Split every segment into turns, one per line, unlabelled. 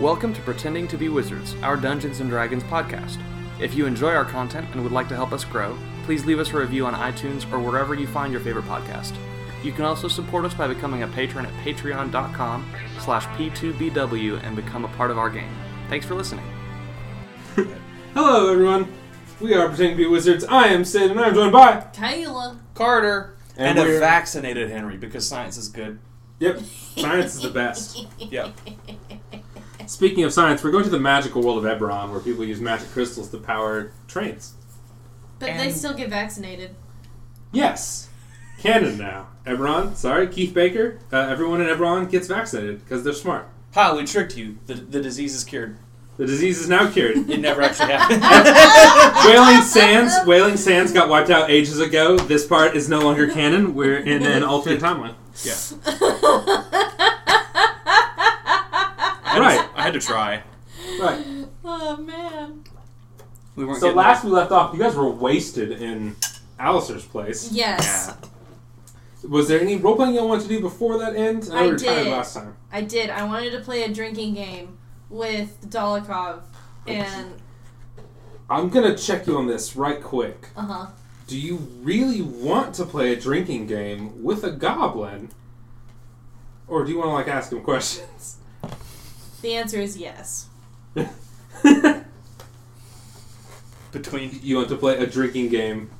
Welcome to Pretending to be Wizards, our Dungeons and Dragons podcast. If you enjoy our content and would like to help us grow, please leave us a review on iTunes or wherever you find your favorite podcast. You can also support us by becoming a patron at patreon.com slash p2bw and become a part of our game. Thanks for listening.
Hello, everyone. We are pretending to be wizards. I am Sid, and I'm joined by
Taylor.
Carter!
And
And,
we're-
a vaccinated Henry, because science is good.
Yep. Science is the best.
Yep.
Speaking of science, we're going to the magical world of Eberron, where people use magic crystals to power trains.
But they
And-
still get vaccinated.
Yes. Canon now. Eberron, sorry, Keith Baker. Uh, everyone in Eberron gets vaccinated because they're smart.
Ha, we tricked you. The, the disease is cured.
The disease is now cured.
It never actually happened.
Wailing Sands. Wailing Sands got wiped out ages ago. This part is no longer canon. We're in an alternate timeline. Right.
I had to try.
Right.
Oh man.
We weren't
So
getting
last we left off, you guys were wasted in Alistair's place.
Yes,
Yeah.
Was there any role playing you all wanted to do before that end? know
I
we were tired
did.
last time.
I did. I wanted to play a drinking game with Dolokhov, and
I'm gonna check you on this right quick.
uh huh.
Do you really want to play a drinking game with a goblin, or do you want to like ask him questions?
The answer is yes.
between
you want to play a drinking game.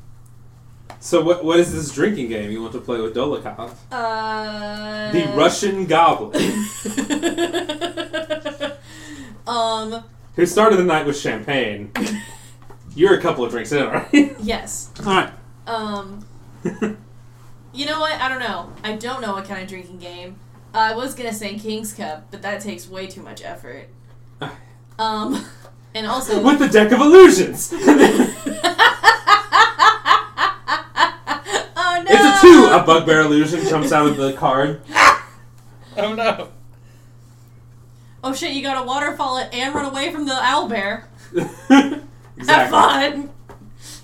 So what? What is this drinking game you want to play with Dolokhov?
Uh.
The Russian goblin
um.
who started the night with champagne. You're a couple of drinks in, alright?
Yes.
alright.
Um. You know what? I don't know. I don't know what kind of drinking game. I was gonna say King's Cup, but that takes way too much effort. Um. And also.
with the deck of illusions.
oh no!
It's a two. A bugbear illusion jumps out of the card.
Oh no.
Oh shit! You got a waterfall it and run away from the owl bear. Have
exactly.
fun.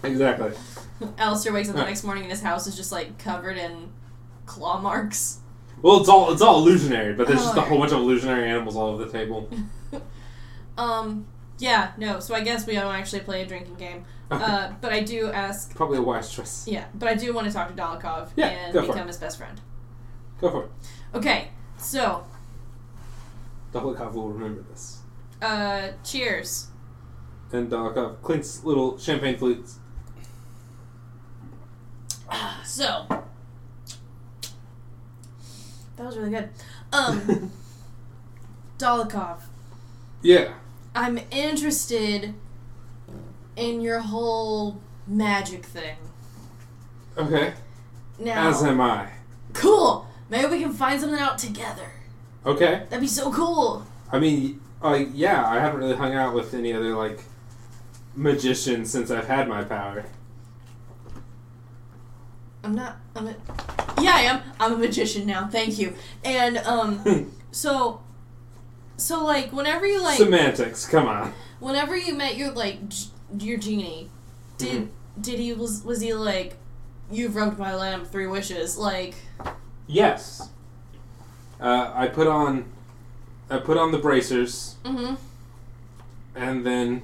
Exactly.
Alistair wakes up the next morning and his house is just like covered in claw marks.
Well, it's all it's all illusionary, but there's just a
Oh.
whole bunch of illusionary animals all over the table.
Um. Yeah. No. So I guess we don't actually play a drinking game. Uh, but I do ask.
Probably a wise choice.
Yeah. But I do want to talk to Dolokhov
Yeah,
and
go for it.
become his best friend.
Go for it.
Okay. So.
Dolokhov will remember this.
Uh. Cheers.
And Dolokhov clinks little champagne flutes.
So that was really good. Um, Dolokhov,
yeah.
I'm interested in your whole magic thing.
Okay.
Now,
As am I.
cool. Maybe we can find something out together.
Okay.
That'd be so cool.
I mean, like, yeah, I haven't really hung out with any other like magicians since I've had my power.
I'm not. I'm. A, yeah, I am. I'm a magician now. Thank you. And um, so, so like whenever you like.
Semantics. Come on.
whenever you met your like g- your genie did
Mm-hmm.
did he was was he like you've rubbed my lamp three wishes like
Yes. Uh, I put on, I put on the bracers,
mm-hmm
and then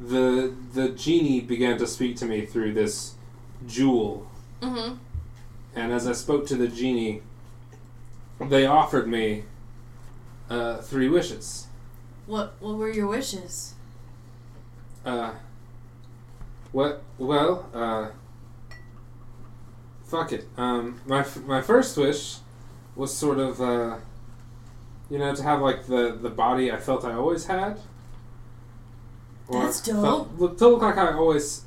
the the genie began to speak to me through this jewel.
mm-hmm
And as I spoke to the genie, they offered me uh, three wishes.
what what were your wishes
Uh, what? Well, uh, fuck it. Um, my f- my first wish was sort of, uh, you know, to have like the the body I felt I always had.
That's
Felt, look, to look like I always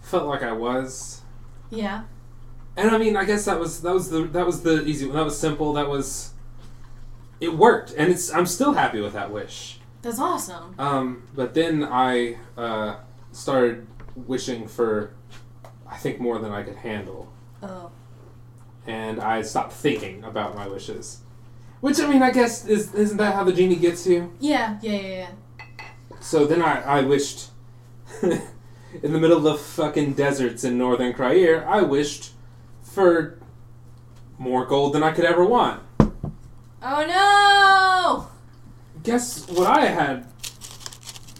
felt like I was.
yeah
And I mean, I guess that was that was the that was the easy one. That was simple. That was. It worked, and it's. I'm still happy with that wish.
that's awesome
Um, but then I uh, started wishing for, I think, more than I could handle.
oh
And I stopped thinking about my wishes. Which, I mean, I guess, is, isn't that how the genie gets you?
yeah yeah yeah yeah
So then I, I wished, in the middle of fucking deserts in northern Crayer, I wished for more gold than I could ever want.
oh no
guess what I had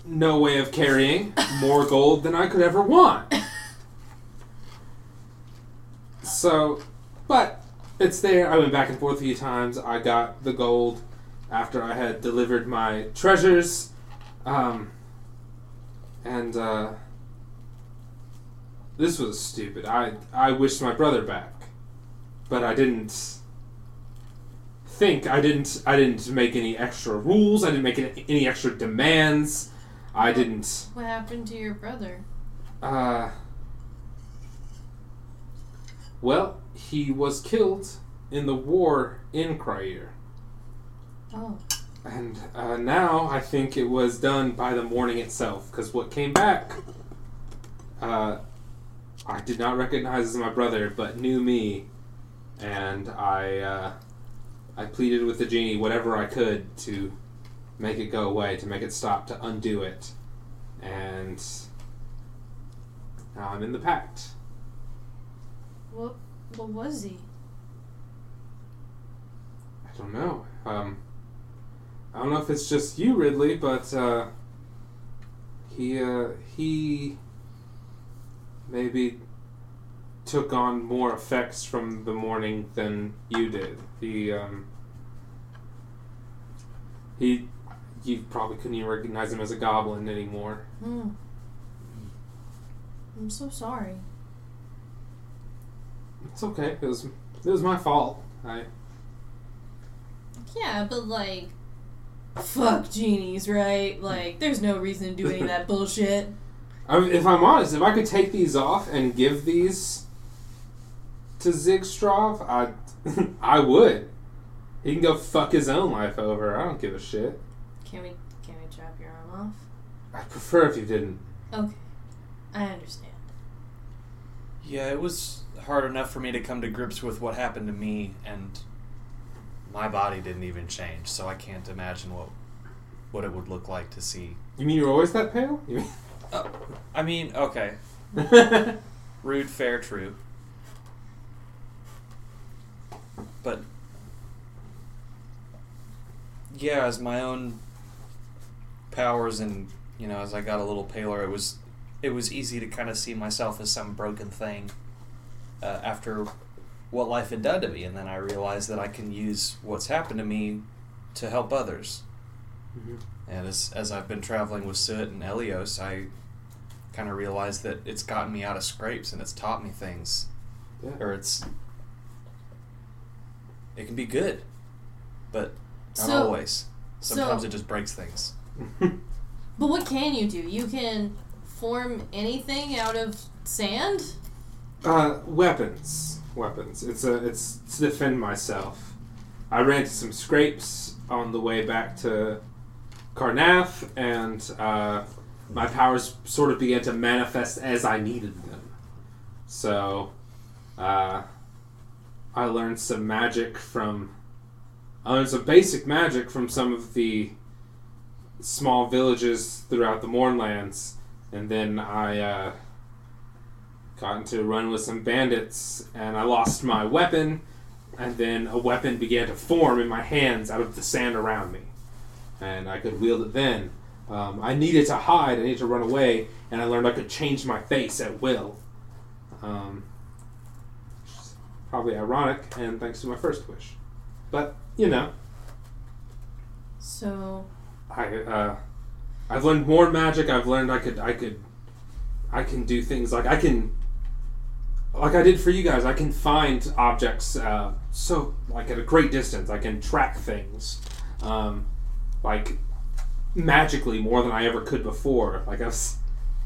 no way of carrying more gold than I could ever want. So, but it's there. I went back and forth a few times. I got the gold after I had delivered my treasures. Um, and uh, this was stupid. I, I wished my brother back, but I didn't think I didn't I didn't make any extra rules. I didn't make any, any extra demands. I didn't.
What happened to your brother?
Uh, well, he was killed in the war in Cryir.
Oh.
And uh, now I think it was done by the morning itself, because what came back, uh, I did not recognize as my brother, but knew me, and I, uh, I pleaded with the genie whatever I could to make it go away, to make it stop, to undo it, and now I'm in the pact.
What what was he?
I don't know. Um, I don't know if it's just you, Ridley, but uh, he uh, he maybe took on more effects from the morning than you did. He um, he you probably couldn't even recognize him as a goblin anymore.
Hmm. I'm so sorry.
It's okay. It was it was my fault. I
Yeah, but like fuck genies, right? Like there's no reason to do any of that bullshit.
I mean, if I'm honest, if I could take these off and give these to Zigstrov, I I would. He can go fuck his own life over. I don't give a shit.
Can we can we chop your arm
I would prefer if you didn't.
off? Okay. I understand.
Yeah, it was hard enough for me to come to grips with what happened to me, and my body didn't even change, so I can't imagine what what it would look like to see.
You mean you were always that pale? You
I mean, okay,
mean?
rude, fair, true, but yeah, as my own powers and you know, as I got a little paler, it was it was easy to kind of see myself as some broken thing uh, after what life had done to me, and then I realized that I can use what's happened to me to help others.
Mhm.
And as as I've been traveling with Soot and Elios, I kind of realized that it's gotten me out of scrapes and it's taught me things,
Yeah.
or it's it can be good, but not
So-
always. Sometimes
so-
it just breaks things.
But what can you do? You can form anything out of sand?
uh, weapons. Weapons. It's a it's to defend myself. I ran into some scrapes on the way back to Carnath, and uh, my powers sort of began to manifest as I needed them. So, uh, I learned some magic from. I learned some basic magic from some of the small villages throughout the Mornlands, and then I uh, got into a run with some bandits, and I lost my weapon, and then a weapon began to form in my hands out of the sand around me, and I could wield it then. Um, I needed to hide, I needed to run away, and I learned I could change my face at will. Um, which is probably ironic, and thanks to my first wish. But, you know,
So
I uh, I've learned more magic. I've learned I could I could I can do things like I can like I did for you guys. I can find objects uh, so like at a great distance. I can track things um, like magically more than I ever could before. Like I was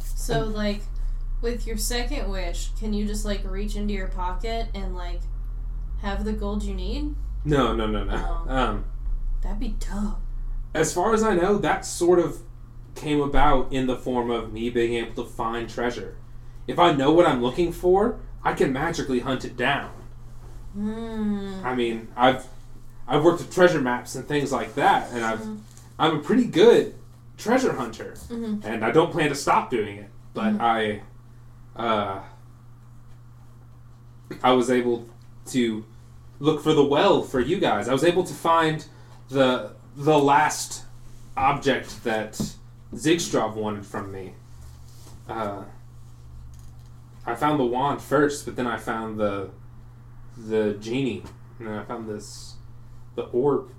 so like with your second wish, can you just like reach into your pocket and like have the gold you need?
no no no no.
Oh.
Um,
That'd be dope.
as far as I know, that sort of came about in the form of me being able to find treasure. If I know what I'm looking for, I can magically hunt it down.
Mm.
I mean, I've I've worked with treasure maps and things like that, and I've I'm a pretty good treasure hunter,
Mhm.
and I don't plan to stop doing it. But I uh, I was able to look for the well for you guys. I was able to find the the last object that Zigstrov wanted from me. Uh, I found the wand first, but then I found the the genie, and then I found this the orb.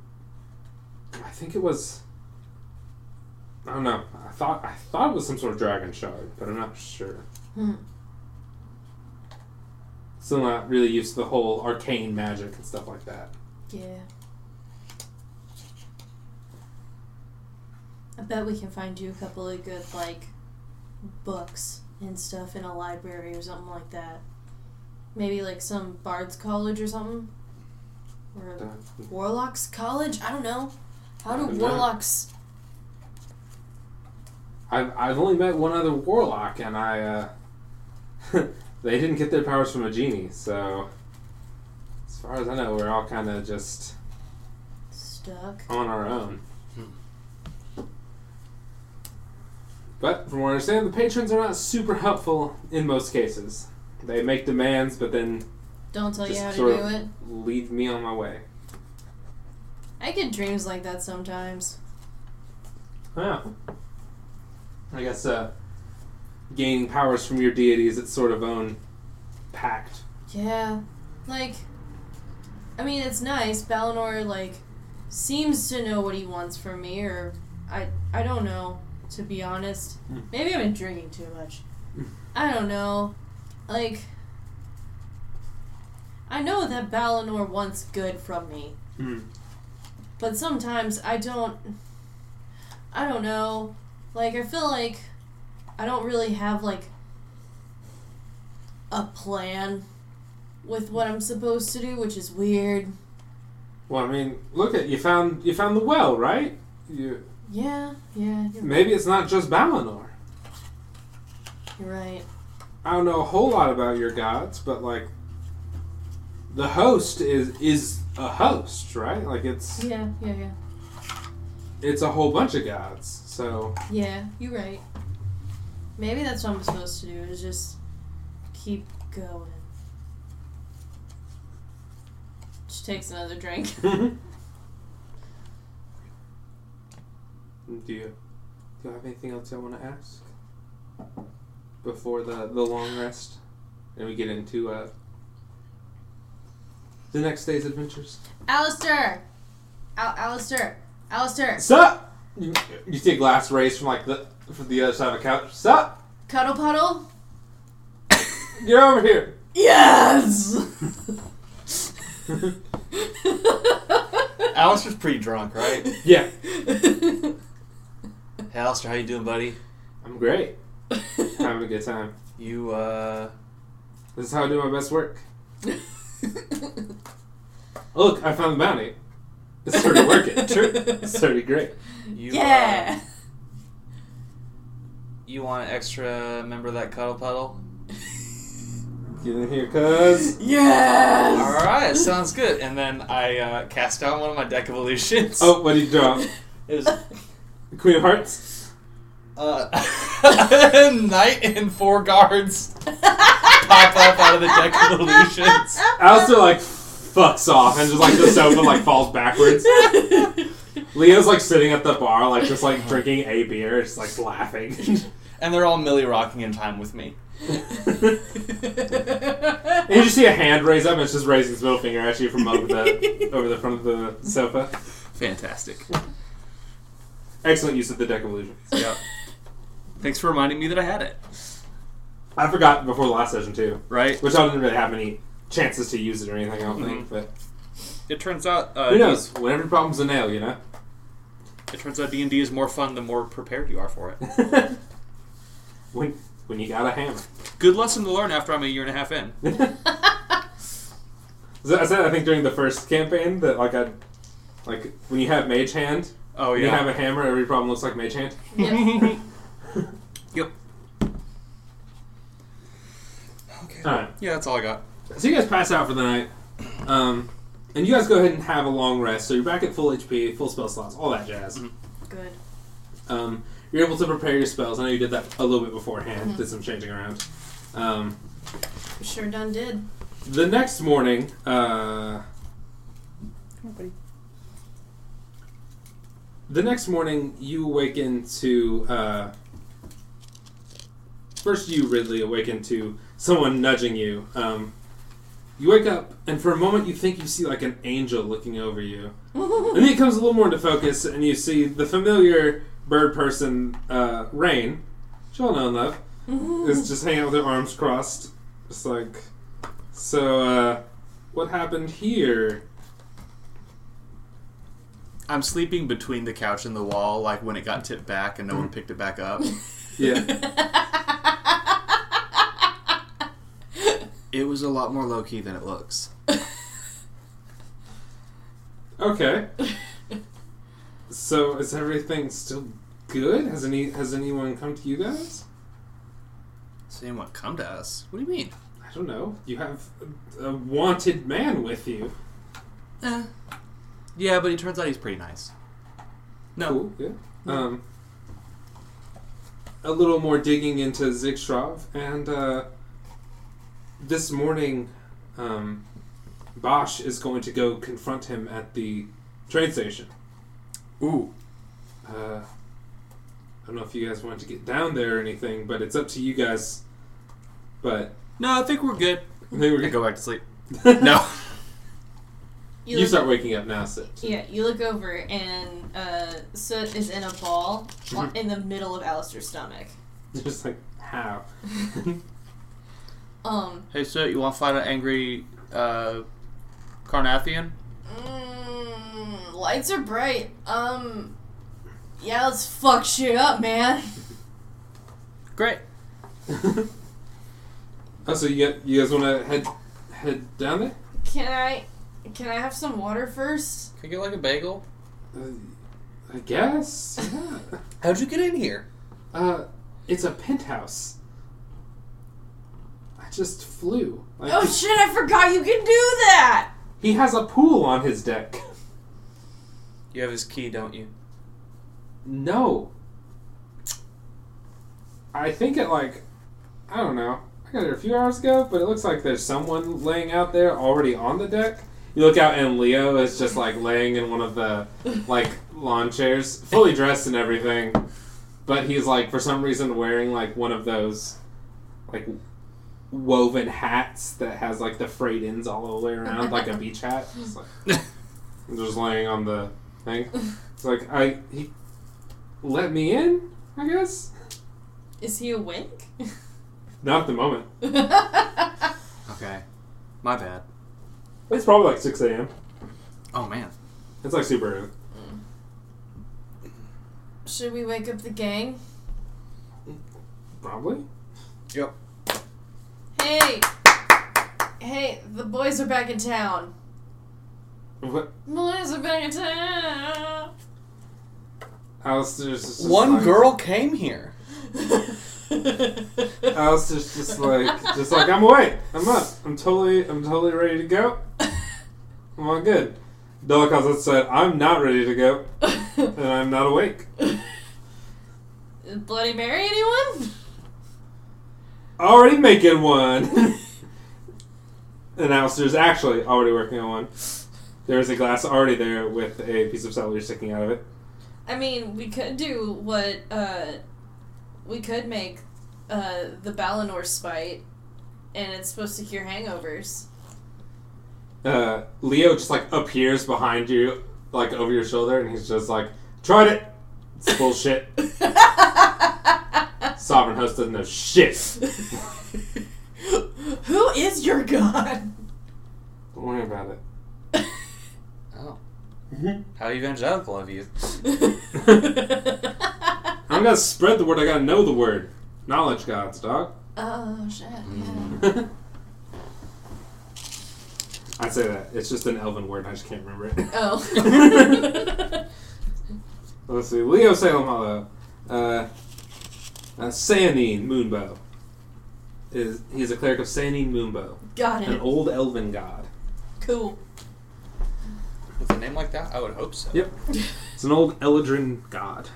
I think it was. I don't know. I thought I thought it was some sort of dragon shard, but I'm not sure.
Hmm.
Still not really used to the whole arcane magic and stuff like that.
Yeah. I bet we can find you a couple of good, like, books and stuff in a library or something like that. Maybe, like, some Bard's College or something? Or Warlock's College? I don't know. How
I
do
don't know.
warlocks.
I've, I've only met one other warlock, and I, uh, they didn't get their powers from a genie, so as far as I know, we're all kind of just
Stuck.
on our own. But from what I understand, the patrons are not super helpful in most cases. They make demands, but then
Don't tell you
Just
how to
sort
do
of-
it.
leave me on my way.
I get dreams like that sometimes.
Wow. I guess uh, gaining powers from your deity is its sort of own pact.
Yeah. Like, I mean, it's nice. Balinor, like, seems to know what he wants from me, or I, I don't know, to be honest.
Hmm.
Maybe I've been drinking too much. I don't know. Like, I know that Balinor wants good from me,
Hmm.
but sometimes I don't. I don't know. Like, I feel like I don't really have, like, a plan with what I'm supposed to do, which is weird.
Well, I mean, look at you found you found the well, right? You
Yeah, yeah, you're,
maybe it's not just Balinor.
you're right.
I don't know a whole lot about your gods, but like the host is is a host, right? Like it's
Yeah, yeah, yeah.
it's a whole bunch of gods. So
Yeah, you're right. Maybe that's what I'm supposed to do, is just keep going. She takes another drink.
do you do you have anything else I want to ask before the the long rest and we get into uh the next day's adventures?
Alistair! Al- Alistair! Alistair!
Sup? You, you see a glass raised from like the from the other side of the couch. Sup?
Cuddle puddle?
You're over here.
Yes!
Alistair's pretty drunk, right?
Yeah,
hey, Alistair, how you doing, buddy?
I'm great. Having a good time.
You, uh...
This is how I do my best work. Look, I found the bounty. It's started working. True. It's started great.
You,
yeah!
Uh, you want an extra member of that cuddle puddle?
Get in here, cuz.
Yes!
Alright, sounds good. And then I uh, cast out one of my deck of illusions.
Oh, what did you draw?
It was
The Queen of Hearts?
uh, knight and four guards pop up out of the deck of illusions.
Alistair, like, fucks off and just, like, the sofa, like, falls backwards. Leo's, like, sitting at the bar, like, just, like, drinking a beer, just, like, laughing.
And they're all milly rocking in time with me.
And you just see a hand raise up and it's just raising its middle finger at you from over the, over the front of the sofa.
Fantastic.
Excellent use of the deck of illusions.
Yeah. Thanks for reminding me that I had it.
I forgot before the last session, too.
Right?
Which I didn't really have any chances to use it or anything, I don't think. But
It turns out uh,
who knows? Whatever problem's a nail, you know?
It turns out D and D is more fun the more prepared you are for it.
when, when you got a hammer.
Good lesson to learn after I'm a year and a half in.
So I said I think during the first campaign that like I like when you have mage hand,
Oh
when you have
yeah.
a hammer, every problem looks like mage hand.
Yep.
yep. Okay.
All right,
Yeah, that's all I got.
so you guys pass out for the night, um, and you guys go ahead and have a long rest. So you're back at full HP, full spell slots, all that jazz.
Good.
Um, you're able to prepare your spells. I know you did that a little bit beforehand. Did some changing around. Um,
Sure done did.
The next morning, uh. The next morning, you awaken to. Uh, first, you, Ridley, awaken to someone nudging you. Um, you wake up, and for a moment, you think you see like an angel looking over you. And then it comes a little more into focus, and you see the familiar bird person, uh, Rain, which you all know and love, is just hanging out with her arms crossed. Just like, so, uh, what happened here?
I'm sleeping between the couch and the wall, like when it got tipped back and no one picked it back up.
Yeah.
It was a lot more low key than it looks.
Okay. So is everything still good? Has any has anyone come to you guys?
Saying what come to us? What do you mean?
I don't know. You have a, a wanted man with you.
Eh. Yeah, but it turns out he's pretty nice. No.
Cool. Yeah. Um. A little more digging into Zigstrov, and uh, this morning, um, Bosch is going to go confront him at the train station.
Ooh.
Uh, I don't know if you guys want to get down there or anything, but it's up to you guys. But
No, I think we're good.
I think we're
We're gonna
gonna
go back to sleep.
go.
No.
You, start waking up now, Sid.
Yeah, you look over and uh, Soot is in a ball on- in the middle of Alistair's stomach.
You're just like, how?
Um,
Hey, sir, you want to fight an angry uh, Carnathian?
mm, lights are bright. Um, yeah, let's fuck shit up, man.
Great.
oh, so you, got, you guys want to head head down there?
Can I, can I have some water first?
Can I get like a bagel?
Uh, I guess.
Uh-huh.
Yeah.
How'd you get in here?
Uh, it's a penthouse. I just flew. Like,
Oh shit, I forgot you can do that!
he has a pool on his deck.
You have his key, don't you?
No. I think it like I don't know. I got here a few hours ago, but it looks like there's someone laying out there already on the deck. You look out and Leo is just like laying in one of the like lawn chairs, fully dressed and everything. But he's like for some reason wearing like one of those like woven hats that has like the frayed ends all the way around, like a beach hat. Just like I'm just laying on the thing. It's like I he let me in, I guess.
Is he awake?
Not at the moment.
Okay. My bad.
It's probably like six a.m.
Oh man.
It's like super early.
Should we wake up the gang?
Probably.
Yep.
Hey! Hey, the boys are back in town.
What?
Boys are back in town!
Alistair's just
One
like,
girl came here.
Alistair's just like just like I'm away. I'm up. I'm totally I'm totally ready to go. I'm all good. Delicados outside. I'm not ready to go, and I'm not awake.
Bloody Mary, anyone?
Already making one. and Alistair's actually already working on one. There is a glass already there with a piece of celery sticking out of it.
I mean, we could do what, uh, we could make, uh, the Balinor spite, and it's supposed to cure hangovers.
uh, Leo just like appears behind you, like over your shoulder, and he's just like, "Tried it, it's bullshit." Sovereign host doesn't know shit.
Who is your god?
Don't worry about it.
Oh.
Mhm.
How evangelical of you.
I'm gonna spread the word. I gotta know the word. Knowledge gods, dog.
oh shit! Yeah.
I say that it's just an Elven word. I just can't remember it.
Oh.
Let's see. Leo Salem Hollow. Uh, uh, Sanine Moonbow. Is he is a cleric of Sanine Moonbow,
Got
an
it.
old Elven god.
Cool.
With a name like that, I would hope so.
Yep. It's an old Eldrin god.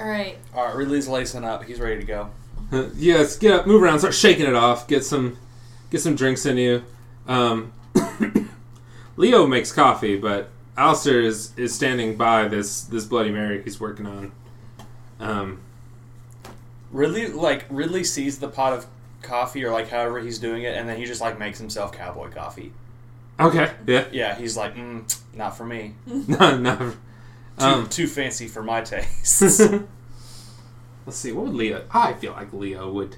All right.
All right, Ridley's lacing up. He's ready to go.
Uh, yes, get up, move around, start shaking it off, get some get some drinks in you. Um, Leo makes coffee, but Alistair is, is standing by this this Bloody Mary he's working on. Um,
Ridley like Ridley sees the pot of coffee or like however he's doing it, and then he just like makes himself cowboy coffee.
okay, yeah,
Yeah, he's like, mm, not for me.
no, no.
Too,
Um,
too fancy for my tastes.
Let's see. What would Leo? I feel like Leo would.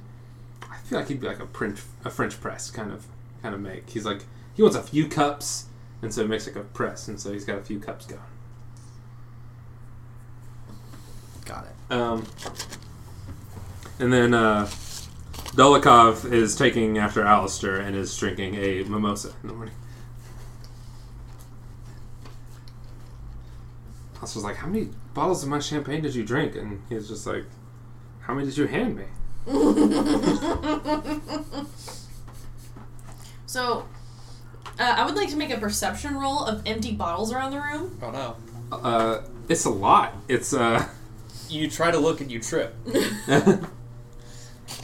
I feel like he'd be like a French, a French press kind of, kind of make. He's like he wants a few cups, and so he makes like a press, and so he's got a few cups going.
Got it.
Um, and then uh, Dolokhov is taking after Alistair and is drinking a mimosa in the morning. Alistair's like, How many bottles of my champagne did you drink? And he's just like, How many did you hand me?
so, uh, I would like to make a perception roll of empty bottles around the room.
Oh no.
Uh, it's a lot. It's, uh,
You try to look and you trip.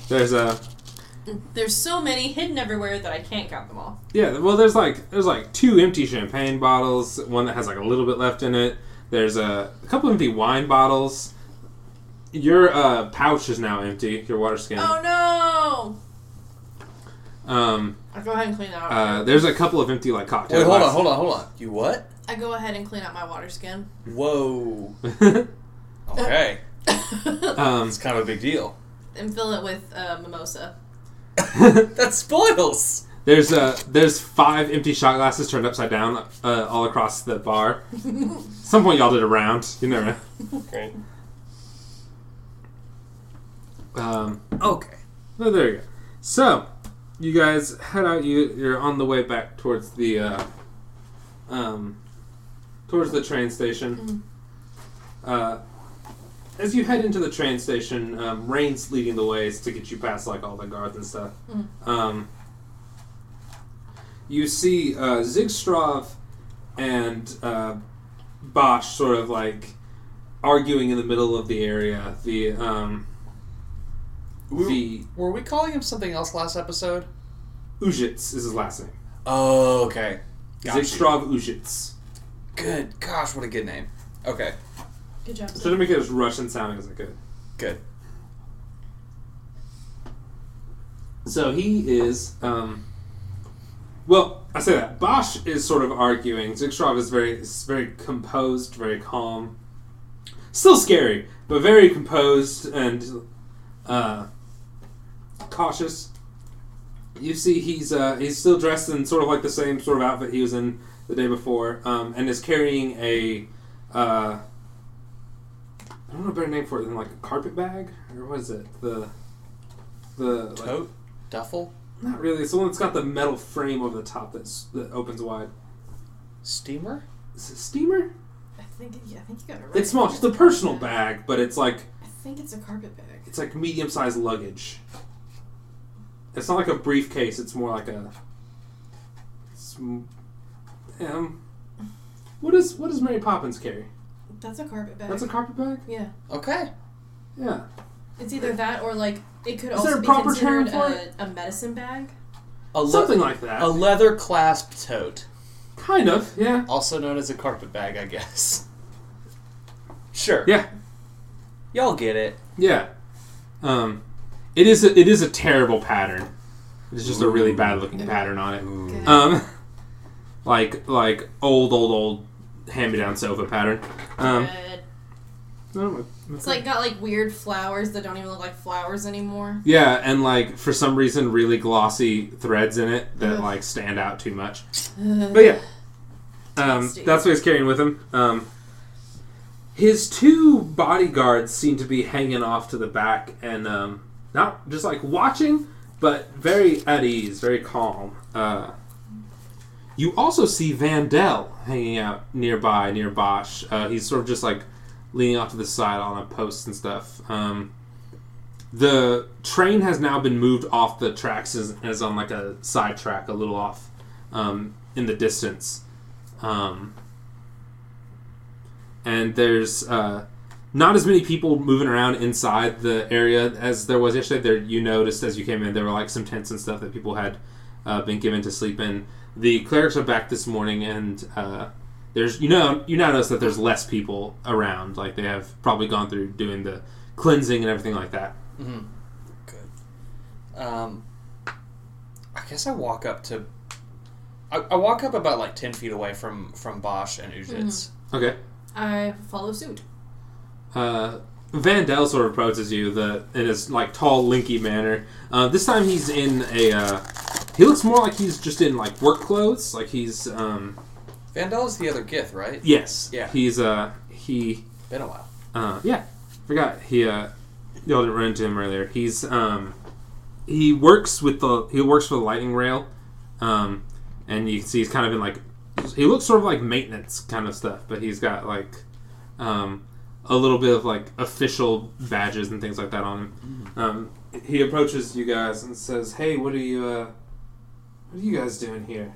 there's a,
There's so many hidden everywhere that I can't count them all.
Yeah, well, there's like there's like two empty champagne bottles, one that has like a little bit left in it. There's a, a couple empty wine bottles. Your uh, pouch is now empty. Your water skin.
Oh
Um,
no! I go ahead and clean that out.
uh, there's a couple of empty like cocktail.
Wait, hold on, hold on, hold on. You what?
I go ahead and clean out my water skin.
Whoa.
on.
Uh. Okay.
um,
That's kind of a big deal.
and fill it with uh, mimosa.
That spoils.
Um, there's uh, there's five empty shot glasses turned upside down uh, all across the bar. Some point y'all did a round. You never. know.
Great.
Um,
Okay.
Oh, there you go. So, you guys head out. You you're on the way back towards the, uh, um, towards the train station. Uh, as you head into the train station, um, Rain's leading the ways to get you past like all the guards and stuff. Um, you see uh, Zigstrov and uh, Bosch sort of like arguing in the middle of the area. The um,
Were,
the
were we calling him something else last episode?
Ujits is his last name.
Oh, okay. Got you.
Zygstrov Ujits.
Good. Gosh, what a good name. Okay.
Good job.
I tried to make it as Russian sounding as I could.
Good.
So he is. Um, well, I say that Bosch is sort of arguing. Zygstrov is very, is very composed, very calm. Still scary, but very composed and uh, cautious. You see, he's uh, he's still dressed in sort of like the same sort of outfit he was in the day before, um, and is carrying a. Uh, I don't know a better name for it than like a carpet bag or what is it the the like,
Tote? Duffel?
not really. It's the one that's got the metal frame over the top that's, that opens wide.
Steamer?
Is it steamer?
I think yeah, I think you got it right.
It's small. It's a personal bag, but it's like
I think it's a carpet bag.
it's like medium sized luggage. It's not like a briefcase. It's more like a. It's, um, what is what does Mary Poppins carry?
That's a carpet bag.
That's a carpet bag.
yeah.
Okay.
Yeah.
It's either that or like it could
Is
also
there a
be
proper term
considered
for
a, a medicine bag.
A le-
Something like that.
A leather clasp tote.
kind of. Yeah.
Also known as a carpet bag, I guess. Sure.
Yeah.
Y'all get it.
Yeah. Um, it is a, it is a terrible pattern. It's just a really bad looking pattern on it.
Okay.
Um, like like old old old hand me down sofa pattern. Um, oh,
Good.
no, my- my
It's
phone.
like got like weird flowers that don't even look like flowers anymore.
yeah, and like for some reason, really glossy threads in it that
Ugh.
like stand out too much. But yeah, um,
Nasty.
that's what he's carrying with him. Um, his two bodyguards seem to be hanging off to the back and um, not just like watching, but very at ease, very calm. Uh, you also see Vandel hanging out nearby, near Bosch. Uh, he's sort of just like leaning off to the side on a post and stuff. Um, the train has now been moved off the tracks and is on like a side track, a little off um, in the distance. Um, and there's uh, not as many people moving around inside the area as there was yesterday. There, you noticed as you came in, there were like some tents and stuff that people had uh, been given to sleep in. The clerics are back this morning, and uh, there's you know you notice that there's less people around. Like they have probably gone through doing the cleansing and everything like that.
Mm-hmm. Good. Um, I guess I walk up to. I, I walk up about like ten feet away from from Bosch and Ujits.
Okay.
I follow suit.
Uh, Vandell sort of approaches you the in his like tall, lanky manner. Uh, this time he's in a. Uh, he looks more like he's just in like work clothes. Like he's um,
Vandell is the other Gith, right?
yes.
Yeah.
He's uh he
Been a while.
uh, yeah, forgot he. Uh, y'all didn't run into him earlier. He's um, he works with the he works for the lightning rail, um, and you can see he's kind of in like he looks sort of like maintenance kind of stuff, but he's got like um, a little bit of like official badges and things like that on him. Um, he approaches you guys and says, "Hey, what are you? Uh, what are you guys doing here?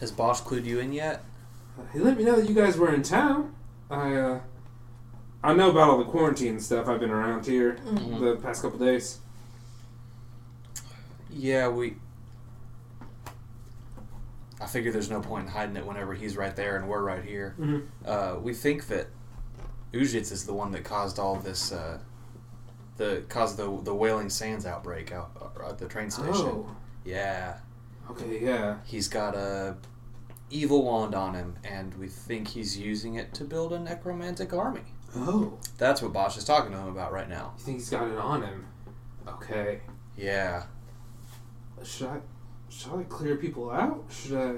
Has Bosch clued you in yet?
He let me know that you guys were in town. I, uh, I know about all the quarantine stuff. I've been around here
Mm-hmm.
the past couple days.
Yeah, we. I figure there's no point in hiding it whenever he's right there and we're right here.
Mhm.
Uh, we think that Ujits is the one that caused all this, uh, the caused the the Wailing Sands outbreak out uh, at the train station.
Oh,
Yeah,
okay, yeah.
he's got a evil wand on him, and we think he's using it to build a necromantic army.
Oh,
That's what Bosch is talking to him about right now.
you think he's got it on him? Okay.
Yeah,
Should I, should I clear people out? Should I?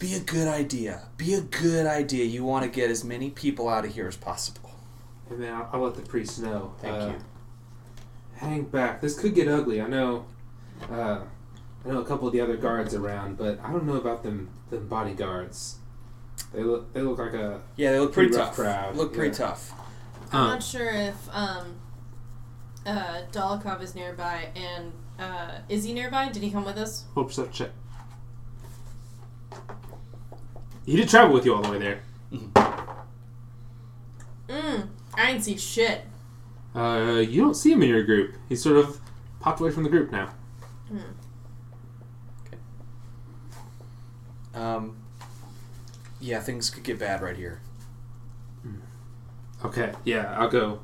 be a good idea. Be a good idea. You want to get as many people out of here as possible.
And then I'll, I'll let the priest know.
Thank
Uh,
you.
Hang back. This could get ugly. I know. Uh, I know a couple of the other guards around, but I don't know about them. Them bodyguards. They look. They look like a
Yeah, they look
Pretty
pretty, tough.
rough crowd,
Look pretty
yeah.
tough.
Oh.
I'm not sure if um, uh, Dolokhov is nearby, and uh, is he nearby? Did he come with us?
Roll perception check. He did travel with you all the way there.
Mm, I didn't see shit.
Uh, you don't see him in your group. He's sort of popped away from the group now.
Um, yeah, things could get bad right here.
Okay, yeah, I'll go.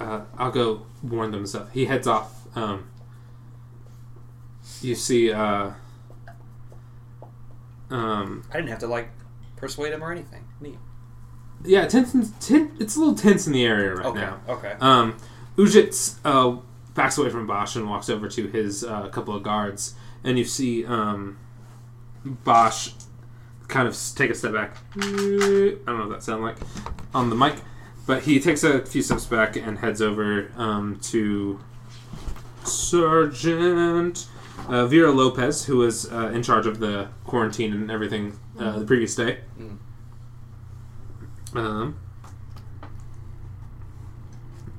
Uh, I'll go warn them and stuff. He heads off. Um, you see, uh, um,
I didn't have to like persuade him or anything. Neat.
yeah, tense. in- ten, it's a little tense in the area right
Okay.
now.
Okay.
Um, Ujits uh, backs away from Bosch and walks over to his uh, couple of guards, and you see um, Bosch kind of s- take a step back. I don't know what that sound like on the mic, but he takes a few steps back and heads over um, to Sergeant uh, Vera Lopez, who was uh, in charge of the quarantine and everything uh, the previous day.
Mm.
Um,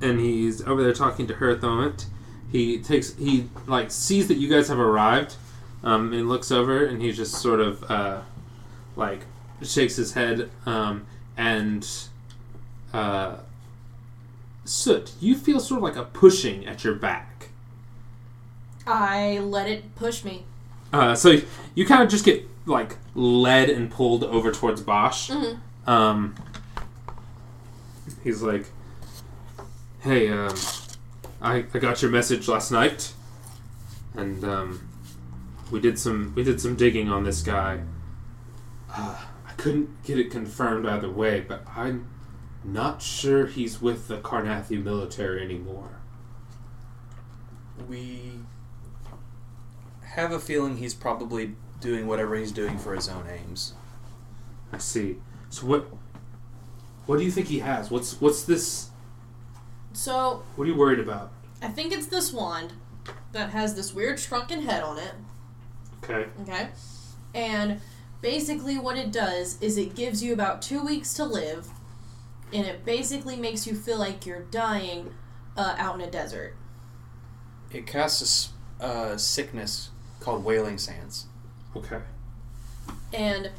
and he's over there talking to her at the moment. He takes he like sees that you guys have arrived, um, and looks over and he just sort of uh, like shakes his head um, and uh, soot. You feel sort of like a pushing at your back.
I let it push me.
Uh, so you kind of just get like led and pulled over towards Bosch. Um, he's like, "Hey, um, I, I got your message last night, and um, we did some we did some digging on this guy. Uh, I couldn't get it confirmed either way, but I'm not sure he's with the Carnathy military anymore.
we have a feeling he's probably doing whatever he's doing for his own aims.
I see. So what what do you think he has? What's what's this?"
So
What are you worried about?
I think it's this wand that has this weird shrunken head on it.
Okay.
Okay. And basically, what it does is it gives you about two weeks to live, and it basically makes you feel like you're dying uh, out in a desert.
It casts a s- uh, sickness called Wailing Sands.
Okay.
And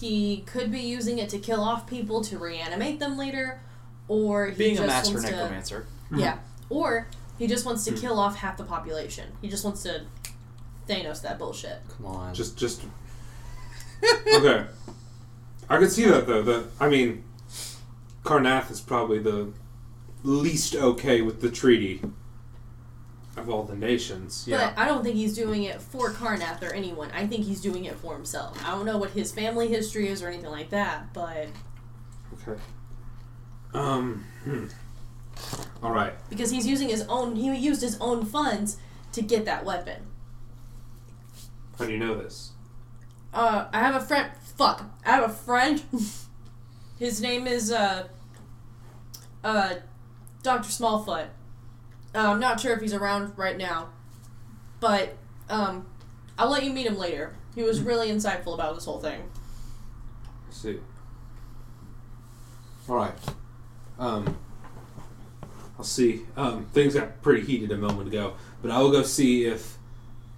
he could be using it to kill off people to reanimate them later, or he
Being
just
a master
wants to,
necromancer, Hmm.
yeah, or he just wants to kill off half the population. He just wants to Thanos that bullshit.
come on.
Just, just. okay. I could see that though. That I mean, Carnath is probably the least okay with the treaty of all the nations.
But I don't think he's doing it for Carnath or anyone. I think he's doing it for himself. I don't know what his family history is or anything like that, but
Okay. Um. Hmm. All right.
because he's using his own, he used his own funds to get that weapon.
How do you know this?
Uh, I have a friend. Fuck, I have a friend. His name is uh, uh, Doctor Smallfoot. Uh, I'm not sure if he's around right now, but um, I'll let you meet him later. He was really insightful about this whole thing.
Let's see. All right. Um. I'll see. Um. Things got pretty heated a moment ago, but I will go see if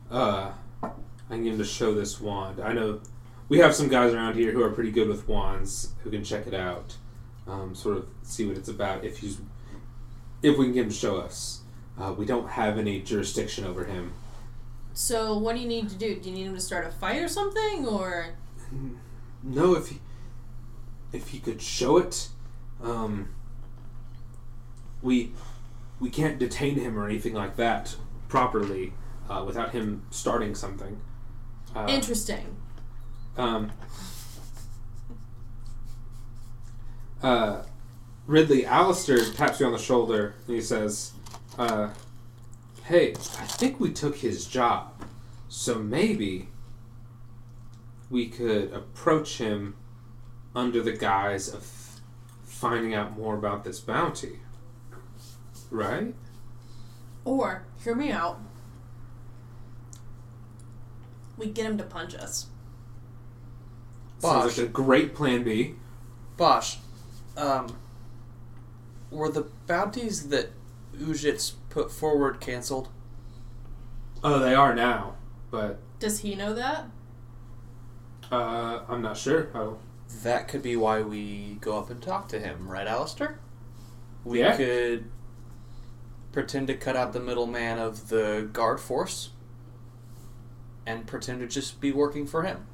uh I can get him to show this wand. I know we have some guys around here who are pretty good with wands who can check it out. Um. Sort of see what it's about. If he's if we can get him to show us. Uh, we don't have any jurisdiction over him.
So, what do you need to do? Do you need him to start a fight or something, or
No, if he, if he could show it, um, we we can't detain him or anything like that properly uh, without him starting something. Uh,
interesting?
um, uh, Ridley Alistair taps you on the shoulder and he says, uh, Hey, I think we took his job, so maybe we could approach him under the guise of finding out more about this bounty. Right?
Or hear me out. We get him to punch us.
Sounds like a great plan B.
Bosh, um, were the bounties that Ujits put forward canceled?
Oh, they are now, but
Does he know that?
uh, I'm not sure. Oh,
That could be why we go up and talk to him, right, Alistair? We
Yeah.
could pretend to cut out the middleman of the guard force and pretend to just be working for him.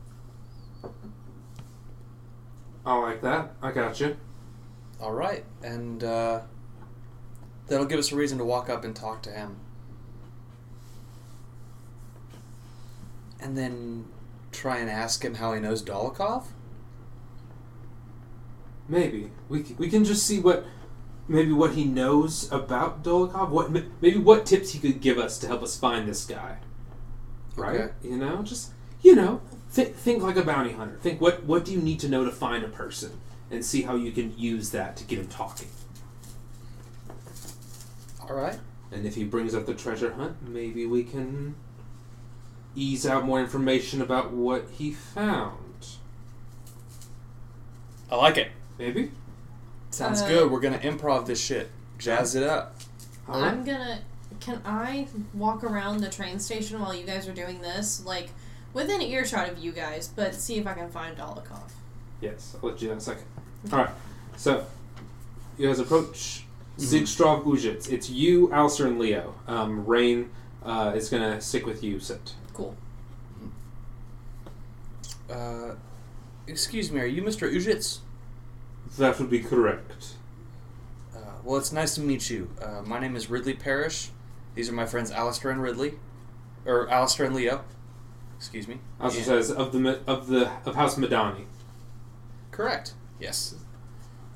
I like that. I got you.
All right, and uh, that'll give us a reason to walk up and talk to him. And then try and ask him how he knows Dolokhov?
Maybe we c- we can just see what maybe what he knows about Dolokhov. What m- maybe what tips he could give us to help us find this guy. Right?
Okay.
You know, just you know, th- think like a bounty hunter. Think what what do you need to know to find a person, and see how you can use that to get him talking.
All right.
And if he brings up the treasure hunt, maybe we can ease out more information about what he found.
I like it.
Maybe.
Sounds
Uh,
good. We're going to improv this shit. Jazz it up.
Uh-huh.
All
I'm gonna. Can I walk around the train station while you guys are doing this? Like, within earshot of you guys, but see if I can find Dolokhov.
Yes, I'll let you know in a second. Alright, so you guys approach Zigstrov Ujits. It's you, Alcer, and Leo. Um, Rain uh, is going to stick with you, Sit.
Cool.
Uh, excuse me, are you Mr. Ujits?
That would be correct.
Uh, well, it's nice to meet you. Uh, my name is Ridley Parrish. These are my friends Alistair and Ridley. Or Alistair and Leo. Excuse me.
Alcer
Yeah.
says, of the Mi- of the of House Madani.
Correct. Yes.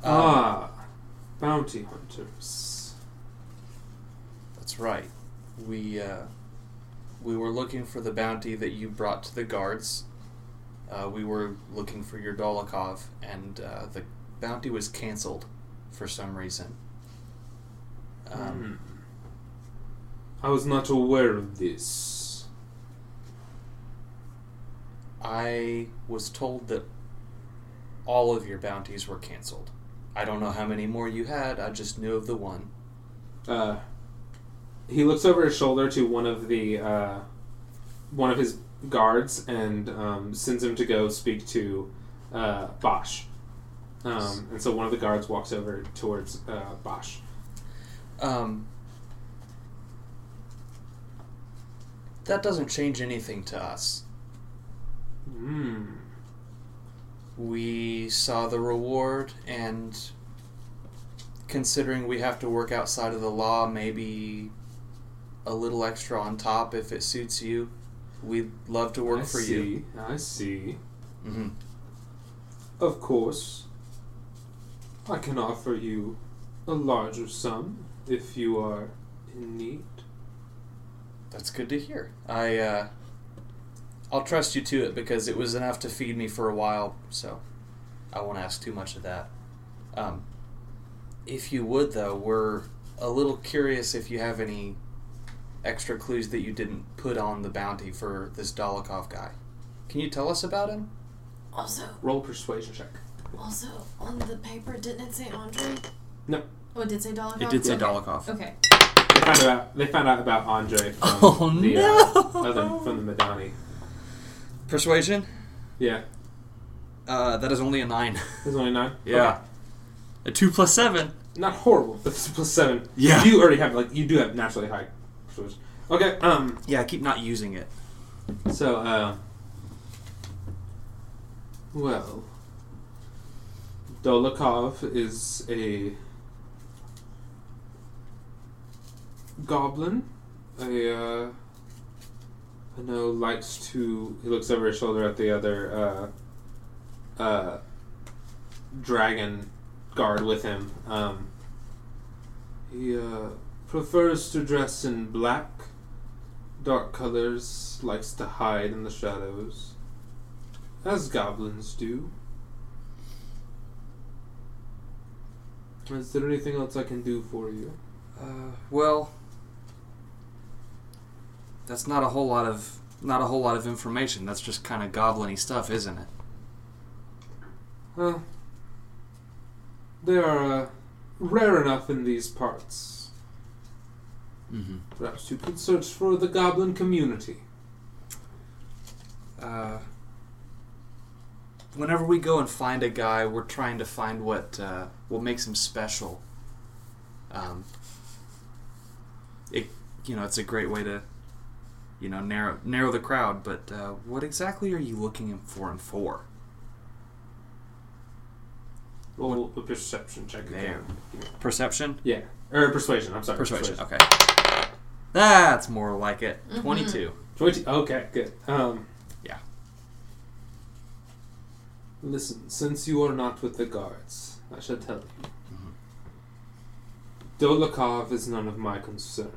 Uh,
ah, bounty hunters.
That's right. We uh, we were looking for the bounty that you brought to the guards. Uh, we were looking for your Dolokhov, and uh, the bounty was canceled for some reason.
Hmm.
Um,
I was not aware of this.
I was told that all of your bounties were canceled. I don't know how many more you had. I just knew of the one.
Uh, he looks over his shoulder to one of the uh, one of his guards and um, sends him to go speak to uh, Bosch. Um, and so one of the guards walks over towards uh, Bosch.
Um, that doesn't change anything to us.
Hmm.
we saw the reward and considering we have to work outside of the law maybe a little extra on top if it suits you we'd love to work
I
for
see.
you
I see.
hmm
Of course, I can offer you a larger sum if you are in need.
that's good to hear i uh, i'll trust you to it because it was enough to feed me for a while so i won't ask too much of that um, if you would though we're a little curious if you have any extra clues that you didn't put on the bounty for this Dolokhov guy can you tell us about him
Also,
Roll persuasion check.
also on the paper, didn't it say Andre?
No.
Oh, it did say Dollar.
It did say
okay.
Dolokhov.
Okay.
They found out. They found out about Andre from
Oh,
the uh,
no.
other, from the Madani.
Persuasion?
Yeah,
Uh, that is only a nine.
there's only nine.
Yeah.
Okay.
A two plus seven.
not horrible, but it's plus seven.
Yeah.
you already have like you do have naturally high persuasion. Okay. Um.
Yeah, I keep not using it.
So, uh, well, Dolokhov is a goblin. A, uh, I know likes to. He looks over his shoulder at the other uh, uh, dragon guard with him. Um, he uh, prefers to dress in black dark colors, likes to hide in the shadows, as goblins do. Is there anything else I can do for you?
Uh, well, that's not a whole lot of not a whole lot of information. That's just kind of goblin-y stuff, isn't it?
Huh? They are uh, rare enough in these parts.
Mm-hmm.
Perhaps you could search for the goblin community.
Uh, whenever we go and find a guy, we're trying to find what uh, what makes him special. Um, it you know it's a great way to you know narrow narrow the crowd. But uh, what exactly are you looking for him for?
Roll a perception check again.
Perception,
Yeah. Or persuasion, I'm sorry.
persuasion. Okay, that's more like it.
Mhm.
two.
Twenty. Okay, good. Um,
Yeah.
Listen, since you are not with the guards, I shall tell you.
Mhm.
Dolokhov is none of my concern.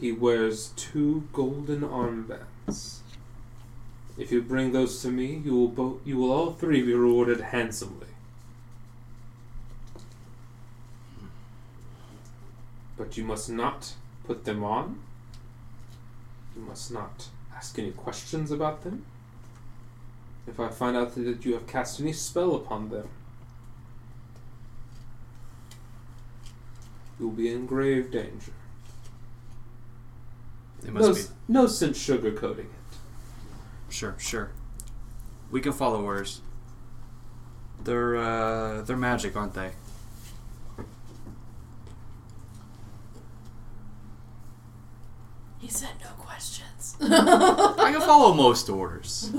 He wears two golden armbands. If you bring those to me, you will bo- you will all three be rewarded handsomely. But you must not put them on you must not ask any questions about them. If I find out that you have cast any spell upon them, you will be in grave danger.
It
no,
must
s- no sense sugarcoating it.
be sure, sure. We can follow orders. They're uh, they're magic, aren't they?
He said no questions.
I can follow most orders.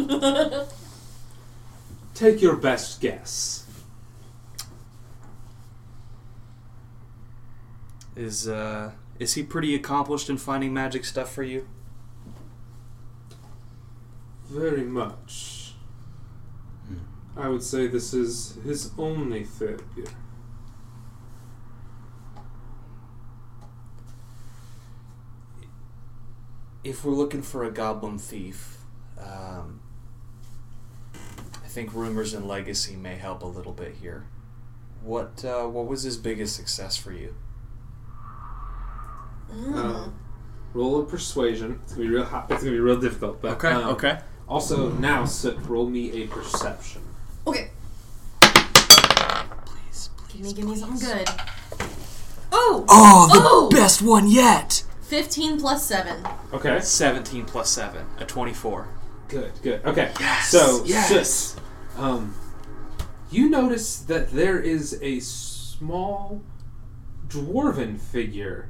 Take your best guess.
Is uh is he pretty accomplished in finding magic stuff for you?
Very much.
Hmm.
I would say this is his only failure.
If we're looking for a goblin thief, um, I think rumors and legacy may help a little bit here. What uh, what was his biggest success for you?
Hmm.
Uh, roll a persuasion. It's gonna be real hot. It's gonna be real difficult. But um,
okay.
Also, now sit. Roll me a perception.
okay.
Please,
Give
please.
me, give me something good. Oh!
Oh, the
Oh!
best one yet.
15 plus 7.
Okay.
Seventeen plus seven, a twenty-four.
Good, good. Okay.
Yes,
So,
yes.
Sis, um, you notice that there is a small dwarven figure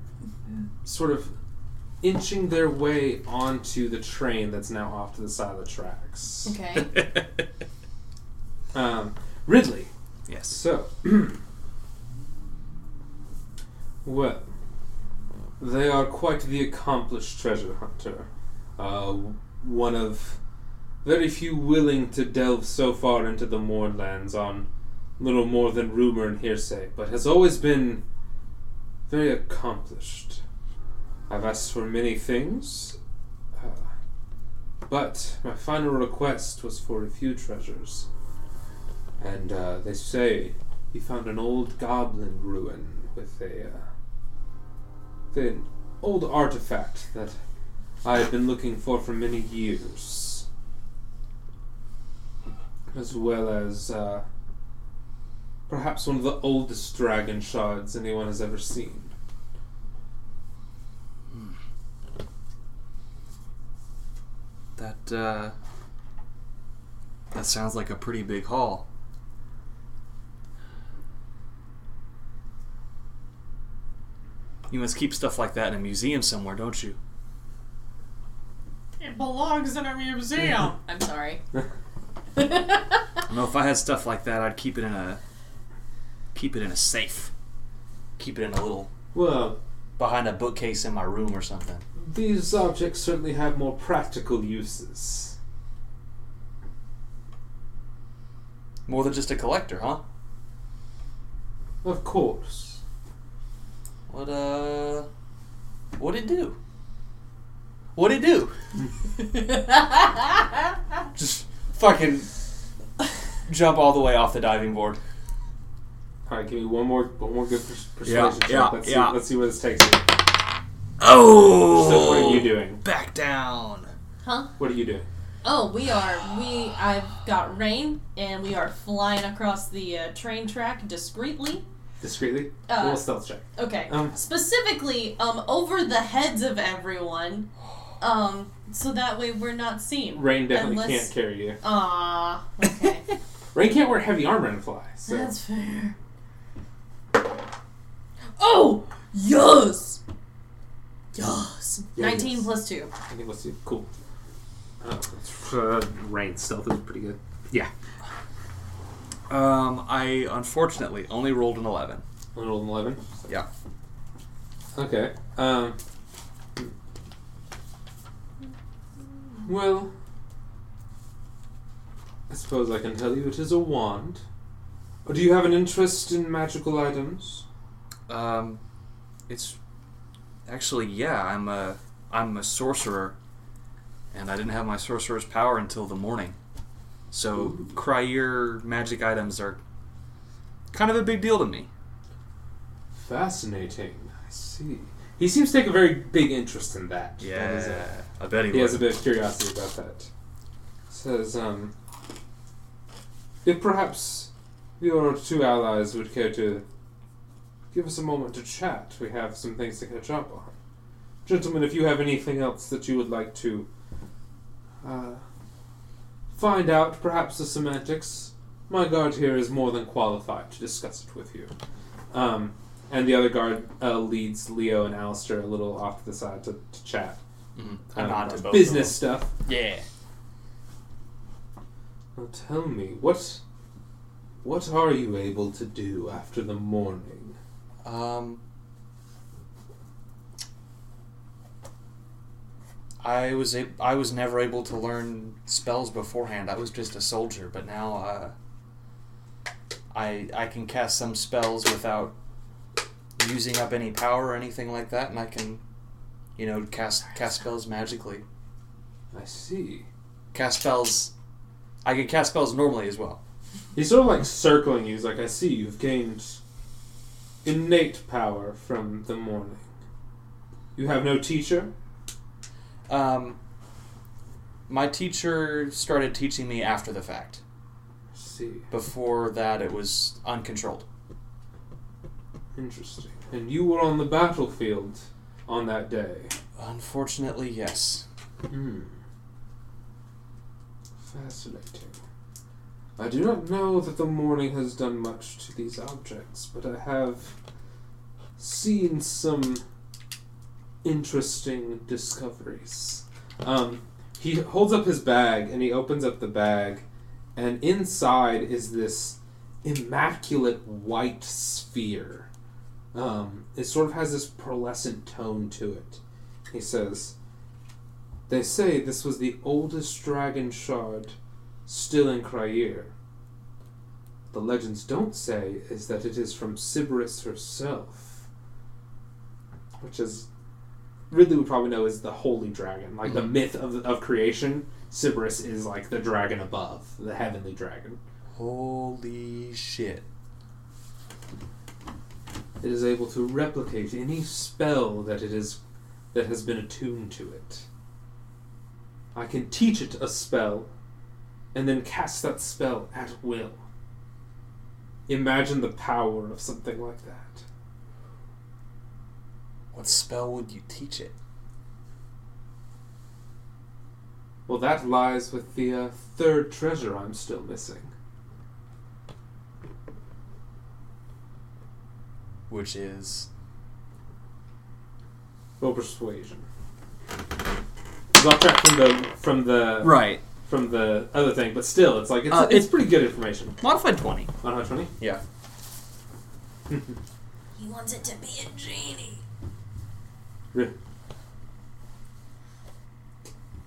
sort of inching their way onto the train that's now off to the side of the tracks.
Okay.
Um, Ridley.
Yes.
So, well, they are quite the accomplished treasure hunter. Uh, one of very few willing to delve so far into the moorlands on little more than rumor and hearsay, but has always been very accomplished. I've asked for many things, uh, but my final request was for a few treasures. And uh, they say he found an old goblin ruin with a, uh, with an old artifact that I had been looking for for many years, as well as uh, perhaps one of the oldest dragon shards anyone has ever seen.
That uh, that sounds like a pretty big haul. You must keep stuff like that in a museum somewhere, don't you?
It belongs in a museum.
I'm sorry.
I know if I had stuff like that, I'd keep it in a keep it in a safe. Keep it in a little
Well,
behind a bookcase in my room or something.
these objects certainly have more practical uses.
More than just a collector, huh?
Of course.
What uh what it do? What it do? Just fucking jump all the way off the diving board.
All right, give me one more, one more good pers-
Yeah,
persuasion check.
yeah,
let's
yeah.
see, let's see where this takes you.
Oh!
So what are you doing?
Back down.
huh?
What are you doing?
Oh, we are. We I've got rain, and we are flying across the uh, train track discreetly.
Discreetly.
Uh,
we'll stealth check.
Okay.
Um.
Specifically, um, over the heads of everyone, um, so that way we're not seen.
Rain definitely
unless-
can't carry you.
Ah. Okay.
Rain can't wear heavy armor and fly. So
That's fair. Oh yes. Yes.
Yeah,
Nineteen
yes.
plus two.
I think let's see. Cool. Uh, uh, rain stealth is pretty good. Yeah.
Um, I unfortunately only rolled an eleven.
I rolled an eleven.
Yeah.
Okay. Um. Well, I suppose I can tell you it is a wand. Or do you have an interest in magical items?
Um, it's actually yeah. I'm a I'm a sorcerer, and I didn't have my sorcerer's power until the morning. So cryer magic items are kind of a big deal to me.
Fascinating. I see. He seems to take a very big interest in that. That is, uh,
I bet he,
He has
was.
a bit of curiosity about that. Says, um, if perhaps your two allies would care to give us a moment to chat, we have some things to catch up on. Gentlemen, if you have anything else that you would like to uh, find out, perhaps the semantics, my guard here is more than qualified to discuss it with you. Um, and the other guard uh, leads Leo and Alistair a little off to the side to, to chat.
Mhm.
Um,
I nodded to both
business stuff.
of them. Yeah.
Now tell me, what what are you able to do after the morning?
Um, I was a- I was never able to learn spells beforehand. I was just a soldier, but now uh, I I can cast some spells without using up any power or anything like that, and I can, you know, cast cast spells magically.
I see.
Cast spells. I can cast spells normally as well.
He's sort of like circling you. He's like, I see you've gained innate power from the morning. You have no teacher?
Um, my teacher started teaching me after the fact.
I see.
Before that, it was uncontrolled.
Interesting. And you were on the battlefield on that day.
Unfortunately, yes.
Hmm. Fascinating. I do not know that the morning has done much to these objects, but I have seen some interesting discoveries. Um, he holds up his bag and he opens up the bag, and inside is this immaculate white sphere. Um, it sort of has this pearlescent tone to it. He says, They say this was the oldest dragon shard still in Cryer. The legends don't say is that it is from Sybaris herself, which is Ridley would probably know is the holy dragon, like the myth of, of creation. Sybaris is like the dragon above, the heavenly dragon.
Holy shit.
It is able to replicate any spell that it is that has been attuned to it. I can teach it a spell and then cast that spell at will. Imagine the power of something like that.
What spell would you teach it?
Well, that lies with the uh, third treasure I'm still missing.
Which is.
Well, persuasion. It's off track from the from the
Right.
from the other thing, but still, it's like it's,
Uh,
it's
it-
pretty good information.
Modified 20.
120.
Yeah.
He wants it to be a genie.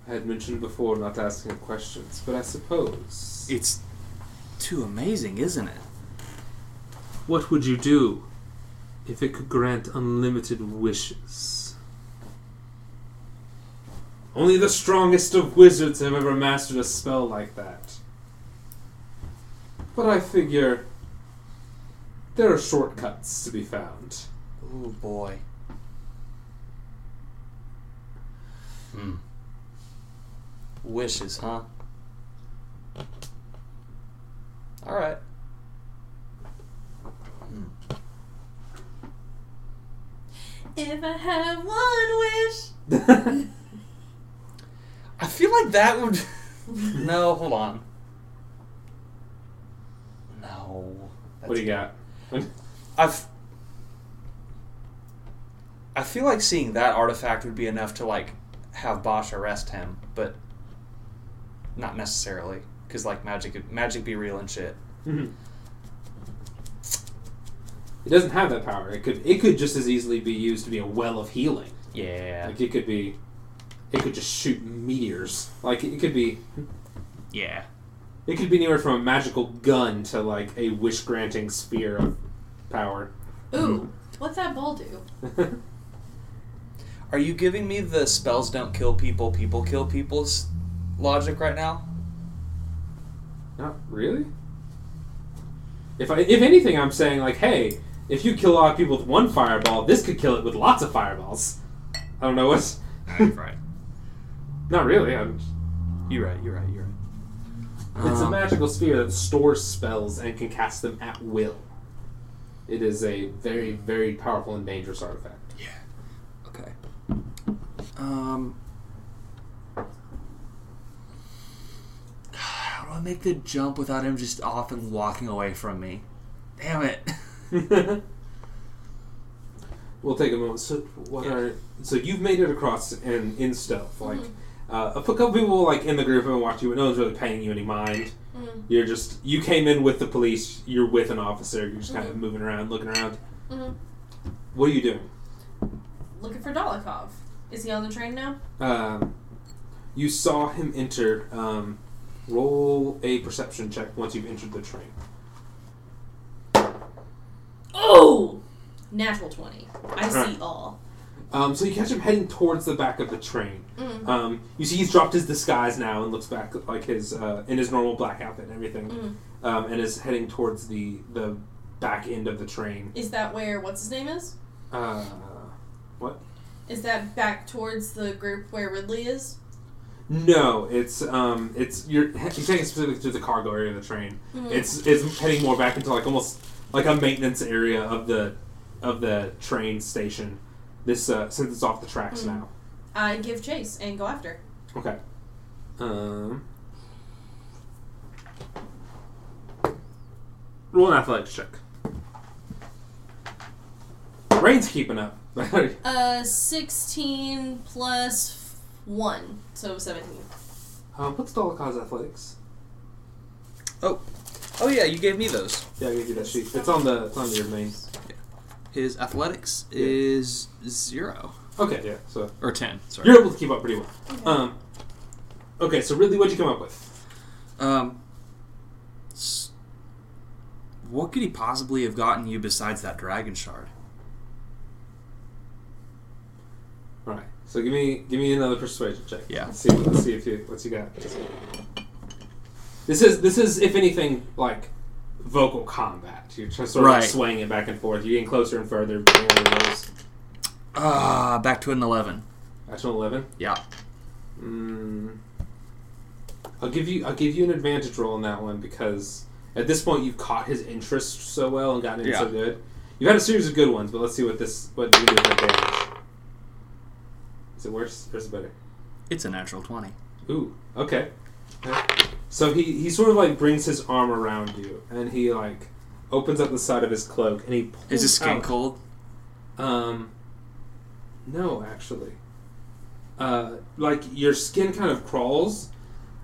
I had mentioned before not asking questions, but I suppose.
It's too amazing, isn't it?
What would you do if it could grant unlimited wishes? Only the strongest of wizards have ever mastered a spell like that. But I figure there are shortcuts to be found.
Oh boy. Hmm. Wishes, huh? Alright. Hmm.
If I had one
I feel like that would. no, hold on. No.
what do you got?
I've. I feel like seeing that artifact would be enough to like have Bosch arrest him, but not necessarily because like magic, magic be real and shit.
it doesn't have that power. It could it could just as easily be used to be a well of healing.
Yeah.
Like it could be, it could just shoot meteors. Like it could be,
Yeah.
it could be anywhere from a magical gun to like a wish granting sphere of power.
wish. Ooh, what's that bowl do?
Are you giving me the spells don't kill people, people kill people's logic right now?
Not really. If I, if anything, I'm saying like, hey, if you kill a lot of people with one fireball, this could kill it with lots of fireballs. I don't know what's.
right.
Not really. I'm,
You're right, you're right, you're right.
It's a
Um,
magical sphere that stores spells and can cast them at will. It is a very, very powerful and dangerous artifact.
Okay. Um. How do I make the jump without him just off and walking away from me? Damn it.
we'll take a moment. So, what
Yeah.
are so you've made it across in in stealth? Like uh, a couple people like in the group have watched you, but no one's really paying you any mind.
Mhm.
You're just you came in with the police. You're with an officer. You're just kind of moving around, looking around.
Mhm.
What are you doing?
Looking for Dolokhov. Is he on the train now?
Um, you saw him enter. Um, roll a perception check once you've entered the train.
Oh! Natural 20. I see
Alright.
all.
Um, so you catch him heading towards the back of the train.
Mm.
Um, you see he's dropped his disguise now and looks back like his uh, in his normal black outfit and everything,
Mm.
um, and is heading towards the the back end of the train.
Is that where, what's his name is?
Uh,
Is that back towards the group where Ridley is?
no, it's um, it's you're he's taking specifically to the cargo area of the train.
Mhm.
It's it's heading more back into like almost like a maintenance area of the of the train station. This uh, since it's off the tracks
Mm.
now.
I give chase and go after.
Okay. Um. Roll an athletics check. Rain's keeping up.
Uh, 16 plus 1, so 17.
um, what's Dolokov's athletics?
Oh, oh yeah, you gave me those.
Yeah, I gave you that sheet. It's on the it's on your main.
His athletics
Yeah.
is zero
Okay, yeah. So
or ten. Sorry.
you're able to keep up pretty well. Um, okay, so Ridley, what'd you come up with?
Um, s- what could he possibly have gotten you besides that dragon shard?
All right. So give me give me another persuasion check.
Yeah.
Let's see what, let's see if you what you got. This is this is if anything like vocal combat. You're just sort of
Right.
like swaying it back and forth. You're getting closer and further. Getting one of those.
Ah, back to an eleven.
Actual eleven.
Yeah.
Mm. I'll give you I'll give you an advantage roll on that one because at this point you've caught his interest so well and gotten him so
Yeah.
good. You've had a series of good ones, but let's see what this what you do with advantage. Is it worse or is it better?
It's a natural twenty.
Ooh, okay. Okay. So he, he sort of like brings his arm around you and he like opens up the side of his cloak and he pulls
Is his skin
out-
cold?
um, no, actually. Uh, like your skin kind of crawls.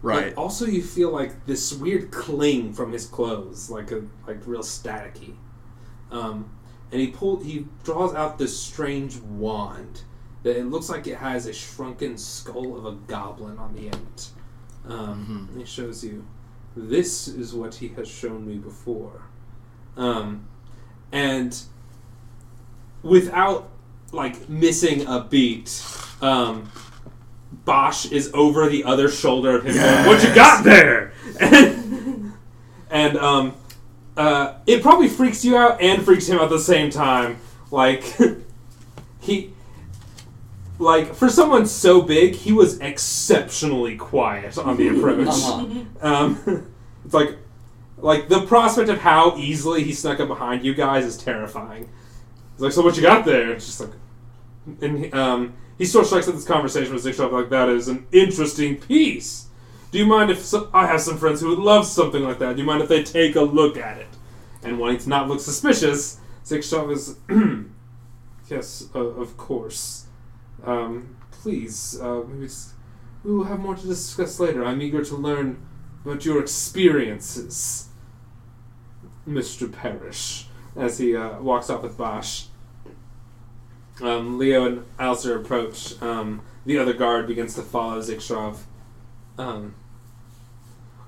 Right.
But also, you feel like this weird cling from his clothes, like a like real staticky. Um, and he pulled. He draws out this strange wand that it looks like it has a shrunken skull of a goblin on the end. Um, and He shows you. This is what he has shown me before. Um, and without like missing a beat, um, Bosch is over the other shoulder of him. going, What you got there? And, and um, uh, it probably freaks you out and freaks him out at the same time. Like he. Like for someone so big, he was exceptionally quiet on the approach.
Uh-huh.
Um, it's like, like the prospect of how easily he snuck up behind you guys is terrifying. It's like, so what you got there? It's just like, and he- um, he sort of strikes up this conversation with Zixop like that is an interesting piece. Do you mind if so- I have some friends who would love something like that? Do you mind if they take a look at it? And wanting to not look suspicious, Zixop is, yes, uh, of course. Um, please, uh, maybe s- we will have more to discuss later. I'm eager to learn about your experiences, Mr. Parrish, as he uh, walks off with Bosch. Um, Leo and Alistair approach. Um, the other guard begins to follow Zikshov. Um,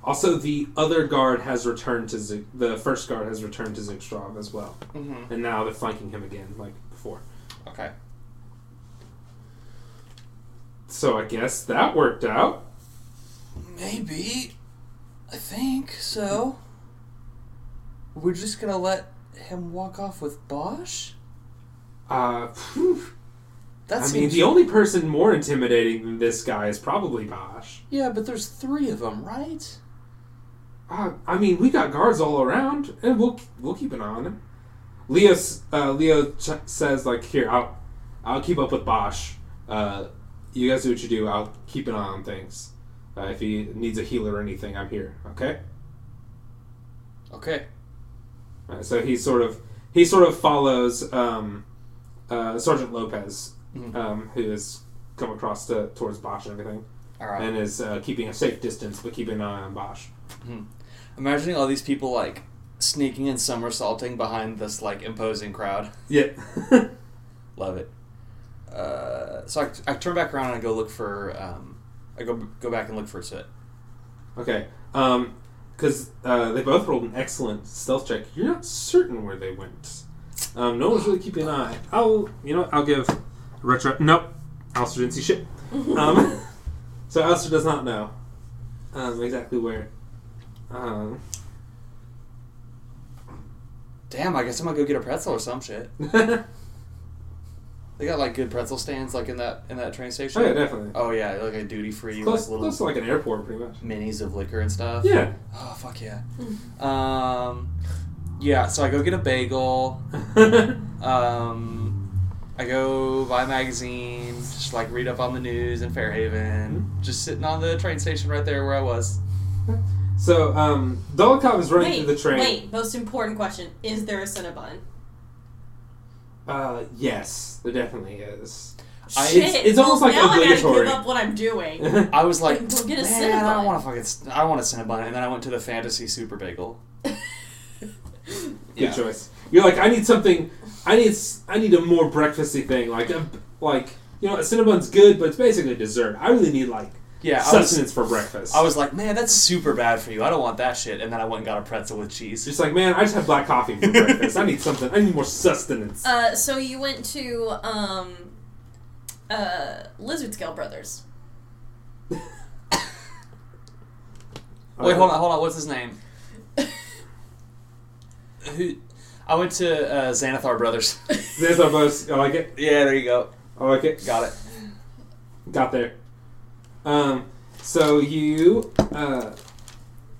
also, the other guard has returned to Zik- the first guard has returned to Zikshov as well,
Mm-hmm.
and now they're flanking him again, like before.
Okay.
So I guess that worked out.
Maybe. I think so. We're just gonna let him walk off with Bosch?
Uh, phew.
That
I mean,
seems-
the only person more intimidating than this guy is probably Bosch.
Yeah, but there's three of them, right?
Uh, I mean, we got guards all around, and we'll we'll keep an eye on them. Leo s- uh, Leo ch- says like, "Here, I'll I'll keep up with Bosch. Uh, you guys do what you do. I'll keep an eye on things. Uh, if he needs a healer or anything, I'm here. Okay."
Okay.
Uh, so he sort of he sort of follows um, uh, Sergeant Lopez,
Mhm.
um, who has come across to, towards Bosch and everything,
Alright.
and is uh, keeping a safe distance but keeping an eye on Bosch.
Imagining all these people like sneaking and somersaulting behind this like imposing crowd.
Yeah.
Love it. Uh, so I, I turn back around and I go look for. Um, I go go back and look for Sit.
Okay. Um, because uh, they both rolled an excellent stealth check. You're not certain where they went. Um, no one's really keeping an eye. I'll, you know, I'll give retro. Nope. Alistair didn't see shit. Um, so Alistair does not know um, exactly where. Um,
Damn, I guess I'm gonna go get a pretzel or some shit.
oh
They got like good pretzel stands like in that in that train station.
yeah, definitely.
Oh yeah, like a duty free like
Close,
little
close to like an airport, pretty much.
minis of liquor and stuff.
Yeah.
Oh fuck yeah.
Hmm.
um, yeah. So I go get a bagel. Um, I go buy magazines, just like read up on the news in Fairhaven.
Hmm.
Just sitting on the train station right there where I was.
so um, Dolokhov is running
Wait,
through the train.
wait. Most important question: Is there a Cinnabon?
Uh, yes, there definitely is.
I-
Shit.
it's- it's almost
well,
like
now I
obligatory.
gotta give up what I'm doing.
I was like,
Go get
man,
a
I
Cinnabon."
don't want to fucking, c- I want a Cinnabon, and then I went to the Fantasy Super Bagel.
Good choice. You're like, I need something. I need. s- I need a more breakfasty thing. Like, a, like you know, a Cinnabon's good, but it's basically dessert. I really need like
Yeah, I was,
sustenance for breakfast.
I was like, man, that's super bad for you. I don't want that shit. And then I went and got a pretzel with cheese.
just like, man, I just had black coffee for breakfast. I need something. I need more sustenance.
Uh, so you went to um, uh, Lizard Scale Brothers.
uh,
Wait, hold on, hold on. What's his name? Who? I went to uh, Xanathar Brothers.
There's our buzz. I like it.
yeah, there you go.
I like it.
Got it.
Got there. Um, so you, uh,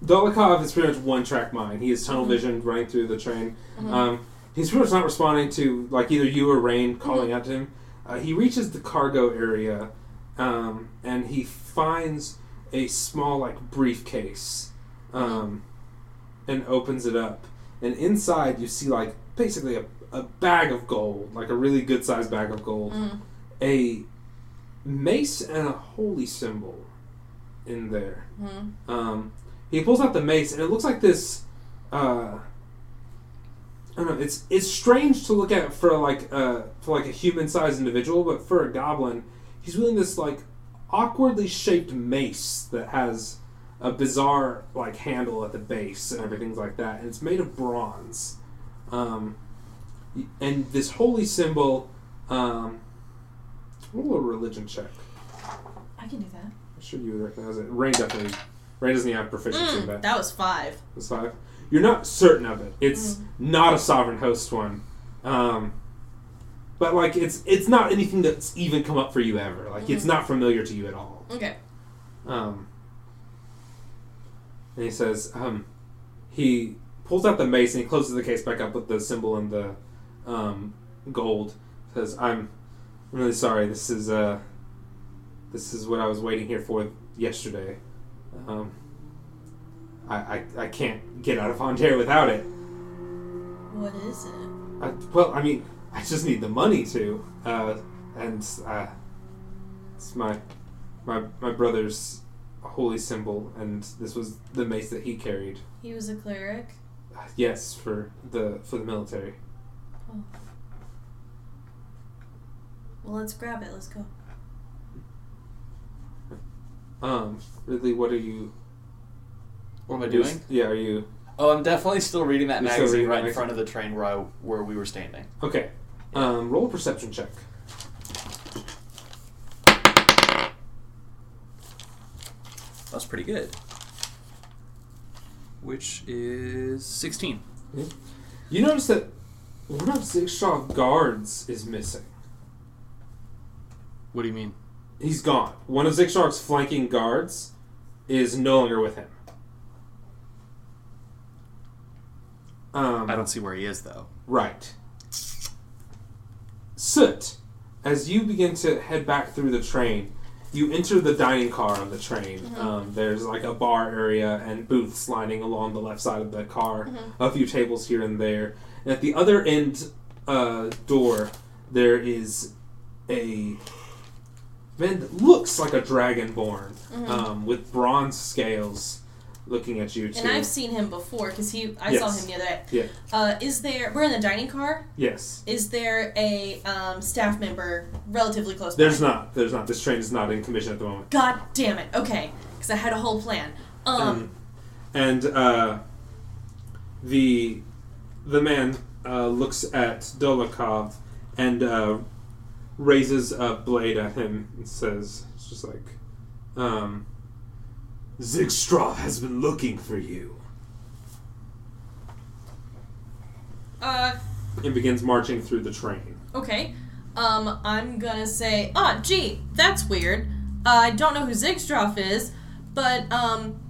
Dolokhov is pretty much one track mind. He is tunnel vision running through the train. Um, he's pretty much not responding to like either you or Rain calling out to him. Uh, he reaches the cargo area, um, and he finds a small like briefcase, um, and opens it up. And inside you see like basically a, a bag of gold, like a really good sized bag of gold. A mace and a holy symbol in there.
Mhm.
Um, he pulls out the mace, and it looks like this. Uh, I don't know. It's it's strange to look at for like uh, for like a human sized individual, but for a goblin, he's wielding this like awkwardly shaped mace that has a bizarre like handle at the base and everything like that, and it's made of bronze. Um, y- and this holy symbol. Um, roll a religion check.
I can do that.
I'm sure you would recognize it. Rain definitely. Rain doesn't even have proficiency in that.
Mm, that was five.
It's five. You're not certain of it. It's not a sovereign host one, um, but like it's it's not anything that's even come up for you ever. Like it's not familiar to you at all.
Okay.
Um, and he says, um, he pulls out the mace and he closes the case back up with the symbol and the um, gold. Says, "I'm I'm really sorry. This is uh, this is what I was waiting here for yesterday. Um, I, I I can't get out of Fonterre without it.
What is it?
I, well, I mean, I just need the money to, uh, and uh, it's my my my brother's holy symbol, and this was the mace that he carried. Uh,
He was a cleric.
Yes, for the for the military.
Well, let's grab it. Let's go.
Um, Ridley, what are you
What am I doing?
Yeah, are you
Oh, I'm definitely still reading that
You're still
magazine
reading
right
that
in front of the train where I, where we were standing.
okay? Um, roll a perception check.
That's pretty good. Which is 16.
You notice that one of Zigshaw guards is missing.
What do you mean?
He's gone. One of Zigshark's flanking guards is no longer with him. Um,
I don't see where he is though.
Right. Soot, as you begin to head back through the train, you enter the dining car on the train.
Mm-hmm.
Um, there's like a bar area and booths lining along the left side of the car,
Mm-hmm.
a few tables here and there. And at the other end uh, door, there is a man that looks like a dragonborn
Mm-hmm.
um, with bronze scales looking at you, too.
And I've seen him before because he. I saw
Yes.
him the other day.
yeah.
Uh, is there? We're in the dining car.
Yes.
Is there a um, staff member relatively close? by?
There's not. There's not. This train is not in commission at the moment.
God damn it. Okay, because I had a whole plan. Um,
And uh, the the man uh, looks at Dolokhov and uh, raises a blade at him and says, "It's just like, um, Zigstraw has been looking for you."
uh,
And begins marching through the train.
okay. Um, I'm gonna say, oh, gee, that's weird. I don't know who Zigstraff is, but um,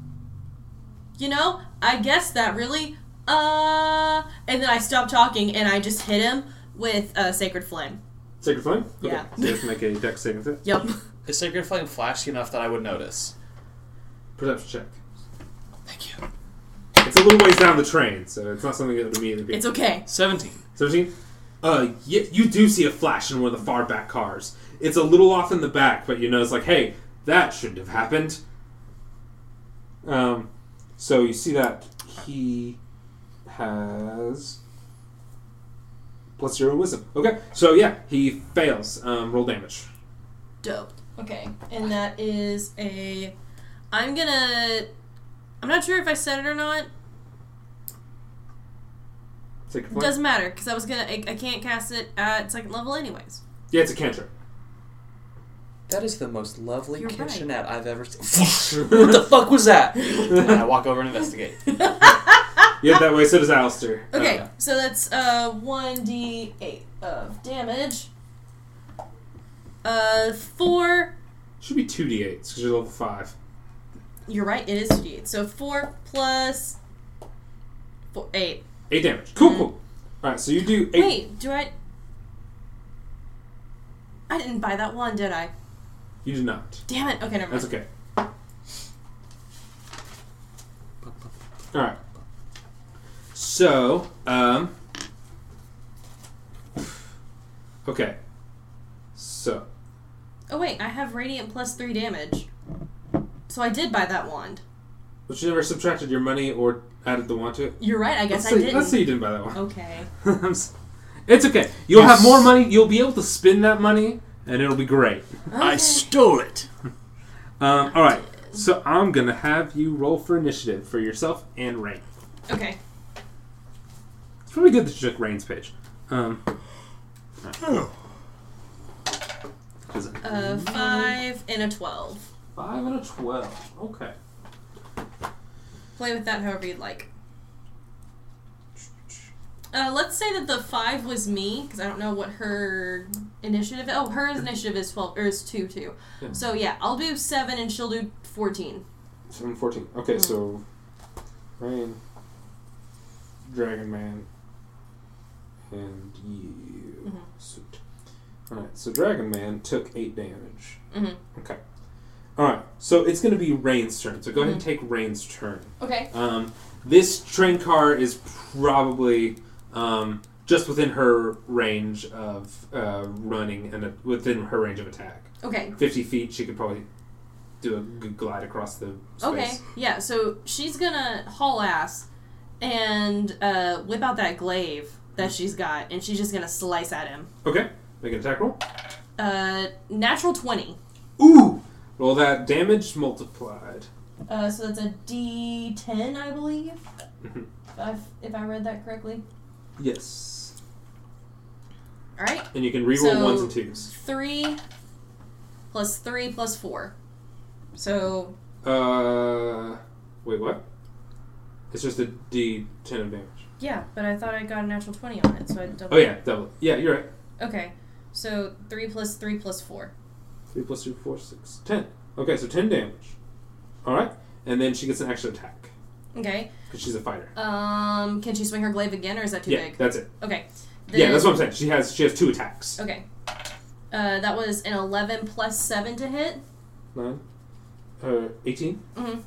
you know, I guess that really. Uh, and then I stopped talking and I just hit him with a uh, sacred flame.
Sacred flame.
Yeah.
So you have to make a dex saving throw.
Yep.
Is Sacred Flame flashy enough that I would notice?
Perception check.
Thank you.
It's a little ways down the train, so it's not something that would immediately be.
It's okay.
Seventeen.
17? Uh, you, you do see a flash in one of the far back cars. It's a little off in the back, but you know, it's like, hey, that shouldn't have happened. Um, so you see that he has plus zero wisdom. Okay, so yeah, he fails. Um, roll damage.
Dope. Okay, and that is a. I'm gonna. I'm not sure if I said it or not.
Take a
It
point.
doesn't matter because I was gonna. I, I can't cast it at second level anyways.
yeah, it's a cantrip.
That is the most lovely
You're right.
kitchenette I've ever seen. what the fuck was that? and I walk over and investigate.
Yeah, that way. So does Alistair. Uh,
Okay,
yeah.
so that's uh one d eight of damage. Uh, four.
should be two d8s because you're level five.
You're right. It is two d eight. So four plus four eight.
Eight damage. Cool, cool. All right, so you do eight.
Mm-hmm. Wait, do I? I didn't buy that one, did I?
You do not.
Damn it. Okay, never mind.
That's okay. All right. So, um, okay. So,
Oh wait, I have radiant plus three damage. So I did buy that wand.
but you never subtracted your money or added the one to it.
You're right. I guess
let's
I
say,
didn't.
Let's say you didn't buy that one.
Okay.
I'm s- it's okay. You'll have more money. You'll be able to spend that money, and it'll be great.
Okay.
stole it.
Um, all right. So I'm gonna have you roll for initiative for yourself and Rain.
okay.
It's really good that you took Rain's page. Um,
Oh.
is it
Uh, five and a twelve.
Five and a twelve. Okay.
Play with that however you'd like. Uh, let's say that the five was me because I don't know what her initiative. Oh, her initiative is twelve or is two two.
Yeah.
So yeah, I'll do seven and she'll do fourteen.
Seven fourteen. Okay, so Rain, Dragon Man, and you.
Mhm.
Sweet. All right. So Dragon Man took eight damage.
Mhm.
Okay. All right. So it's going to be Rain's turn. So go ahead and take Rain's turn.
Okay.
Um, this train car is probably um, just within her range of uh, running and uh, within her range of attack.
Okay.
50 feet, she could probably do a good glide across the space.
Okay. Yeah. So she's gonna haul ass and uh, whip out that glaive
Mm.
that she's got, and she's just gonna slice at him.
Okay, make an attack roll.
Uh, natural twenty.
Ooh! Roll that damage multiplied.
Uh, so that's a D ten, I believe.
Mhm.
If I've- if I read that correctly.
Yes.
All right.
And you can reroll
So-
ones and twos.
Three plus three plus four. So
Uh, wait, what? It's just a D10 of damage.
yeah, but I thought I got a natural twenty on it, so I double.
Oh, yeah, double. Yeah, you're right.
Okay. So three plus three plus four.
3 plus 2, 4, 6, 10. Okay, so 10 damage. Alright, and then she gets an extra attack
Okay.
because she's a fighter.
Um, can she swing her glaive again, or is that too
yeah,
big?
that's it.
Okay.
Yeah,
Then-
that's what I'm saying. She has she has two attacks.
Okay. Uh, that was an 11 plus 7 to hit.
9, uh, 18.
Mhm.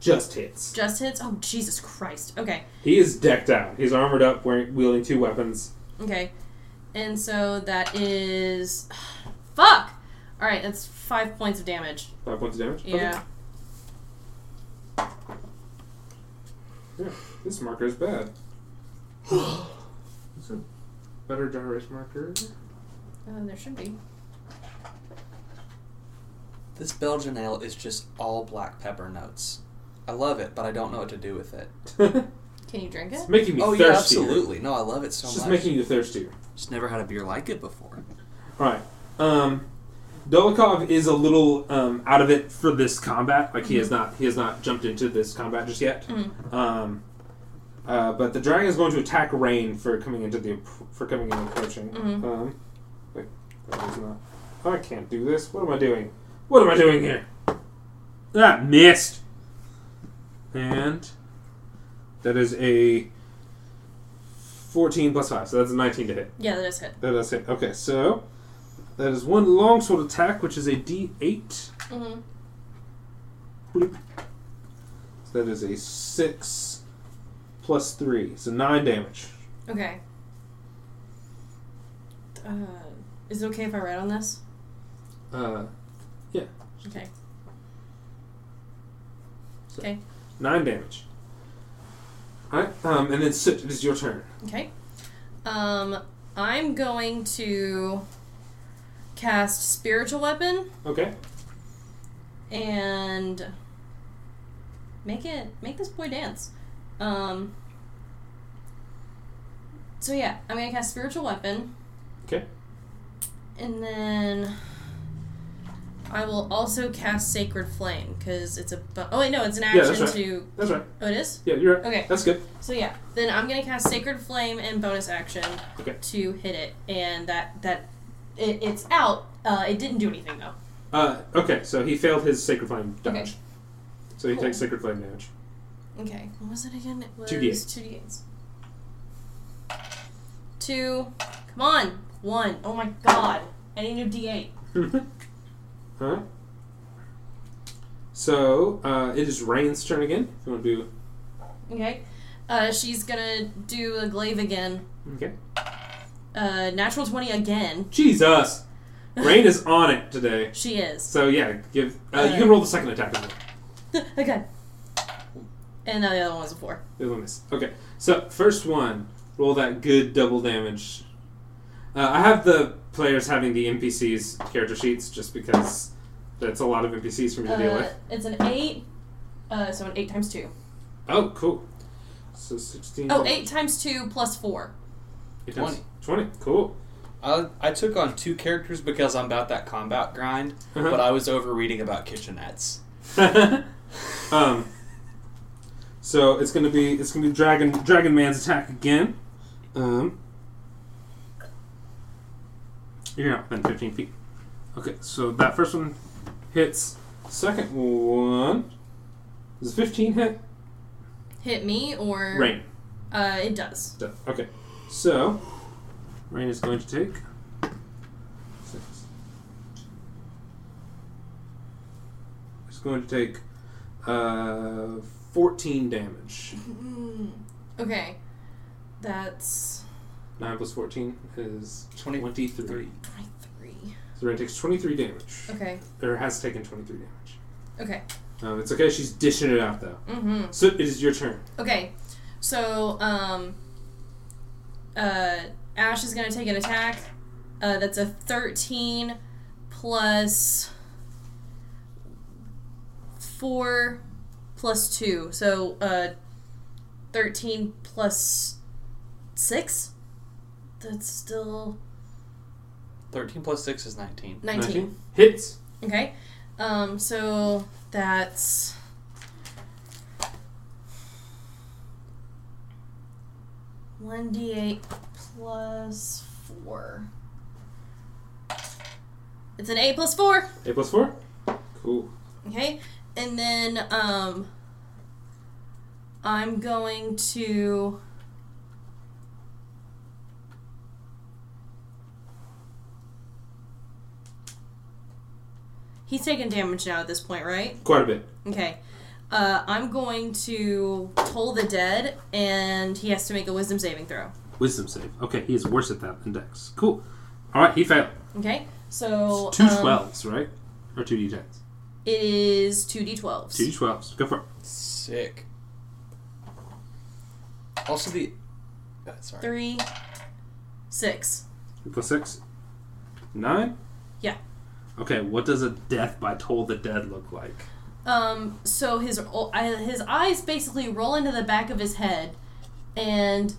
Just hits.
Just hits. Oh, Jesus Christ. Okay.
He is decked out. He's armored up, wearing, wielding two weapons.
Okay. And so that is. Fuck! Alright, that's 5 points of damage.
Five points of damage.
Yeah.
Okay. Yeah, this marker is bad. It's a better gyration marker.
Uh, there should be.
This Belgian ale is just all black pepper notes. I love it, but I don't know what to do with it.
it's
Can you drink it?
making me
oh
thirsty.
yeah, absolutely. No, I love it so
It's just
much.
making you thirstier.
Just never had a beer like it before.
Alright. Um Dolikov is a little um, out of it for this combat. Like he has not he has not jumped into this combat just yet. Um, uh, but the dragon is going to attack Rain for coming into the for coming and approaching.
Mhm.
Um, wait, that is not. oh, I can't do this. What am I doing? What am I doing here? That missed. And that is a fourteen plus five, so that's a nineteen to hit.
Yeah, that is hit.
That is it. Okay, so that is one longsword attack, which is a D8.
Mm-hmm.
Bloop. So that is a six plus three, so nine damage.
Okay. Uh, is it okay if I write on this?
Uh,
Okay.
So-
Okay.
nine damage. Alright, um, and then Soot, it is your turn.
Okay. Um, I'm going to cast spiritual weapon
Okay.
and make it make this boy dance. Um. So yeah, I'm gonna cast spiritual weapon.
Okay.
And then I will also cast sacred flame because it's a. Bu- oh wait, no, it's an
Yeah, that's
action
right.
to.
That's right.
Oh, it is.
Yeah, you're right.
Okay.
That's good.
So yeah, then I'm gonna cast Sacred Flame and bonus action
Okay.
to hit it, and that that it, it's out. Uh, it didn't do anything though.
Uh, okay, so he failed his Sacred Flame dodge.
Okay.
So he
Cool.
takes Sacred Flame damage.
Okay, what was it again? It was
2d8.
two d eights. Two. Come on, one. Oh my god, I need a d eight.
Alright. So, uh, it is Rain's turn again. If you want to do.
Okay, uh, she's gonna do a glaive again.
Okay.
Uh, natural twenty again.
Jesus! Rain is on it today.
She is.
So, yeah, give. Uh, you
Alright.
can roll the second attack as well.
okay. And now the other one was a four.
The other one missed. Okay, so first one, roll that good double damage. Uh, I have the players having the NPCs character sheets just because that's a lot of NPCs for me to deal
Uh,
with.
it's an eight. Uh, so an eight times two.
Oh, cool. So 16.
Oh, eight times two plus four.
Eight times- 20. Cool.
I, I took on two characters because I'm about that combat grind,
Uh-huh.
but I was over reading about kitchenettes.
um, so it's gonna be it's gonna be dragon dragon man's attack again. Um, you're not within 15 feet. Okay, so that first one hits. Second one is 15 hit.
Hit me or
Rain.
Uh, it does.
So- Okay, so rain is going to take six. It's going to take uh, 14 damage.
Okay, that's
9 plus 14 is
20
23.
twenty-three.
So Ren takes 23 damage.
Okay.
Or has taken 23 damage.
Okay.
Um, it's okay, she's dishing it out though.
Mm-hmm.
So it is your turn.
Okay. So um. Uh, Ash is gonna take an attack. Uh, that's a thirteen plus four plus two. So uh, thirteen plus six. That's still
13 plus 6 is 19.
19.
Hits.
Okay. Um, so that's. One d eight plus four. It's an eight plus four.
8 plus 4. Cool.
Okay, and then um, I'm going to. He's taking damage now at this point, right?
Quite a bit.
Okay. Uh, I'm going to toll the dead, and he has to make a wisdom saving throw.
Wisdom save. Okay, he is worse at that than Dex. Cool. Alright, he failed.
Okay, so
Two
um,
twelves, right? Or two d10s?
It is two
Two
d12s.
d12s. Go for it.
Sick. Also, the. uh, sorry.
Three, six.
Two plus 6. 9?
Yeah.
Okay, what does a death by Toll the Dead look like?
Um, so his o- I- his eyes basically roll into the back of his head, and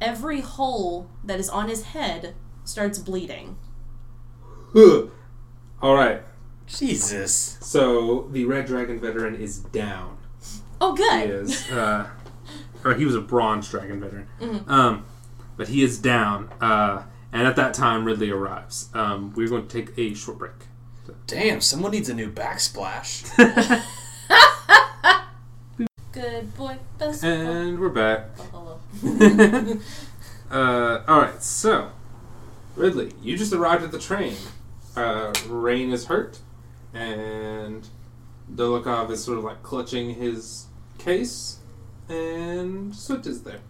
every hole that is on his head starts bleeding.
Alright,
Jesus.
so the Red Dragon veteran is down.
Oh,
he
good.
is. Uh, or he was a bronze dragon veteran.
Mm-hmm.
Um, but he is down. Uh, and at that time, Ridley arrives. Um, we're going to take a short break.
Damn, someone needs a new backsplash.
Good boy, best.
Eh.
boy.
and we're back.
Oh, hello.
uh, all right, so Ridley, you just arrived at the train. Uh, Rain is hurt, and Dolokhov is sort of like clutching his case, and Soot is there.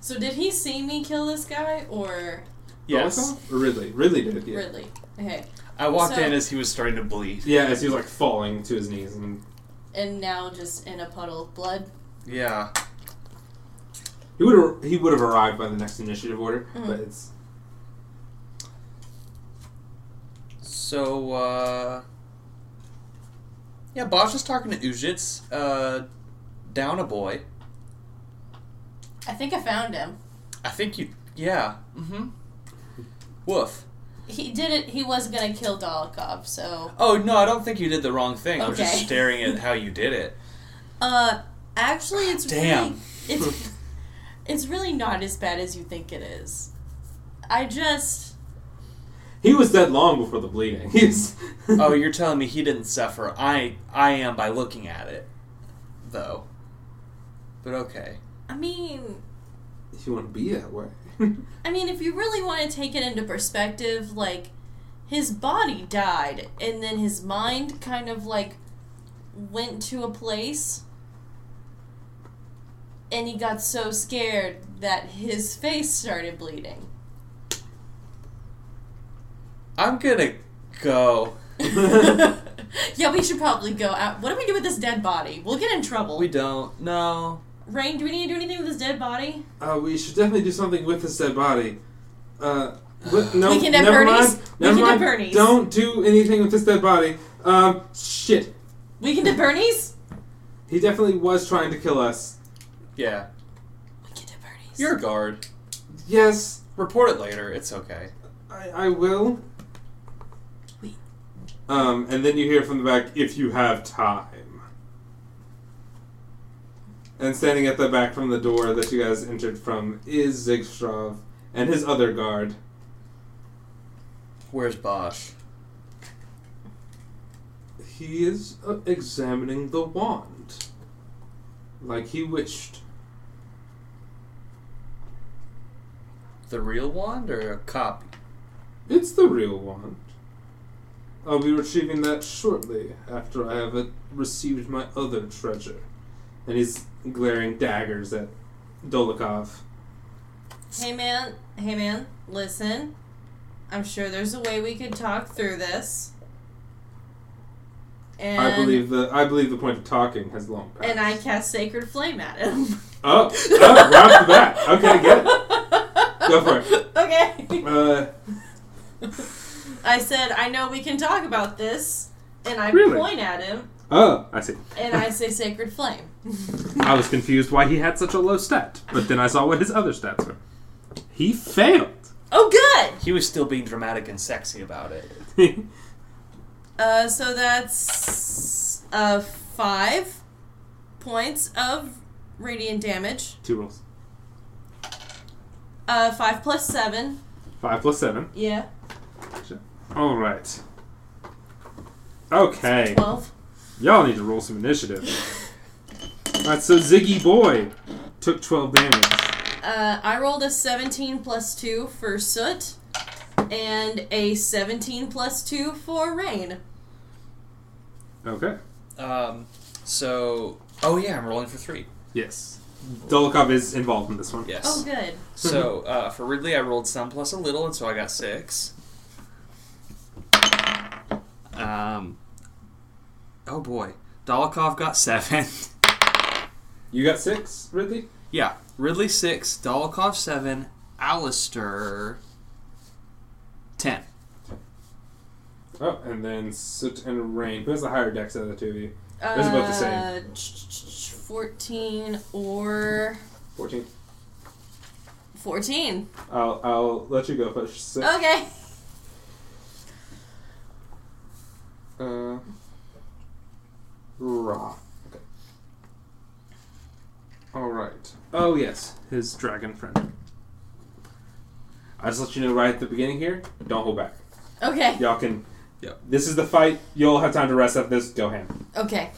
So did he see me kill this guy, or
Yes.
Or Ridley. Ridley did. Yeah.
Ridley. Okay.
I walked
So-
in as he was starting to bleed.
Yeah, as he was like falling to his knees and
And now just in a puddle of blood.
Yeah.
he would have he would have arrived by the next initiative order,
Mhm.
but it's
So, uh. Yeah, Bosch is talking to Ujits, uh, down a boy.
I think I found him.
I think you. Yeah. Mm hmm. Woof.
He did it. He was gonna kill Dolokhov. So,
Oh, no, I don't think you did the wrong thing. I'm just
Okay.
staring at how you did it.
uh, actually, it's
Damn.
really it's it's really not as bad as you think it is. I just
he was dead long before the bleeding. He's
Oh, you're telling me he didn't suffer. I I am by looking at it, though. But okay.
I mean,
if you want to be that way.
I mean, if you really want to take it into perspective, like his body died, and then his mind kind of like went to a place, and he got so scared that his face started bleeding.
I'm gonna go.
yeah, we should probably go out. What do we do with this dead body? We'll get in trouble.
We don't. No.
Rain, do we need to do anything with this dead body?
Uh, we should definitely do something with this dead body. Uh, but no,
We can have
never
Bernie's.
mind.
We
Never
can
mind.
have Bernie's.
Don't do anything with this dead body. Um, shit.
We can do Bernie's.
He definitely was trying to kill us.
Yeah.
We can do Bernie's.
You're a guard.
Yes,
Report it later. It's okay.
I, I will.
We-
Um, and then you hear from the back, if you have time. And standing at the back from the door that you guys entered from is Zigstrov and his other guard.
Where's Bosch?
He is uh, examining the wand. Like he wished.
The real wand or a copy?
It's the real wand. I'll be retrieving that shortly after I have uh, received my other treasure. And he's glaring daggers at Dolokhov.
Hey man, hey man, listen. I'm sure there's a way we could talk through this. And
I believe the I believe the point of talking has long passed.
and I cast sacred flame at him.
oh, oh right off the bat. Okay, get it. Go for it.
Okay.
Uh,
I said I know we can talk about this, and I
Really?
point at him
oh, I see.
and I say sacred flame.
I was confused why he had such a low stat, but then I saw what his other stats were. He failed.
Oh, good.
He was still being dramatic and sexy about it.
Uh, so that's uh five points of radiant damage.
Two rolls.
Uh, five plus seven.
Five plus seven.
Yeah,
All right. Okay.
twelve.
Y'all need to roll some initiative. All right, so Ziggy Boy took 12 damage.
Uh, I rolled a 17 plus 2 for Soot and a 17 plus 2 for Rain.
Okay.
Um. So. Oh yeah, I'm rolling for three.
Yes. Dolokhov is involved in this one.
Yes.
Oh, good.
So uh, for Ridley, I rolled some plus a little, and so I got six. Um. Oh boy, Dolokhov got seven.
You got six, Ridley?
yeah, Ridley six, Dolokhov seven, Alistair ten.
Oh, and then Soot and Rain. Who has the higher dex out of the two of you? That's
That's
about the same.
Uh, 14 or
14.
14.
I'll, I'll let you go first. Six.
Okay.
Uh, raw. Okay. All right. Oh yes, his dragon friend. I just let you know right at the beginning here. Don't hold back.
Okay.
Y'all can.
Yep.
This is the fight. You'll have time to rest up. This go ham.
Okay.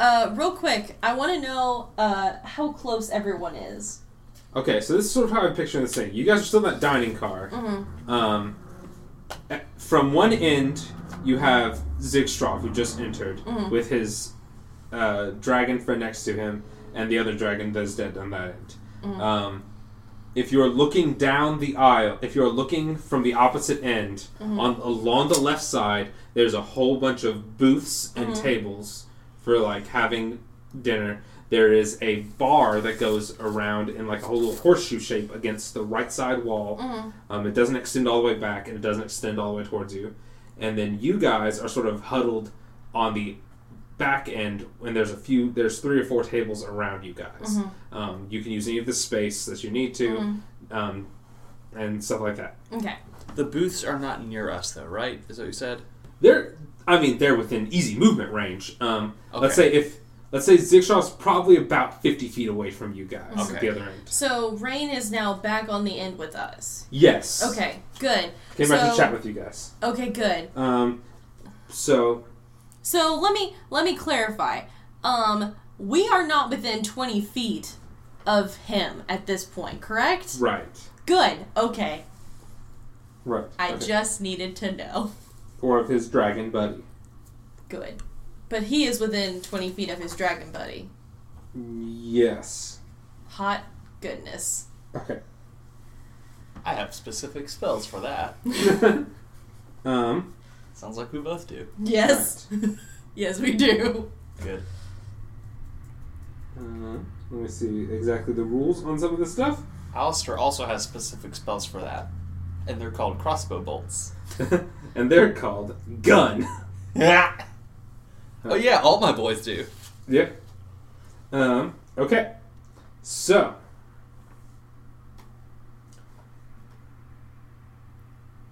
Uh, real quick, I want to know uh, how close everyone is.
Okay, so this is sort of how I'm picturing this thing. You guys are still in that dining car.
Mm-hmm.
Um, eh, from one end, you have Zigstrov, who just entered,
Mhm.
with his uh, dragon friend next to him, and the other dragon that's dead on that end.
Mhm.
Um, if you're looking down the aisle, if you're looking from the opposite end, on along the left side, there's a whole bunch of booths and tables for like having dinner. There is a bar that goes around in like a whole little horseshoe shape against the right side wall. Um, it doesn't extend all the way back, and it doesn't extend all the way towards you. And then you guys are sort of huddled on the back end, and there's a few, there's three or four tables around you guys.
Mm-hmm.
Um, you can use any of the space that you need to, um, and stuff like that.
Okay.
The booths are not near us, though, right? Is that what you said?
They're, I mean, they're within easy movement range. Um, Let's
Okay.
say if, let's say Zigshaw's probably about fifty feet away from you guys at
Okay.
the other end.
So Rain is now back on the end with us.
Yes.
Okay, good.
Came back to
So-
chat with you guys.
Okay, good.
Um, so
So let me let me clarify. Um, we are not within twenty feet of him at this point, correct?
right,
Good. Okay.
right.
I
okay.
just needed to know.
or of his dragon buddy.
Good. But he is within twenty feet of his dragon buddy.
Yes.
Hot goodness.
Okay.
I have specific spells for that.
um,
Sounds like we both do.
Yes. yes, we do.
Good.
uh, let me see exactly the rules on some of this stuff.
Alistair also has specific spells for that, and they're called crossbow bolts.
and they're called gun.
Yeah. Oh yeah, all my boys do.
yep. Um, okay. So.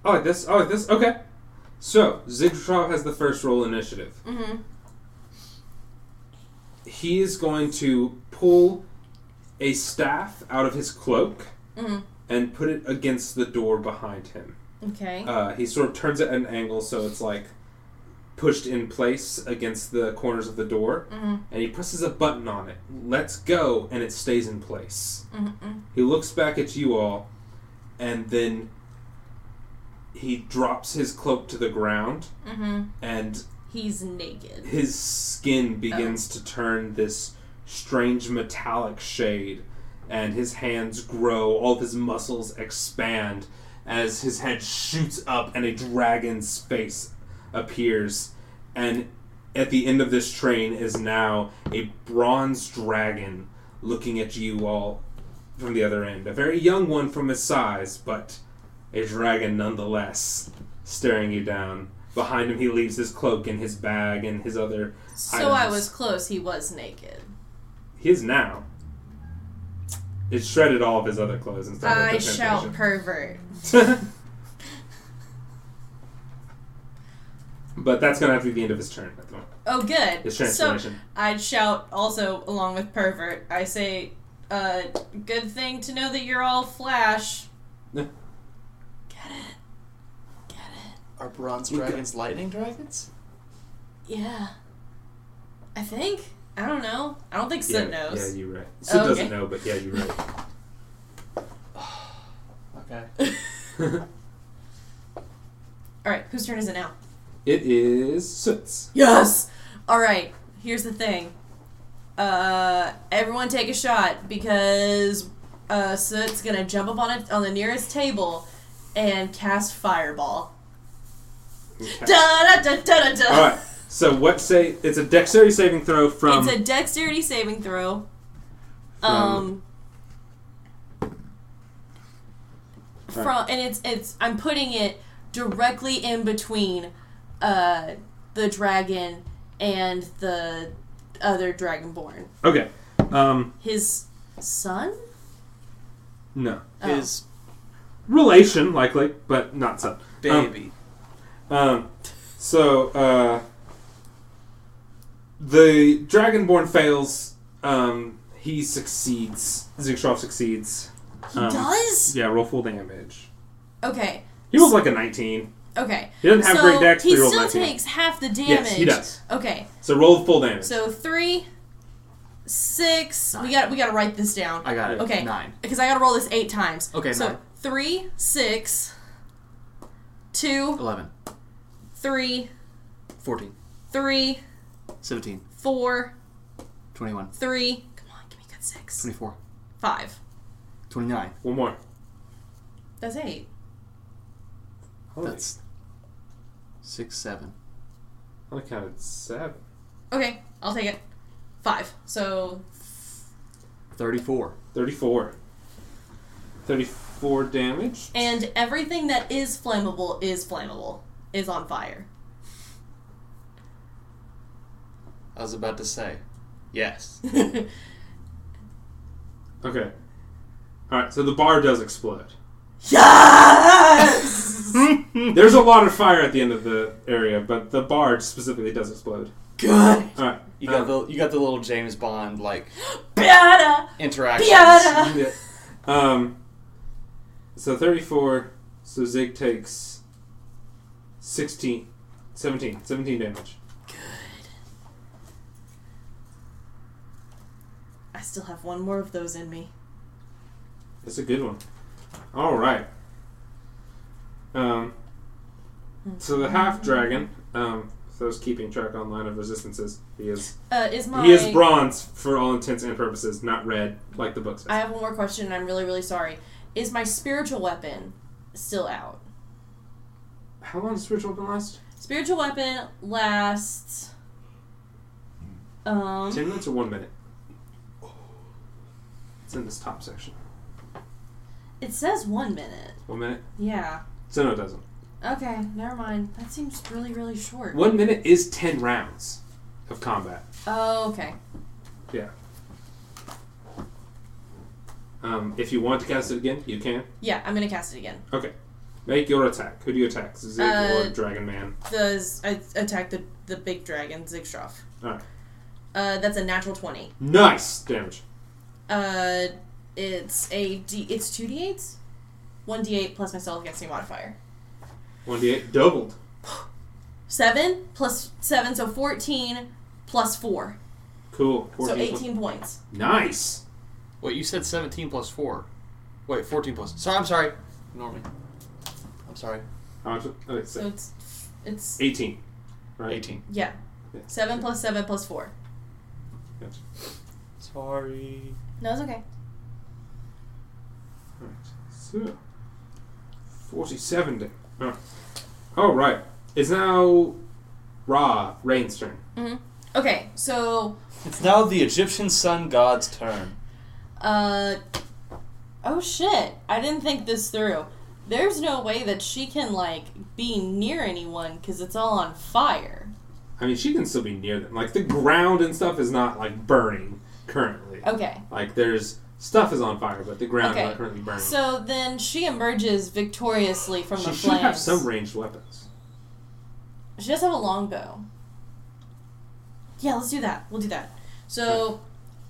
I like Oh, this. I like this. Okay. So, Zigtraw has the first roll initiative.
Mm-hmm.
He is going to pull a staff out of his cloak
Mm-hmm.
and put it against the door behind him.
Okay.
Uh, he sort of turns it at an angle so it's like pushed in place against the corners of the door,
Mhm.
and he presses a button on it. Let's go, and it stays in place.
Mm-mm.
He looks back at you all, and then he drops his cloak to the ground,
Mm-hmm.
and
He's naked.
his skin begins to turn this strange metallic shade, and his hands grow, all of his muscles expand as his head shoots up and a dragon's face appears. And at the end of this train is now a bronze dragon looking at you all from the other end. A very young one from his size, but a dragon nonetheless, staring you down. Behind him, he leaves his cloak and his bag and his other.
So I
items.
was close. He was naked.
His now. It shredded all of his other clothes and stuff.
I shout pervert.
but that's gonna have to be the end of his turn at the moment.
Oh, good.
His
So
transformation.
I'd shout also along with pervert. I say, uh, good thing to know that you're all flash.
Yeah.
Get it? Get it?
Are bronze
You got-
dragons lightning dragons?
Yeah. I think. I don't know. I don't think Sid
yeah,
knows. Oh,
yeah, you're right. Sid
Okay.
doesn't know, but yeah, you're right.
Okay.
all right, whose turn is it now?
it is Sid's.
Yes. All right. Here's the thing. Uh, everyone take a shot because uh, Soot's gonna jump up on it on the nearest table and cast fireball.
Okay.
Da da da da da da.
All right. um, So what say? It's a dexterity saving throw from.
It's a dexterity saving throw.
From-
Um.
All
From
right.
and it's it's I'm putting it directly in between, uh, the dragon and the other dragonborn.
okay. Um.
His son?
No.
Oh.
His
Relation likely, but not son. Um,
baby.
Oh,
Um, so uh, the Dragonborn fails. Um, he succeeds. Zigstrov succeeds.
He
um,
does?
Yeah, roll full damage.
Okay.
He rolls like a 19.
Okay.
He doesn't have
so
great dex, but
he
he rolled
still
19.
takes half the damage.
Yes, he does.
Okay.
So roll full damage.
So three, six. We got we got to write this down.
I got it.
Okay.
Nine.
because I gotta roll this eight times.
Okay,
So
nine.
three, six, two,
Eleven.
three,
14.
three,
17.
four,
21.
three. Come on, give me a good six.
24.
Five.
29.
One more.
That's eight.
Holy,
That's six, seven.
I only counted seven.
Okay, I'll take it. Five. So
34.
34. 34 damage.
and everything that is flammable is flammable. Is on fire.
I was about to say, yes.
Okay. Alright, so the bar does explode.
yes.
There's a lot of fire at the end of the area, but the bar specifically does explode.
Good.
Alright. Um,
You got the you got the little James Bond like
Better.
interactions.
Better.
yeah. Um, so 34. So Zig takes 16. 17. 17 damage.
I still have one more of those in me.
That's a good one. Alright. Um, so the half dragon, um, for those keeping track online of resistances, he is
Uh, is my
he is bronze for all intents and purposes, not red like the book says.
I have one more question, and I'm really, really sorry. Is my spiritual weapon still out?
How long does spiritual weapon last?
Spiritual weapon lasts. Um,
Ten minutes or one minute? It's in this top section.
it says one minute.
One minute?
Yeah.
So no, it doesn't.
Okay, never mind. That seems really, really short.
One minute is ten rounds of combat.
Oh, okay.
Yeah. Um, if you want to cast it again, you can.
Yeah, I'm gonna cast it again.
Okay. Make your attack. Who do you attack? Zig
Uh,
or Dragon Man?
Does I attack the the big dragon Zigstraff?
Alright.
Uh, that's a natural twenty.
Nice damage.
Uh, it's a d. It's two d8s. One d8 plus my spell against me modifier.
1d8 doubled.
Seven plus seven, so fourteen plus four,
Cool.
so
14.
eighteen points.
Nice.
Wait, you said seventeen plus four. Wait, fourteen plus. Sorry, I'm sorry. Ignore me. I'm sorry.
How much? Okay,
So
Uh, so
it's it's
18. Right?
Eighteen.
yeah.
Yeah.
Seven plus seven plus four.
Gotcha.
Sorry.
No, it's okay.
Alright, so 47 damage. Oh. Alright, it's now Ra, Rain's turn.
Mm-hmm. Okay, so
It's now the Egyptian sun god's turn.
uh oh shit. I didn't think this through. There's no way that she can like be near anyone because it's all on fire.
I mean, she can still be near them. Like, the ground and stuff is not, like, burning currently.
Okay.
Like, there's stuff is on fire, but the ground is
Okay.
not currently burning.
So then she emerges victoriously from
she
the
should
flames.
have some ranged weapons.
She does have a longbow. Yeah, let's do that. We'll do that. So,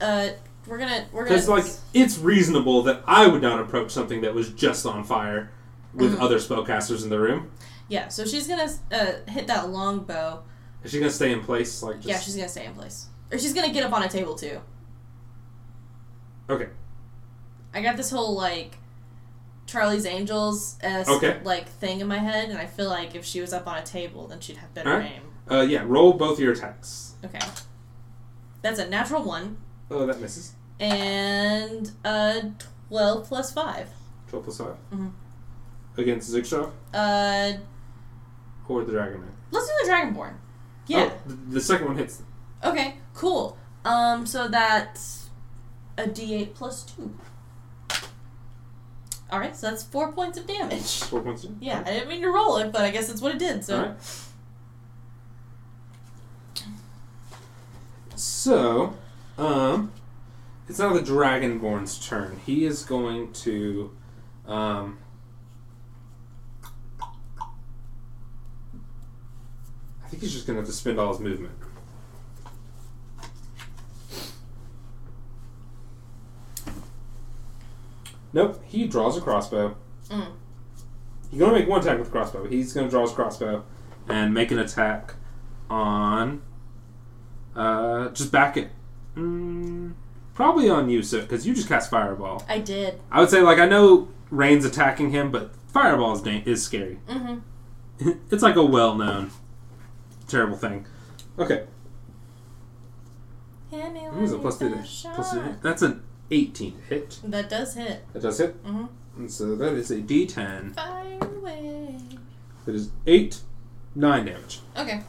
uh, we're gonna we're gonna
Because, like, it's reasonable that I would not approach something that was just on fire with
Mm-hmm.
other spellcasters in the room.
yeah. So she's gonna uh, hit that longbow.
Is she going to stay in place? Like, just...
Yeah, she's gonna stay in place, or she's gonna get up on a table too.
Okay.
I got this whole like Charlie's Angels esque
Okay.
like thing in my head, and I feel like if she was up on a table, then she'd have better
Alright.
aim.
Uh, yeah, roll both your attacks.
Okay, that's a natural one
Oh, that misses.
and uh twelve plus five.
12 plus 5.
Mhm.
Against Zigshot
Uh,
or the Dragon Man?
let's do the Dragonborn. Yeah.
Oh, the, the second one hits.
Okay, cool. Um, so that's a d8 plus two. All right, so that's four points of damage.
4 points. in.
Yeah, I didn't mean to roll it, but I guess that's what it did. So
Alright. So, um, it's now the Dragonborn's turn. He is going to, um, I think he's just going to have to spend all his movement. Nope, he draws a crossbow.
Mm.
He's going to make one attack with crossbow. He's going to draw his crossbow and make an attack on uh, just back it. Mm, probably on you, sir, because you just cast Fireball.
I did.
I would say, like, I know Rain's attacking him, but Fireball is, da- is scary.
Mm-hmm.
it's like a well known terrible thing. Okay.
Hit me
What was it?
with
Plus two
a
damage. Plus two
shot.
damage. That's a 18 to hit.
That does hit.
That does hit.
Mhm.
And so that is a D10.
Fire away.
That is 8, 9 damage.
Okay.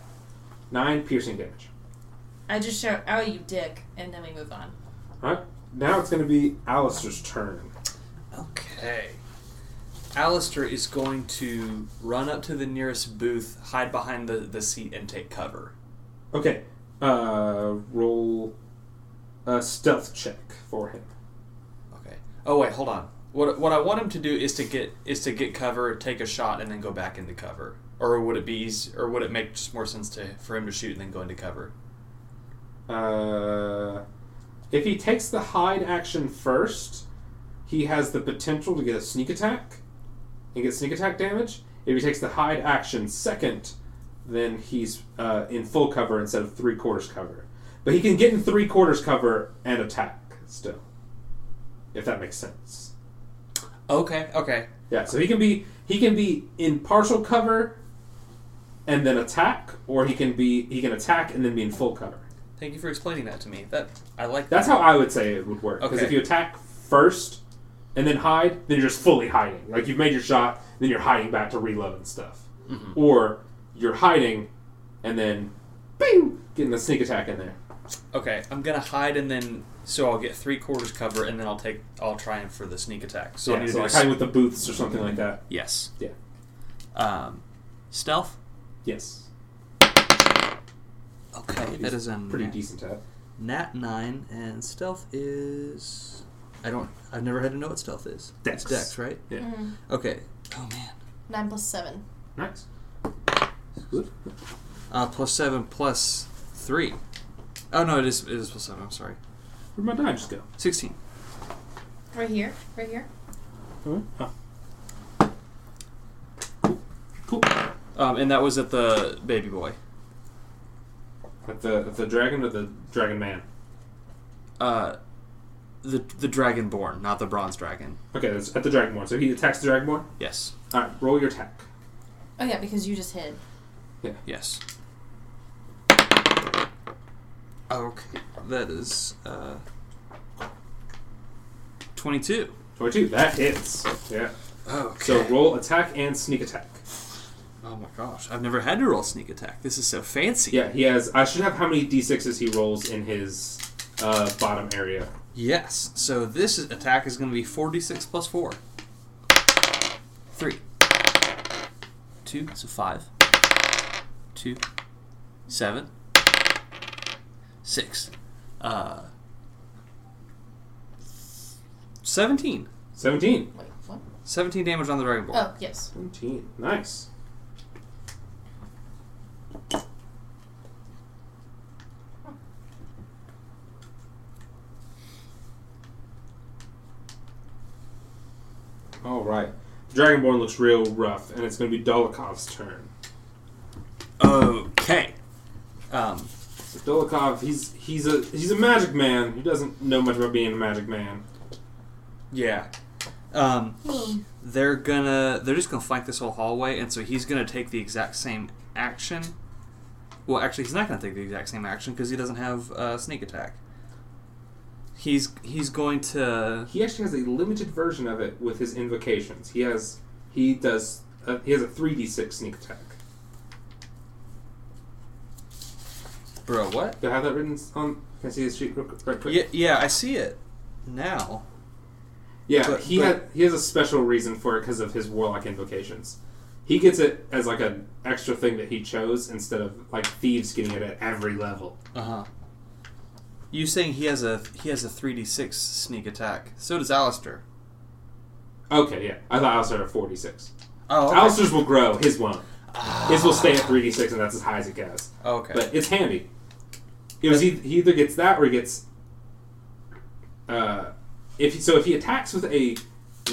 9 piercing damage.
I just shout, "Oh, you dick!" and then we move on.
Alright, now it's going to be Alistair's turn.
Okay. Alistair is going to run up to the nearest booth, hide behind the, the seat, and take cover.
Okay, uh, roll a stealth check for him.
Okay. Oh wait, hold on. What what I want him to do is to get is to get cover, take a shot, and then go back into cover. Or would it be easy, or would it make just more sense to for him to shoot and then go into cover?
Uh, if he takes the hide action first, he has the potential to get a sneak attack and get sneak attack damage. If he takes the hide action second, then he's uh, in full cover instead of three quarters cover. But he can get in three quarters cover and attack still, if that makes sense.
Okay. Okay.
Yeah, so he can be he can be in partial cover and then attack, or he can be he can attack and then be in full cover.
Thank you for explaining that to me. That I like that.
That's how I would say it would work. Because
Okay.
if you attack first and then hide, then you're just fully hiding. Like you've made your shot, then you're hiding back to reload and stuff.
Mm-hmm.
Or you're hiding and then bing, getting the sneak attack in there.
Okay, I'm gonna hide and then so I'll get three quarters cover and then I'll take I'll try and for the sneak attack. So I
yeah,
need
so
to do a-
like
Mm-hmm.
hiding with the booths or something like that.
yes.
Yeah.
Um, stealth.
Yes.
Okay, that is um, a
pretty
nat,
decent at.
nat nine, and stealth is I don't I've never had to know what stealth is.
Dex.
It's Dex, right?
Yeah.
Okay. Oh man.
Nine plus seven.
Nice. Good.
Uh, plus seven plus three. Oh no, it is it is plus seven. I'm sorry.
Where'd my die just go?
Sixteen.
Right here. Right here.
Oh. Cool. Cool.
Um, and that was at the baby boy.
At the, at the dragon or the dragon man?
Uh, the the dragonborn, not the bronze dragon.
Okay, that's at the dragonborn. So he attacks the dragonborn?
Yes.
Alright, roll your attack.
Oh yeah, because you just hid.
Yes. Okay, that is uh, twenty-two.
22, that hits. Yeah.
Okay.
So roll attack and sneak attack.
oh my gosh, I've never had to roll sneak attack. This is so fancy.
Yeah, he has. I should have how many d6s he rolls in his uh, bottom area.
Yes. So this is, attack is going to be forty-six plus four. Three. Two. So five. Two. Seven. Six. Uh. Seventeen.
17.
Wait, what?
17 damage on the Dragonborn.
Oh yes.
17. Nice. Alright. Dragonborn looks real rough, and it's going to be Dolokov's turn.
Okay. Um,
So Dolokhov, he's he's a he's a magic man who doesn't know much about being a magic man.
yeah. Um, they're gonna they're just gonna flank this whole hallway, and so he's gonna take the exact same action. Well, actually, he's not gonna take the exact same action because he doesn't have uh, sneak attack. He's he's going to
He actually has a limited version of it with his invocations. He has he does uh he has a three d six sneak attack.
bro what?
Do I have that written on? Can I see his sheet real quick? Right quick?
Yeah, yeah, I see it now.
Yeah,
But-
he
but-
had he has a special reason for it because of his warlock invocations. He gets it as like an extra thing that he chose instead of like thieves getting it at every level.
Uh huh. You saying he has a he has a three d six sneak attack? So does Alistair.
Okay, yeah, I thought Alistair had forty six.
Oh, okay.
Alistair's will grow. His won't. His will stay at three d six, and that's as high as it goes.
Oh, Okay.
But it's handy. It was he, he either gets that or he gets. Uh, if so, if he attacks with a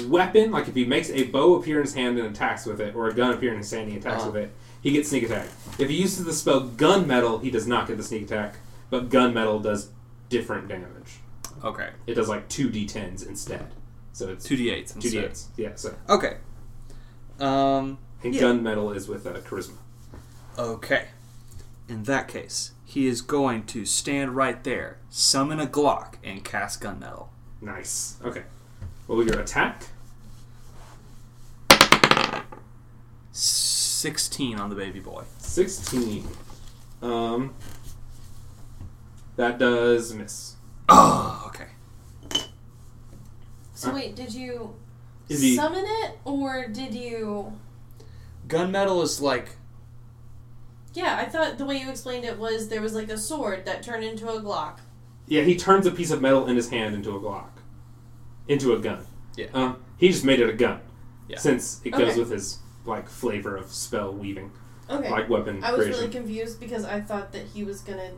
weapon, like if he makes a bow appear in his hand and attacks with it, or a gun appear in his hand and he attacks
Uh-huh.
with it, he gets sneak attack. If he uses the spell gunmetal, he does not get the sneak attack, but gunmetal does different damage.
okay.
It does like two d10s instead. So it's
Two d eights.
two d8s. Yeah. So
Okay. Um.
and
Yeah.
gunmetal is with uh, charisma.
Okay. In that case, he is going to stand right there, summon a Glock, and cast gunmetal.
Nice. Okay. Well, your attack.
16 on the baby boy.
16. Um, that does miss.
Oh, okay.
So wait, did you
Is he-
summon it or did you?
Gunmetal is like
Yeah, I thought the way you explained it was there was like a sword that turned into a Glock.
Yeah, he turns a piece of metal in his hand into a Glock, into a gun.
Yeah.
Um, he just made it a gun,
Yeah.
since it goes
Okay.
with his like flavor of spell weaving,
Okay,
like weapon
I was
creation.
really confused because I thought that he was gonna.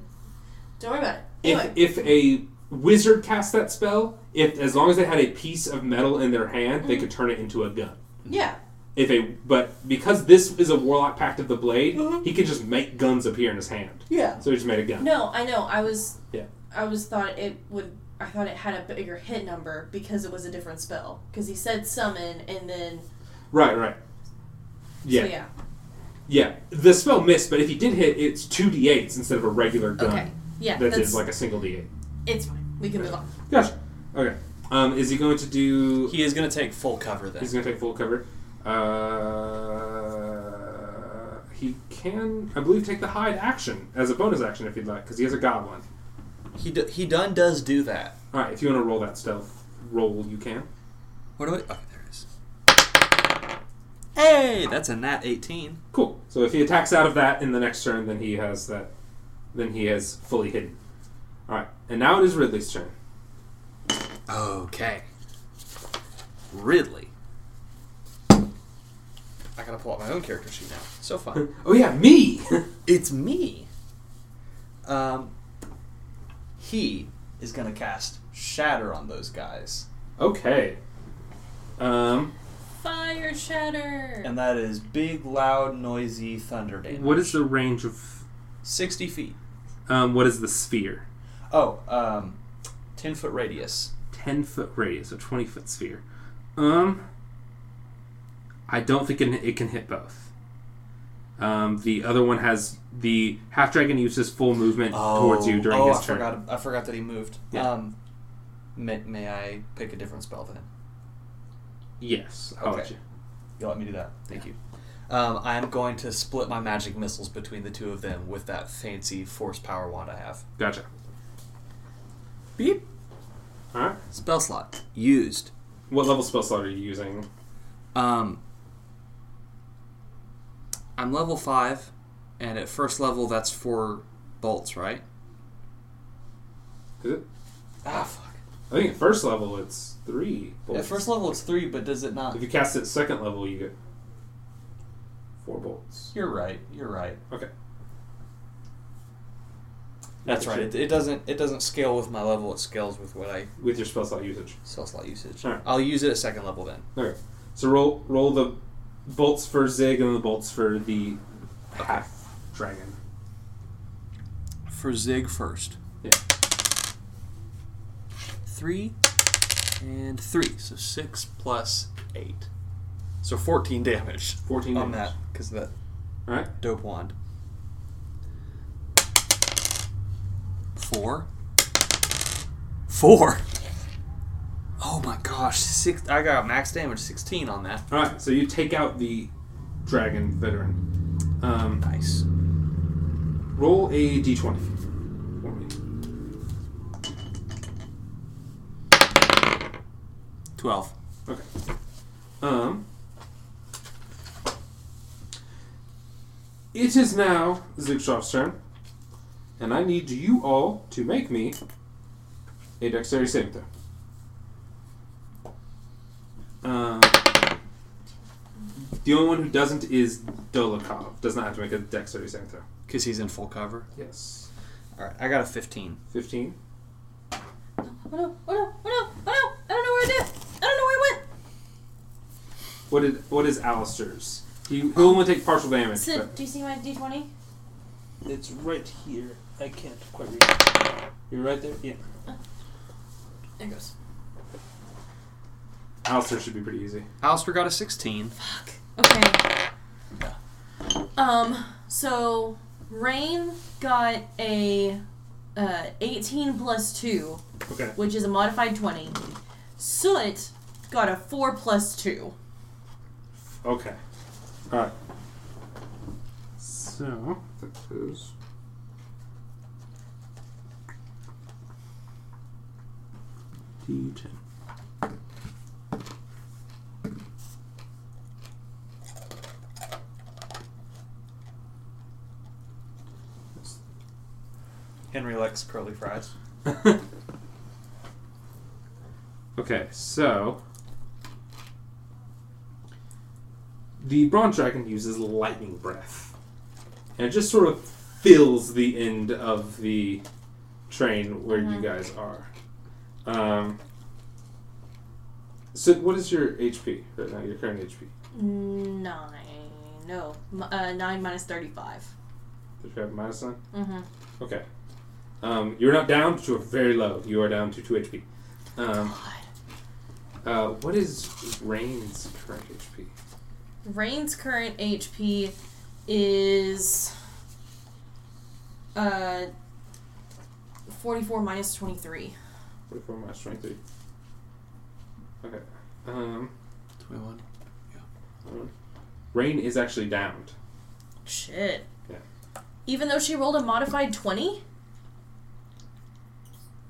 Don't worry about it. Anyway,
if if a wizard cast that spell, if as long as they had a piece of metal in their hand,
Mm-hmm.
they could turn it into a gun.
yeah,
If a but because this is a warlock pact of the blade,
Mm-hmm.
he could just make guns appear in his hand.
yeah.
So he just made a gun.
no, I know. I was.
Yeah.
I was thought it would. I thought it had a bigger hit number because it was a different spell. Because he said summon and then
Right, right. Yeah,
so yeah.
yeah. The spell missed, but if he did hit, it's two d8s instead of a regular gun.
Okay. Yeah,
that
that's,
is like a single d8.
it's fine. We can move on.
Gotcha. Okay. Um, is he going to do?
He is gonna take full cover then.
He's going to take full cover. Uh, he can, I believe, take the hide action as a bonus action if he'd like, because he has a goblin.
He d- he done does do that.
All right. If you want to roll that stealth roll, you can.
Where do I? Okay, there it is. Hey, that's a nat eighteen.
Cool. So if he attacks out of that in the next turn, then he has that. Then he has fully hidden. All right. And now it is Ridley's turn.
Okay. Ridley. I gotta pull out my own character sheet now. So fun.
Oh yeah, me.
It's me. Um, he is going to cast Shatter on those guys,
okay. Um,
Fire shatter.
and that is big, loud, noisy thunder damage.
what is the range of?
sixty feet?
Um, what is the sphere?
Oh, um, ten foot radius.
10 foot radius, a 20 foot sphere. Um, I don't think it, it can hit both. Um, the other one has the half dragon uses full movement towards you during
oh,
his
I
turn.
Forgot, I forgot that he moved.
Yeah.
Um, may, may I pick a different spell then?
Yes, I'll let
Okay.
you.
You let me do that. Thank you. Um, I am going to split my magic missiles between the two of them with that fancy force power wand I have.
Gotcha.
Beep.
All right.
Spell slot used.
What level spell slot are you using?
Um, I'm level five, and at first level, that's four bolts, right?
Is it?
Ah, fuck.
I think at first level it's three. bolts.
At first level, it's three, but does it not?
if you cast it at second level, you get four bolts.
You're right. You're right.
Okay.
That's right. It, it doesn't. It doesn't scale with my level. It scales with what I
With your spell slot usage.
spell slot usage.
Alright.
I'll use it at second level then.
Okay. So roll roll the bolts for Zig and the bolts for the half dragon.
For Zig first.
Yeah.
Three and three, so six plus eight, so fourteen damage
Fourteen
on
damage.
that because of that
All right.
dope wand. Four. Four. Oh my gosh, six! I got max damage sixteen on that.
All right. So you take out the dragon veteran. Um,
Nice.
roll a d20 for me.
Twelve.
Okay. Um. It is now Zugshaw's turn, and I need you all to make me a dexterity saving throw. Um, the only one who doesn't is Dolokov. Does not have to make a dexterity saving throw.
Cause he's in full cover.
Yes.
All right, I got a fifteen.
15.
Oh no! Oh no! Oh no! Oh no! I don't know where it is. I don't know where it went.
What did what is Alistair's? He, he'll only take partial damage. but-
Sid, do you see my D twenty?
It's right here. I can't quite read it. You're right there? Yeah.
Uh, There it goes.
Alistair should be pretty easy.
Alistair got a sixteen.
Okay. Um. So Rain got a uh, eighteen plus two
Okay.
which is a modified 20. Soot got a 4 plus 2.
Okay. Alright. So, that is. D10.
Henry likes curly fries.
okay, so the bronze dragon uses lightning breath, and it just sort of fills the end of the train where you guys are. Um, so, what is your HP right now? Your current HP?
9. No. m- Uh, 9 minus 35.
Did you have minus nine?
Mm-hmm.
Okay. Um, you're not down, but you are very low. You are down to two HP. Um, uh, what is Rain's current HP?
Rain's current HP is uh 44 minus 23.
44 minus 23. Okay. Um,
21.
Rain is actually downed.
Shit.
Yeah.
Even though she rolled a modified 20?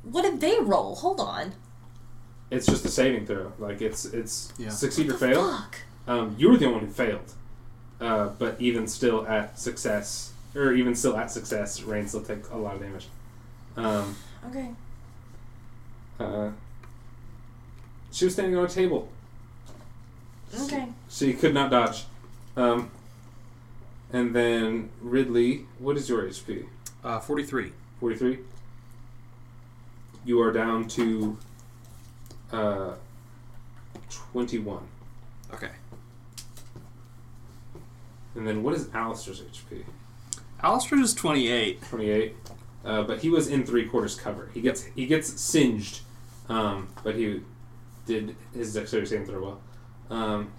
What did they roll? Hold on.
It's just a saving throw. Like, it's it's
Yeah.
succeed or
What the
fail.
Fuck.
Um, you were the one who failed. Uh, but even still at success, or even still at success, Rain still take a lot of damage. Um,
Okay.
uh, she was standing on a table.
Okay.
She could not dodge. Um, and then Ridley, what is your HP?
Uh, 43.
43. You are down to uh, 21.
Okay.
And then what is Alistair's HP?
Alistair is 28.
28. Uh, but he was in three quarters cover. He gets he gets singed, um, but he did his dexterity saving throw well. Um,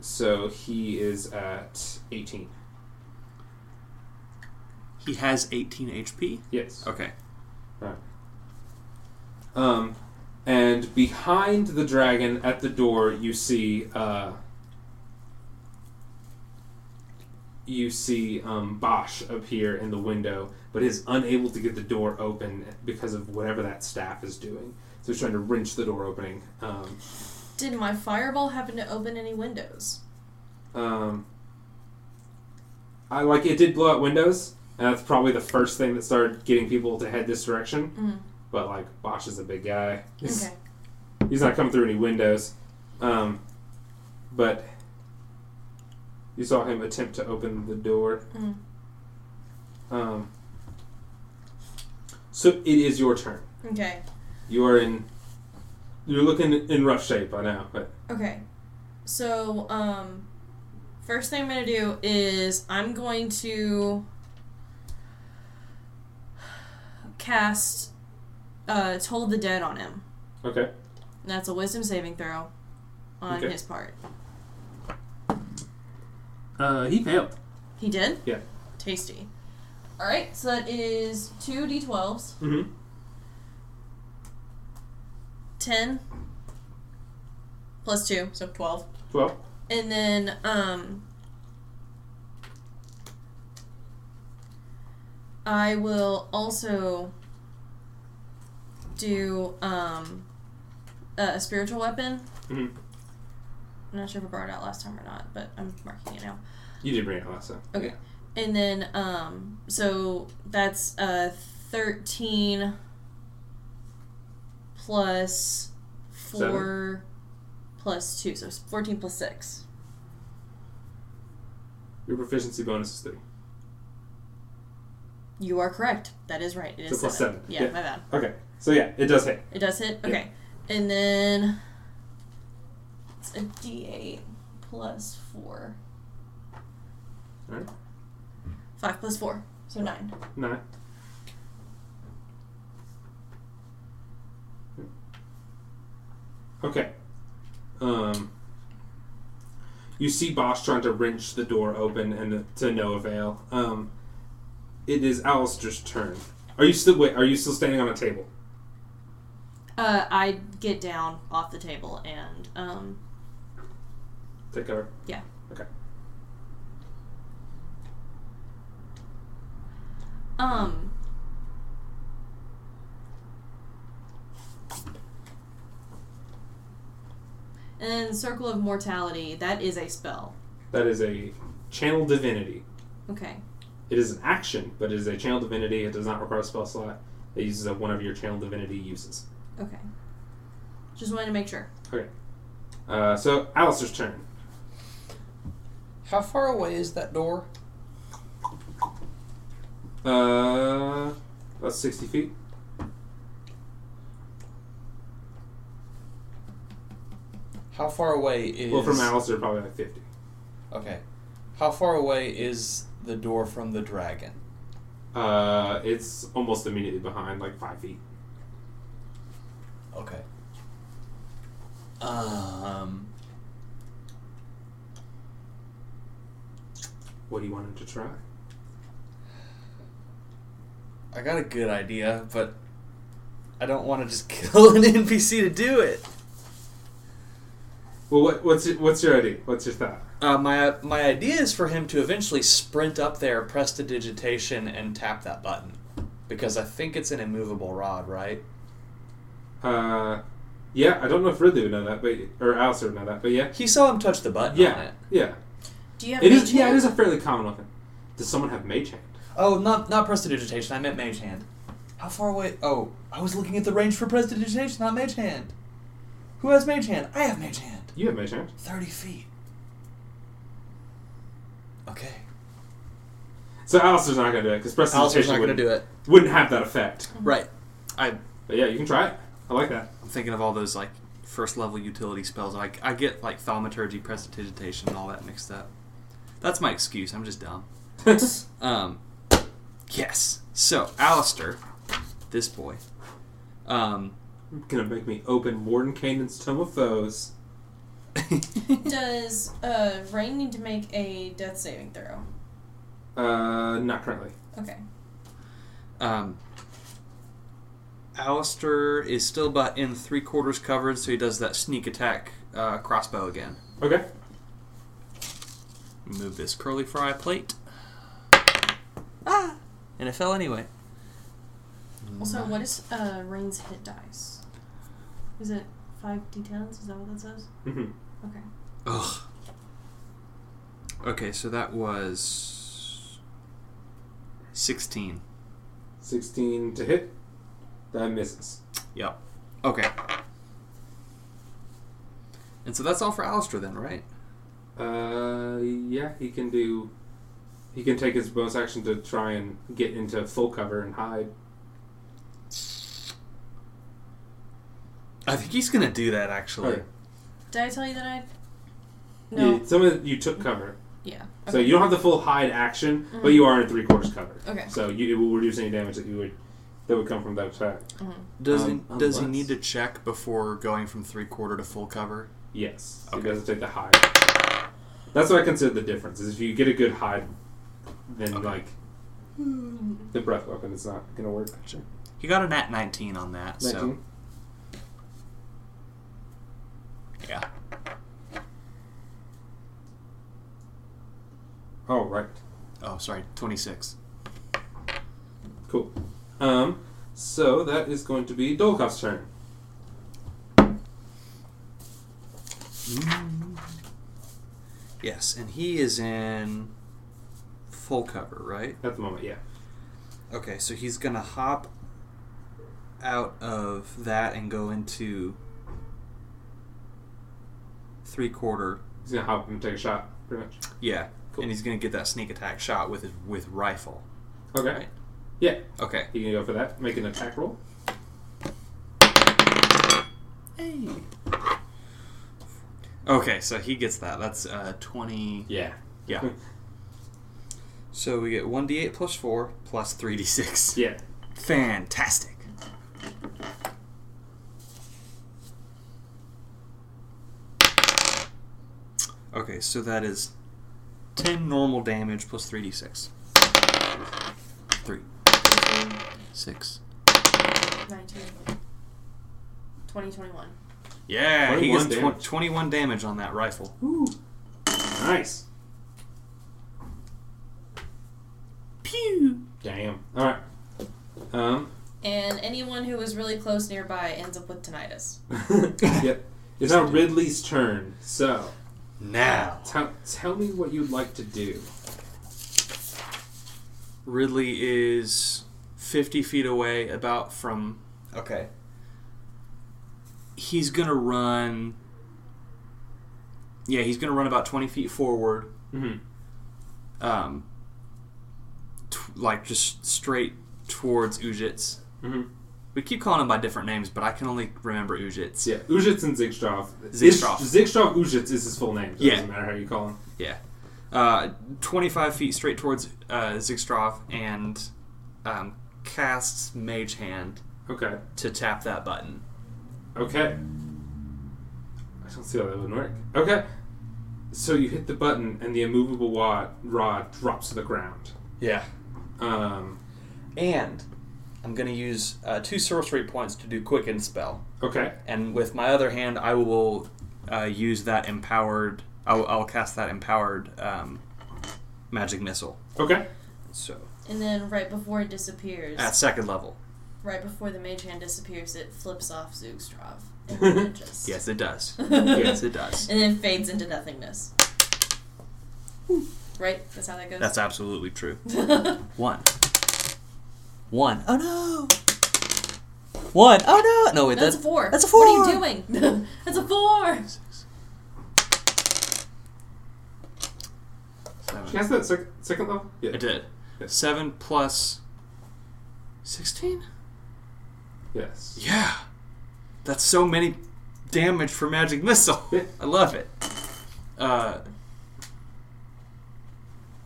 so he is at 18.
He has 18 HP.
Yes.
Okay.
Um, and behind the dragon at the door, you see uh, you see um, Bosch appear in the window, but is unable to get the door open because of whatever that staff is doing. So he's trying to wrench the door opening. Um,
Did my fireball happen to open any windows?
um, I like it did blow out windows, and that's probably the first thing that started getting people to head this direction.
Mm.
But like Bosch is a big guy. He's-
Okay.
He's not coming through any windows. Um, but you saw him attempt to open the door.
Mm.
Um, so it is your turn.
Okay.
You are in. You're looking in rough shape by now, but
Okay. So, um, first thing I'm going to do is I'm going to cast uh, Toll the Dead on him.
okay.
And That's a wisdom saving throw on
Okay.
his part.
Uh, he failed.
He did?
Yeah.
Tasty. Alright, so that is two d12s.
Mm-hmm.
10 plus 2, so 12.
Twelve.
And then, um, I will also do um, a a spiritual weapon.
Mhm.
I'm not sure if I brought it out last time or not, but I'm marking it now.
You did bring it last time.
Okay. And then, um, so that's uh, 13 plus 4 plus 2, so it's 14 plus 6.
Your proficiency bonus is three.
You are correct. That is right. It
So
is
plus
seven.
seven.
Yeah,
Yeah.
my bad.
Okay. So yeah, it does hit.
It does hit.
Yeah.
Okay, and then it's a D eight plus four.
Alright.
Five plus four, so nine.
Nine. Okay. Um. You see Bosch trying to wrench the door open, and to no avail. Um. It is Alistair's turn. Are you still wait? Are you still standing on a table?
Uh, I get down off the table and um,
Take cover.
Yeah.
Okay.
um. And then Circle of Mortality, that is a spell.
That is a channel divinity.
Okay.
It is an action, but it is a channel divinity. It does not require a spell slot. It uses up one of your channel divinity uses.
Okay. Just wanted to make sure.
Uh, so Alistair's turn.
How far away is that door?
Uh, that's sixty feet.
How far away is
Well, from Alistair, probably like fifty.
Okay. How far away is the door from the dragon?
Uh, it's almost immediately behind, like five feet.
Okay. Um
What do you want him to try?
I got a good idea, but I don't want to just kill an NPC to do it.
Well, what, what's your, what's your idea? What's your thought?
Uh, my my idea is for him to eventually sprint up there, press the digitation, and tap that button, because I think it's an immovable rod, right?
Uh, yeah, I don't know if Ridley would know that, but or Alistair would know that, but yeah,
He saw him touch the button on
yeah,
it.
yeah.
Do you have
It is
mage
yeah, it
hand?
is a fairly common weapon. Does someone have mage hand?
Oh, not not press the digitation. I meant mage hand. How far away? Oh, I was looking at the range for press the digitation, not mage hand. Who has mage hand? I have mage hand.
You have mage hand.
Thirty feet. Okay.
So Alistair's not gonna do it because
Alistair's
prestidigitation
not going
wouldn't,
to do it.
wouldn't have that effect.
Right. I
But yeah, you can try it. I like that.
I'm thinking of all those like first level utility spells. I, I get like thaumaturgy, prestidigitation, and all that mixed up. That's my excuse. I'm just dumb. um, yes. So, Alistair, this boy, um,
gonna make me open Warden Canaan's Tome of Foes.
Does uh, Rain need to make a death saving throw?
Uh, not currently.
Okay.
um, Alistair is still about in three quarters covered, so he does that sneak attack uh, crossbow again.
Okay.
Move this curly fry plate. Ah! And it fell anyway.
Also, what is uh, Rain's hit dice? Is it 5d10s? Is that what that says?
Mm-hmm.
Okay.
Ugh. Okay, so that was sixteen.
Sixteen to hit. That misses.
Yep. Okay. And so that's all for Alistair then, right?
Uh, yeah, he can do. He can take his bonus action to try and get into full cover and hide.
I think he's gonna do that actually.
Okay.
Did I tell you that I. No.
Yeah, some of you took cover,
Yeah.
so
Okay. Mm-hmm.
you don't have the full hide action, but you are in three quarters cover.
Okay.
So you, it will reduce any damage that you would that would come from that attack.
Does
Um,
he does he
unless-
need to check before going from three quarter to full cover?
Yes, it
Okay.
doesn't take the hide. That's what I consider the difference. Is if you get a good hide, then like the breath weapon is not gonna work.
He got a nat nineteen on that, so
19?
yeah.
Oh right,
Oh sorry, twenty six.
cool. Um, so that is going to be Dolkov's turn.
Mm-hmm. Yes, and he is in full cover, right?
At the moment, yeah.
Okay, so he's gonna hop out of that and go into three quarter.
He's gonna hop and take a shot, pretty much.
Yeah,
Cool.
and he's gonna get that sneak attack shot with his with rifle.
Okay.
Right.
Yeah,
Okay.
you can go for that. Make an attack roll.
Hey. Okay, so he gets that. That's uh, twenty.
Yeah.
Yeah. So we get one d eight plus four plus three d six.
Yeah.
Fantastic. Okay, so that is 10 normal damage plus 3d6. 3, 6,
19. 2021.
Yeah, he
21
gets tw-
damage.
21 damage on that rifle.
Ooh. Nice.
Pew!
Damn. All right. Um.
And anyone who was really close nearby ends up with tinnitus.
yep. It's now Ridley's turn. So
Now.
tell tell me what you'd like to do.
Ridley is 50 feet away, about from.
Okay.
He's gonna run. Yeah, he's gonna run about 20 feet forward,
Mm-hmm.
um, t- like just straight towards Ujits.
Mm-hmm.
We keep calling him by different names, but I can only remember Ujits.
Yeah, Ujits and Zigstrov.
Zygstrov.
Is- Zygstrov Ujits is his full name. so It
Yeah.
doesn't matter how you call him.
Uh, 25 feet straight towards uh, Zygstrov and um, casts Mage Hand
Okay.
to tap that button.
Okay. I don't see how that would work. Okay. So you hit the button and the immovable wad, rod drops to the ground.
Yeah.
Um,
And I'm going to use uh, two sorcery points to do quicken spell.
okay.
And with my other hand, I will uh, use that empowered. I'll, I'll cast that empowered um, magic missile.
Okay.
So
And then right before it disappears,
at second level,
right before the mage hand disappears, it flips off Zugstrov. And then it just...
yes, it does.
yes.
Yes, it does.
and then fades into nothingness. Right? That's how that goes?
That's absolutely true. One. One. Oh no. One. Oh no. No, wait.
that's a
that-
four.
That's a four.
What are you doing? that's a four!
She has that sec- second level? Yeah.
I did. Seven plus sixteen.
Yes.
Yeah. That's so many damage for magic missile.
Yeah.
I love it. Uh,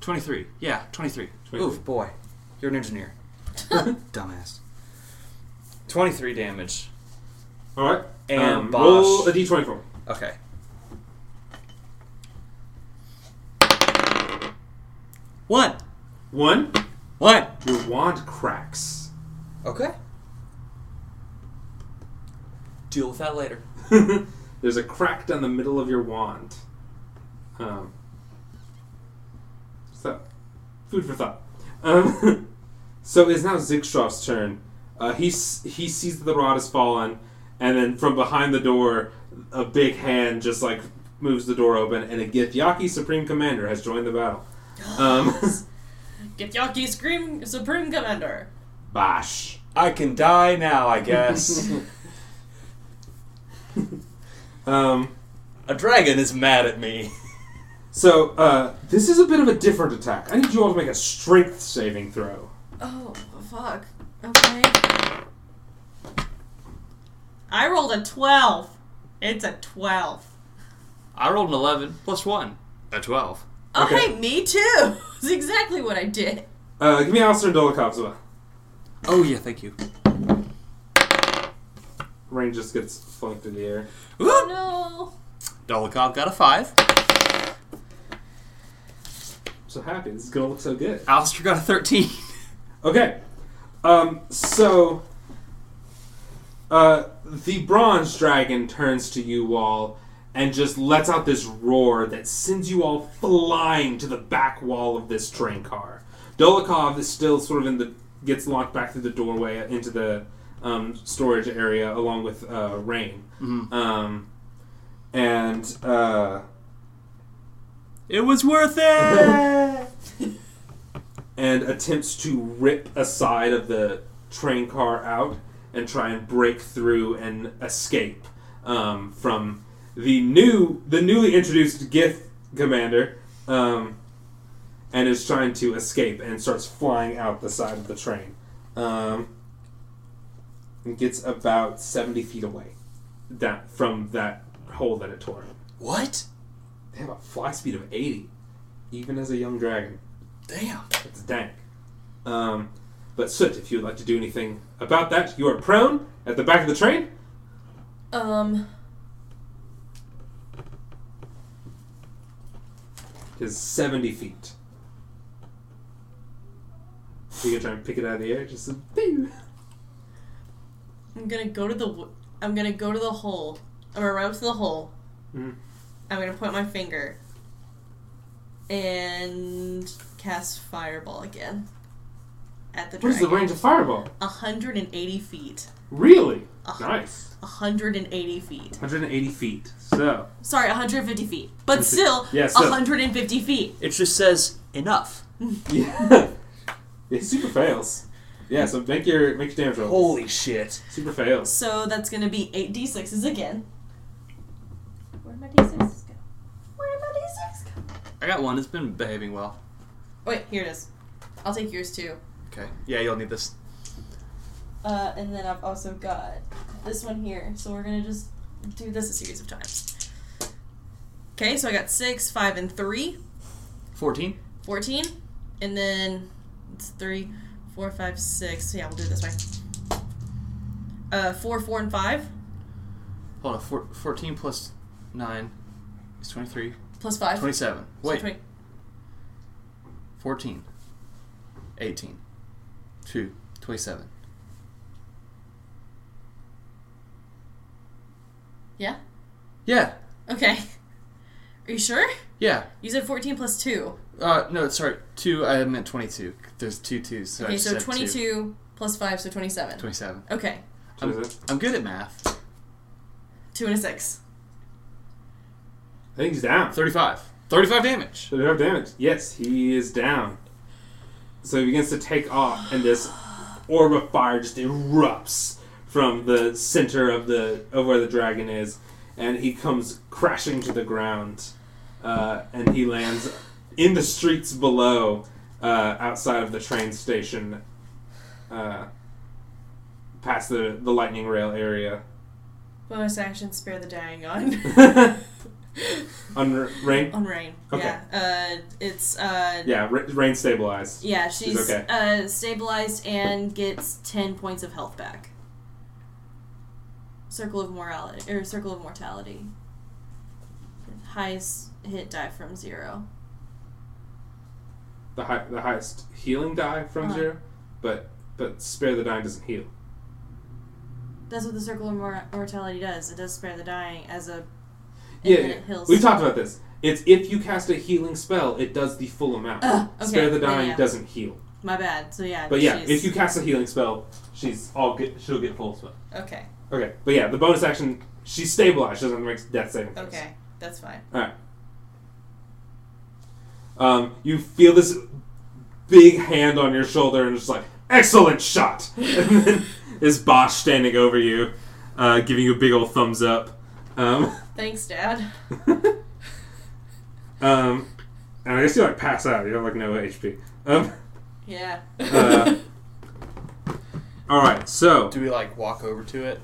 23. Yeah, 23.
23.
Oof, boy. You're an engineer. Dumbass. 23 damage.
All right.
And
um,
Bosch.
roll a d24.
Okay. One.
One.
One.
Your wand cracks.
Okay. Deal with that later.
There's a crack down the middle of your wand. Um, so, food for thought. Um, so it's now Zygstrov's turn. Uh, he s- he sees that the rod has fallen, and then from behind the door, a big hand just like moves the door open, and a Githyanki Supreme Commander has joined the battle. Um,
Get Yaki Scream Supreme Commander!
Bosh.
I can die now, I guess.
Um,
a dragon is mad at me.
so uh, this is a bit of a different attack. I need you all to make a strength saving throw.
Oh, fuck. Okay. I rolled a 12. It's a 12.
I rolled an 11 plus one. A 12.
Okay,
Okay.
me too. It's exactly what I did.
Uh, give me Alistair and Dolokov's as well.
Oh, yeah, thank you.
Rain just gets flung through the air.
Whoop.
No.
Dolokhov got a five.
I'm so happy. This is gonna look so good.
Alistair got a 13.
Okay. Um, so uh, the bronze dragon turns to you all and just lets out this roar that sends you all flying to the back wall of this train car. Dolokhov is still sort of in the gets locked back through the doorway into the um, storage area along with uh, Rain. Um, and uh,
It was worth it!
and attempts to rip a side of the train car out and try and break through and escape um, from the new the newly introduced Gith commander um, and is trying to escape and starts flying out the side of the train um, and gets about 70 feet away down from that hole that it tore in.
What?
They have a fly speed of 80 even as a young dragon
Damn.
it's dank. Um, but Soot, if you would like to do anything about that, you are prone at the back of the train.
Um,
It is 70 feet. You can try and pick it out of the air, just a boo.
I'm gonna go to the. W- I'm gonna go to the hole. I'm gonna run up to the hole.
Mhm.
I'm gonna point my finger and cast fireball again at the
Where's
dragon.
the range of fireball?
180 feet.
Really?
Uh-huh.
Nice.
180 feet.
180 feet. So
Sorry, 150 feet. But still,
Yeah, so-
150 feet.
It just says enough.
yeah, it super fails. Yeah. So make your make your damage roll.
Holy shit.
Super fails.
So that's gonna be 8 d6s again. Where'd my d6s go? Where'd my d6 go?
I got one. It's been behaving well.
Wait, here it is. I'll take yours too.
Okay. Yeah, you'll need this.
Uh, and then I've also got this one here. So we're gonna just do this a series of times. Okay, so I got six, five, and three.
14?
14. And then it's three, four, five, six. So yeah, we'll do it this way. Uh, four, four, and five.
Hold on. Four, 14 plus 9 is 23.
Plus five.
27.
So
Wait.
20
14. 18. 2. 27.
Yeah?
Yeah.
Okay. Are you sure?
Yeah.
You said 14 plus two.
Uh, no, sorry. 2. I meant 22. There's two twos. So I
Okay,
just
so
said two.
22 plus five, so 27.
27.
Okay.
I'm, I'm good at math.
Two and a six.
I think he's down.
35. 35 damage.
So they have damage. Yes, he is down. So he begins to take off, and this orb of fire just erupts from the center of the of where the dragon is, and he comes crashing to the ground, uh, and he lands in the streets below, uh, outside of the train station, uh, past the the lightning rail area.
Bonus action, spare the dying on.
On rain,
on rain.
Okay.
Yeah. Uh, it's uh. Yeah.
yeah, ra- rain stabilized.
she's,
She's okay.
uh, stabilized and gets ten points of health back. Circle of morality or circle of mortality. Highest hit die from zero.
the high, the highest healing die from
Uh-huh.
zero, but but spare the dying doesn't heal.
That's what the circle of mor- mortality does. It does spare the dying as a. and
Yeah,
then
yeah.
it heals.
we talked about this. It's if you cast a healing spell, it does the full amount.
Ugh, okay,
Spare the
then
dying
yeah.
doesn't heal.
My bad. So yeah.
But yeah,
she's-
if you cast a healing spell, she's all get she'll get full spell.
Okay.
Okay, but yeah, the bonus action she's stabilized. She doesn't make death saving. throws.
Okay. That's fine.
Um, you feel this big hand on your shoulder and just like, excellent shot! and then this Bosch standing over you, uh, giving you a big old thumbs up. Um,
Thanks, Dad.
um, and I guess you like pass out. You don't like no HP. Um,
Yeah.
uh, all right. So
Do we, like, walk over to it?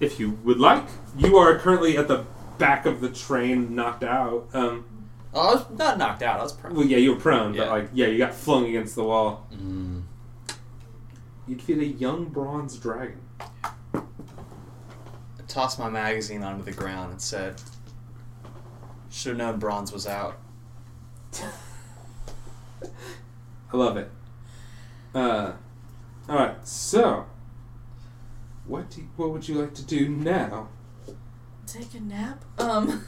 if you would like, you are currently at the back of the train, knocked out. Um,
Oh, I was not knocked out. I was prone.
well, yeah, you were prone, but
Yeah.
like, yeah, you got flung against the wall.
Mm.
You'd feed a young bronze dragon.
I tossed my magazine onto the ground and said, Should have known bronze was out.
I love it. Uh, all right. So, what do what would you like to do now?
Take a nap. Um.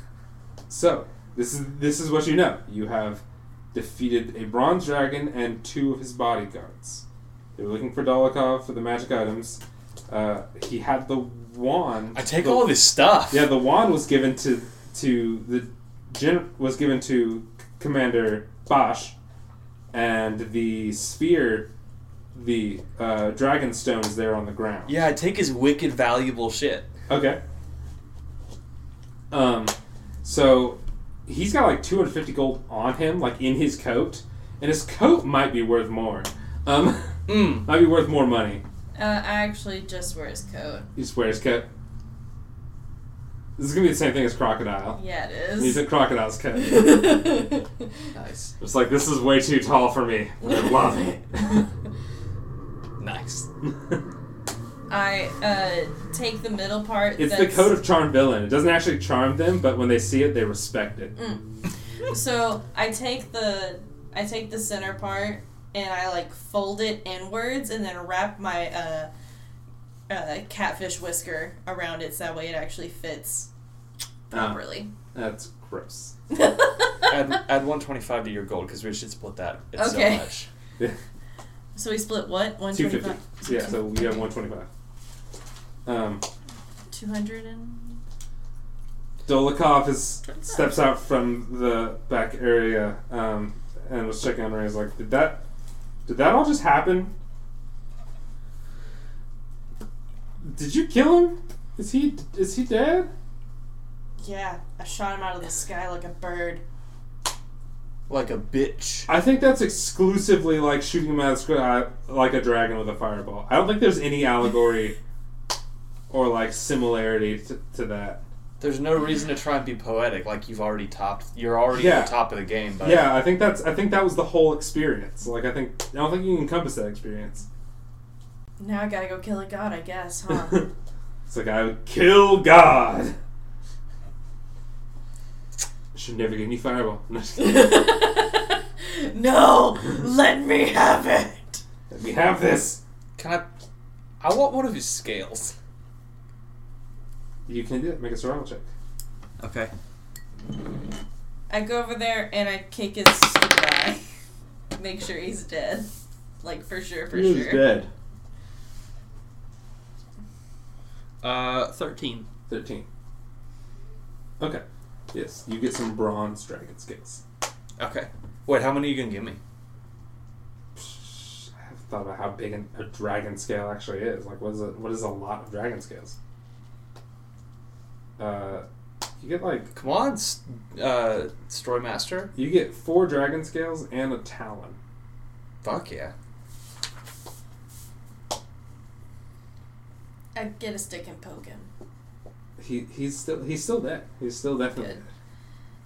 So this is this is what you know. You have defeated a bronze dragon and two of his bodyguards. They were looking for Dolokhov for the magic items. Uh, he had the wand.
I take
the,
all of his stuff.
Yeah, the wand was given to to the gen was given to Commander Bosch, and the spear, the uh, dragon stone is there on the ground.
Yeah, I take his wicked valuable shit.
Okay. Um, so he's got like 250 gold on him, like in his coat, and his coat might be worth more. Um,
Mm.
might be worth more money.
Uh, I actually just wear his coat.
He just wears coat. This is gonna be the same thing as crocodile.
Yeah, it
He's
is.
in crocodile's coat.
Nice.
It's like this is way too tall for me. I love it.
Nice.
I uh, take the middle part.
It's the
that's-
coat of charm villain. It doesn't actually charm them, but when they see it, they respect it.
Mm. So I take the I take the center part and I like fold it inwards and then wrap my uh, uh, catfish whisker around it, so that way it actually fits
Ah,
properly.
that's gross.
add, add 125 to your gold because we should split that. It's
Okay.
so much.
so we split what one
Two
twenty
fifty.
five,
Yeah, so we have one twenty-five. Um,
two hundred and
Dolokhov is, steps out from the back area um, and was checking on her. He's like, "Did that? Did that all just happen? Did you kill him? Is he is he dead?
yeah. I shot him out of the sky like a bird.
Like a bitch.
I think that's exclusively like shooting him out of the sky like a dragon with a fireball. I don't think there's any allegory or like similarity to, to that.
There's no reason to try and be poetic. Like you've already topped. You're already
Yeah.
at the top of the game. But
Yeah, I think that's I think that was the whole experience. Like I think I don't think you can encompass that experience.
Now I gotta go kill a god, I guess, huh?
It's like I would kill God. Should never get any fireball. No, just kidding.
no, let me have it.
Let me have this.
can I? I want one of his scales.
You can do it. Make a survival check.
Okay.
I go over there and I kick his stupid eye. Make sure he's dead. Like for sure, for sure.
dead.
Uh, 13.
Thirteen. Okay. Yes, you get some bronze dragon scales.
Okay. Wait, how many are you gonna give me?
Psh, I haven't thought about how big an, a dragon scale actually is. Like, what is a what is a lot of dragon scales? Uh, you get like
Come on, s- uh, Story Master.
you get four dragon scales and a talon.
Fuck yeah.
I get a stick and poke him.
He he's still he's still there. He's still definitely.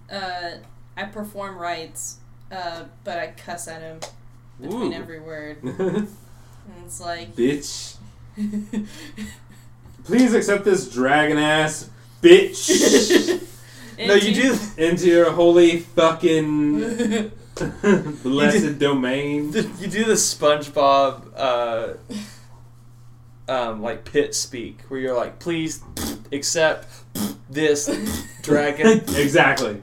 Good. Uh, I perform rites, uh, but I cuss at him between
Ooh.
every word, and it's like,
bitch. Please accept this dragon ass bitch
no,
into your holy fucking blessed domain.
The- you do the SpongeBob, uh, um, like pit speak, where you're like, please accept this dragon.
exactly.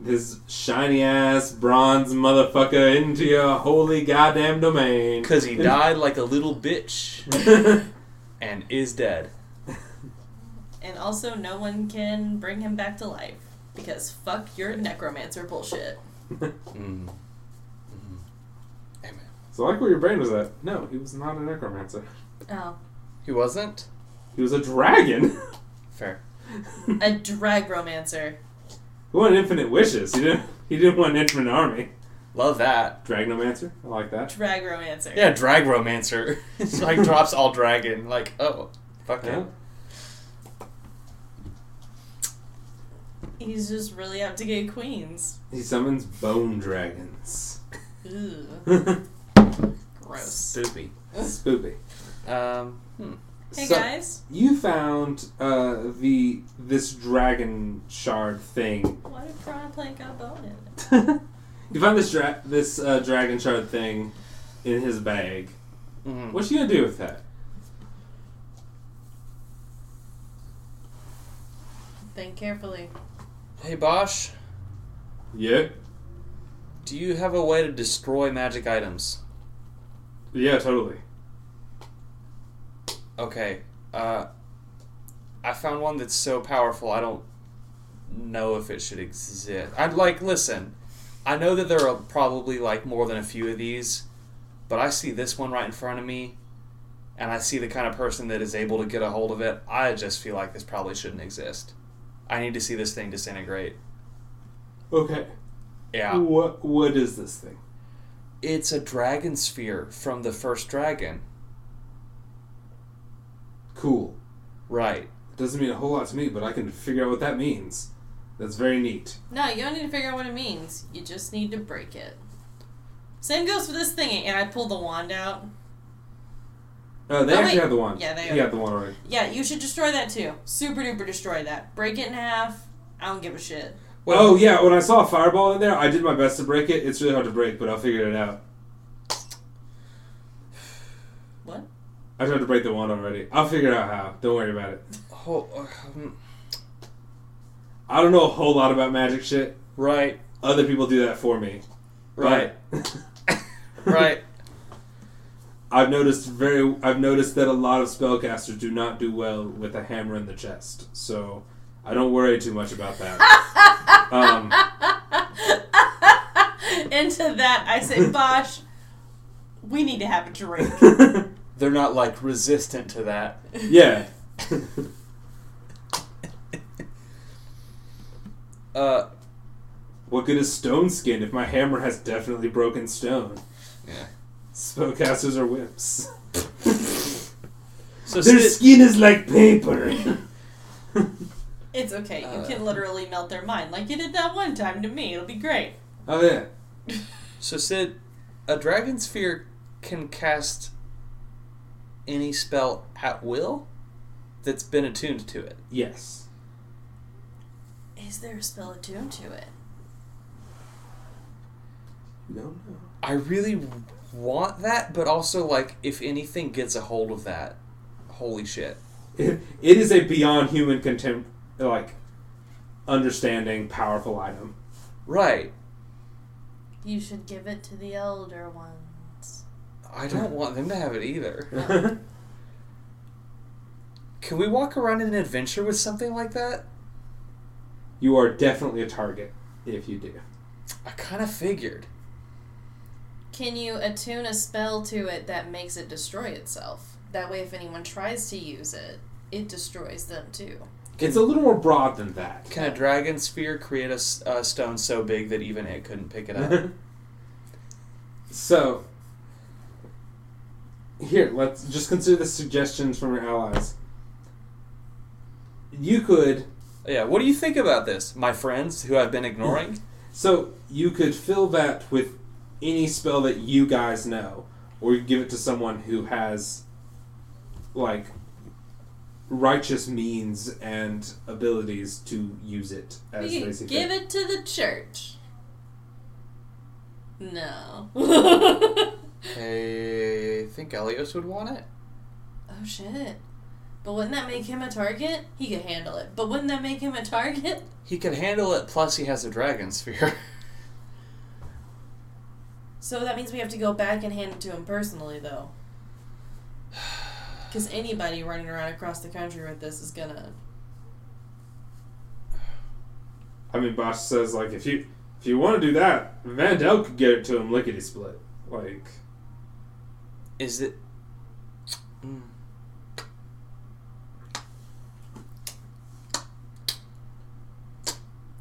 This shiny ass bronze motherfucker into your holy goddamn domain.
Because he died like a little bitch and is dead.
And also, no one can bring him back to life because fuck your necromancer bullshit.
Mm. Mm-hmm. Mm. Amen.
so I like where your brain was at. No, he was not a necromancer.
Oh,
He wasn't?
He was a dragon.
Fair.
a drag romancer.
He wanted infinite wishes. He didn't. He didn't want an infinite army.
Love that.
Dragnomancer. I like that.
Drag romancer.
Yeah, drag romancer. it's like drops all dragon. Like, oh, fuck
Yeah.
yeah.
He's just really out to get queens.
He summons bone dragons.
Ooh, gross.
Spoopy.
Spoopy.
Um, hmm.
Hey
So-
guys,
You found uh, the this dragon shard thing.
why did Piranha Plant got bone in it?
you found this dra- this uh, dragon shard thing in his bag.
Mhm.
What you gonna do with that?
Think carefully.
Hey, Bosch.
Yeah.
Do you have a way to destroy magic items?
Yeah. Totally.
Okay. Uh, I found one that's so powerful I don't know if it should exist. I'd like listen. I know that there are probably like more than a few of these, but I see this one right in front of me, and I see the kind of person that is able to get a hold of it. I just feel like this probably shouldn't exist. I need to see this thing disintegrate.
Okay.
Yeah.
What What is this thing?
It's a dragon sphere from the first dragon.
Cool.
Right.
Doesn't mean a whole lot to me, but I can figure out what that means. That's very neat.
No, you don't need to figure out what it means. You just need to break it. Same goes for this thingy, and I pulled the wand out.
Uh, they
Oh,
actually
wait.
have the one.
Yeah, they
You got
have
the one already.
Yeah, you should destroy that too. Super duper destroy that. Break it in half. I don't give a shit.
oh yeah, when I saw a fireball in there, I did my best to break it. It's really hard to break, but I'll figure it out.
What?
I tried to break the one already. I'll figure out how. Don't worry about it.
Oh, uh, hmm.
I don't know a whole lot about magic shit.
right,
Other people do that for me.
right,
But
right.
I've noticed very. I've noticed that a lot of spellcasters do not do well with a hammer in the chest. So I don't worry too much about that. um,
and to that, I say, Bosh, we need to have a drink.
They're not like resistant to that.
yeah.
Uh,
What good is stone skin if my hammer has definitely broken stone?
Yeah.
Spellcasters are wimps.
So
Their
Sid-
skin is like paper.
It's okay. You
Uh.
can literally melt their mind like you did that one time to me. It'll be great.
oh yeah.
So Sid, a dragon sphere can cast any spell at will that's been attuned to it.
Yes.
Is there a spell attuned to it?
No, no.
I really want that, but also like if anything gets a hold of that, holy shit.
It, it is a beyond human contempt, like understanding, powerful item.
Right.
You should give it to the elder ones.
I don't want them to have it either. Can we walk around in an adventure with something like that?
you are definitely a target if you do.
I kind of figured.
Can you attune a spell to it that makes it destroy itself? That way, if anyone tries to use it, it destroys them too.
It's a little more broad than that.
Can a dragon sphere create a, s- a stone so big that even it couldn't pick it up?
so, here, let's just consider the suggestions from your allies. You could,
yeah. What do you think about this, my friends who I've been ignoring?
so you could fill that with any spell that you guys know, or you give it to someone who has, like, righteous means and abilities to use it as
you
they
can
see
give
fit.
it to the church. No.
I think Elios would want it.
Oh shit. But wouldn't that make him a target? He could handle it. But wouldn't that make him a target?
He can handle it. Plus, he has a dragon sphere.
So that means we have to go back and hand it to him personally, though. Because anybody running around across the country with this is gonna.
I mean, Bosch says like if you if you want to do that, Vandel could get it to him lickety split. Like,
Is it? Mm.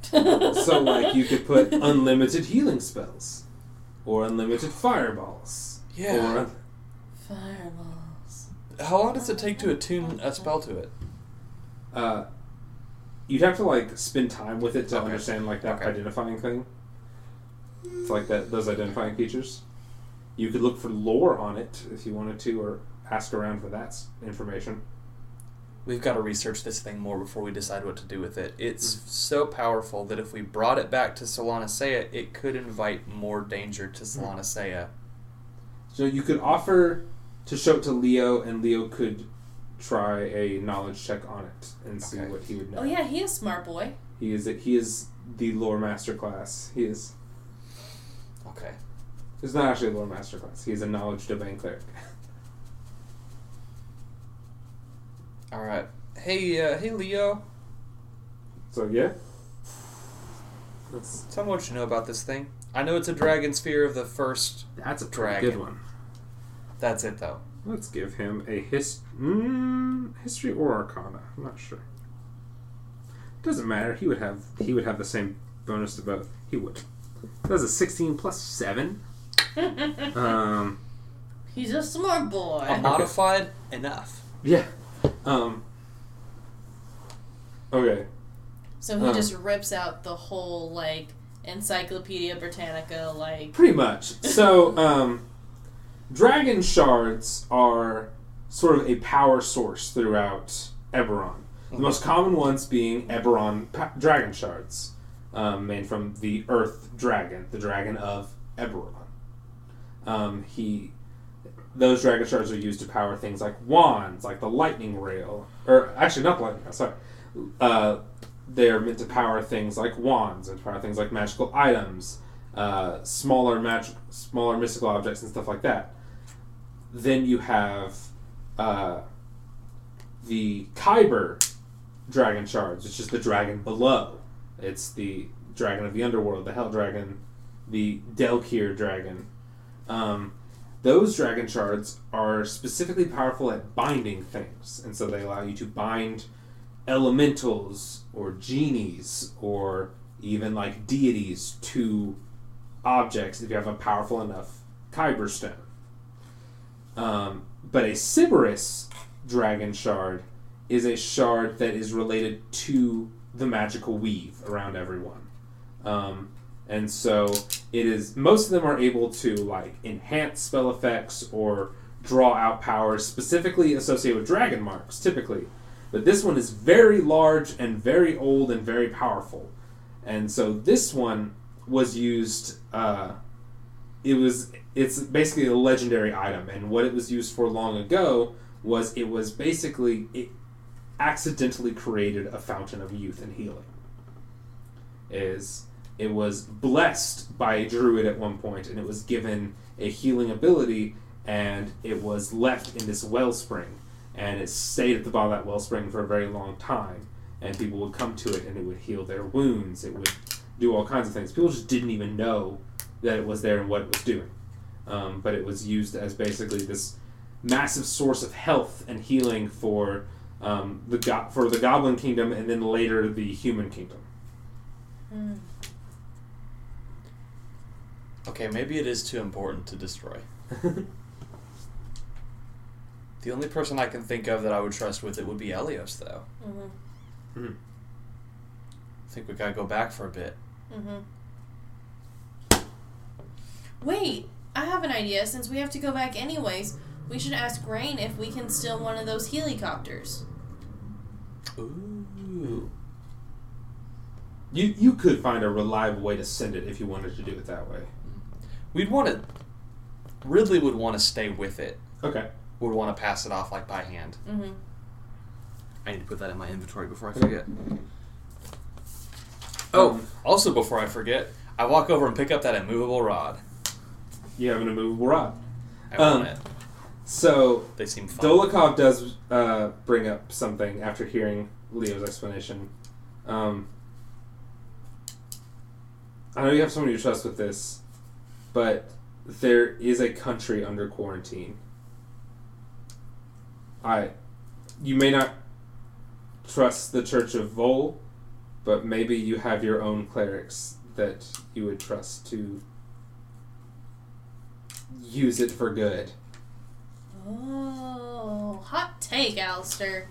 so like you could put unlimited healing spells, or unlimited fireballs,
Yeah.
or
Fireballs.
How long does it take to attune a spell to it?
uh, you'd have to like spend time with it to
Okay.
understand like that
Okay.
identifying thing. It's like that those identifying features. You could look for lore on it if you wanted to, or ask around for that s- information.
We've got to research this thing more before we decide what to do with it. It's so powerful that if we brought it back to Solanaseia, it could invite more danger to Solanaseia.
So you could offer to show it to Leo, and Leo could try a knowledge check on it and see
Okay.
what he would know.
Oh yeah, he is smart boy.
He is he is the lore master class. He is.
Okay.
He's not actually a lore master class. He's a knowledge domain cleric.
All right. Hey, uh, hey, Leo.
So yeah. That's
Tell me what you know about this thing. I know it's a dragon sphere of the first.
that's a pretty
Dragon.
good one.
That's it, though.
Let's give him a his mm, history or arcana. I'm not sure. Doesn't matter. He would have he would have the same bonus to both. He would. That's a 16 plus seven. um.
He's a smart boy.
A
Uh-huh.
modified enough.
Yeah. Um. Okay.
so he
uh.
just rips out the whole like Encyclopedia Britannica like.
Pretty much. So, um, dragon shards are sort of a power source throughout Eberron. The most common ones being Eberron pa- dragon shards, um, made from the Earth Dragon, the Dragon of Eberron. Um, he those dragon shards are used to power things like wands, like the lightning rail, or actually not lightning. Rail, sorry, uh, they are meant to power things like wands and power things like magical items, uh, smaller magic, smaller mystical objects and stuff like that. Then you have uh, the Kyber dragon shards, which is the dragon below. It's the dragon of the underworld, the hell dragon, the Delkir dragon. Um, those dragon shards are specifically powerful at binding things, and so they allow you to bind elementals or genies or even like deities to objects if you have a powerful enough Kyber stone. Um, but a Sybaris dragon shard is a shard that is related to the magical weave around everyone. Um, and so it is most of them are able to like enhance spell effects or draw out powers specifically associated with dragon marks typically but this one is very large and very old and very powerful and so this one was used uh, it was it's basically a legendary item and what it was used for long ago was it was basically it accidentally created a fountain of youth and healing is it was blessed by a druid at one point and it was given a healing ability and it was left in this wellspring and it stayed at the bottom of that wellspring for a very long time and people would come to it and it would heal their wounds it would do all kinds of things people just didn't even know that it was there and what it was doing um, but it was used as basically this massive source of health and healing for um, the go- for the goblin kingdom and then later the human kingdom
hmm,
Okay, maybe it is too important to destroy. The only person I can think of that I would trust with it would be Elios, though.
Mhm.
Mhm.
I think we gotta go back for a bit.
Mm-hmm. Wait, I have an idea. Since we have to go back anyways, we should ask Rain if we can steal one of those helicopters.
Ooh.
you you could find a reliable way to send it if you wanted to do it that way
We'd want to. Ridley would want to stay with it.
okay
Would want to pass it off like by hand.
Mm-hmm.
I need to put that in my inventory before I forget.
Oh, also before I forget, I walk over and pick up that immovable rod.
you have an immovable rod
I
Um,
want it.
so
They seem fun.
Dolokhov does uh, bring up something after hearing Leo's explanation. Um, I know you have someone you trust with this, but there is a country under quarantine. I, you may not trust the Church of Vol, but maybe you have your own clerics that you would trust to use it for good.
Oh, hot take, Alistair.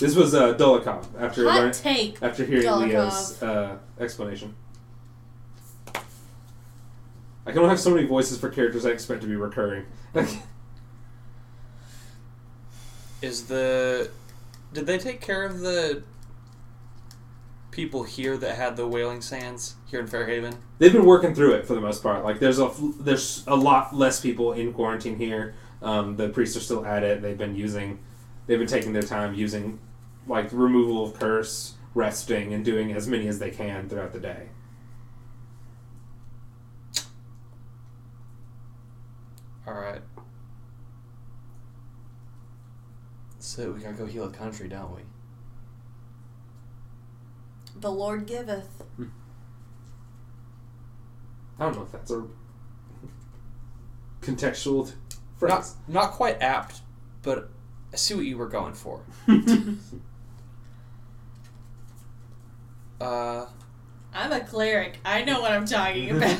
This was uh, Dolokhov after
hot
learn-
take.
after hearing
Dolokhov.
Leo's uh, explanation. I can only have so many voices for characters I expect to be recurring.
Is the did they take care of the people here that had the whaling sands here in Fairhaven?
They've been working through it for the most part. Like there's a f- there's a lot less people in quarantine here. Um, the priests are still at it. They've been using, they've been taking their time using, like the removal of curse, resting, and doing as many as they can throughout the day.
All right. So we gotta go heal the country, don't we?
The Lord giveth.
I don't know if that's a contextual
Not
phrase.
not quite apt, but I see what you were going for. Uh,
I'm a cleric. I know what I'm talking about.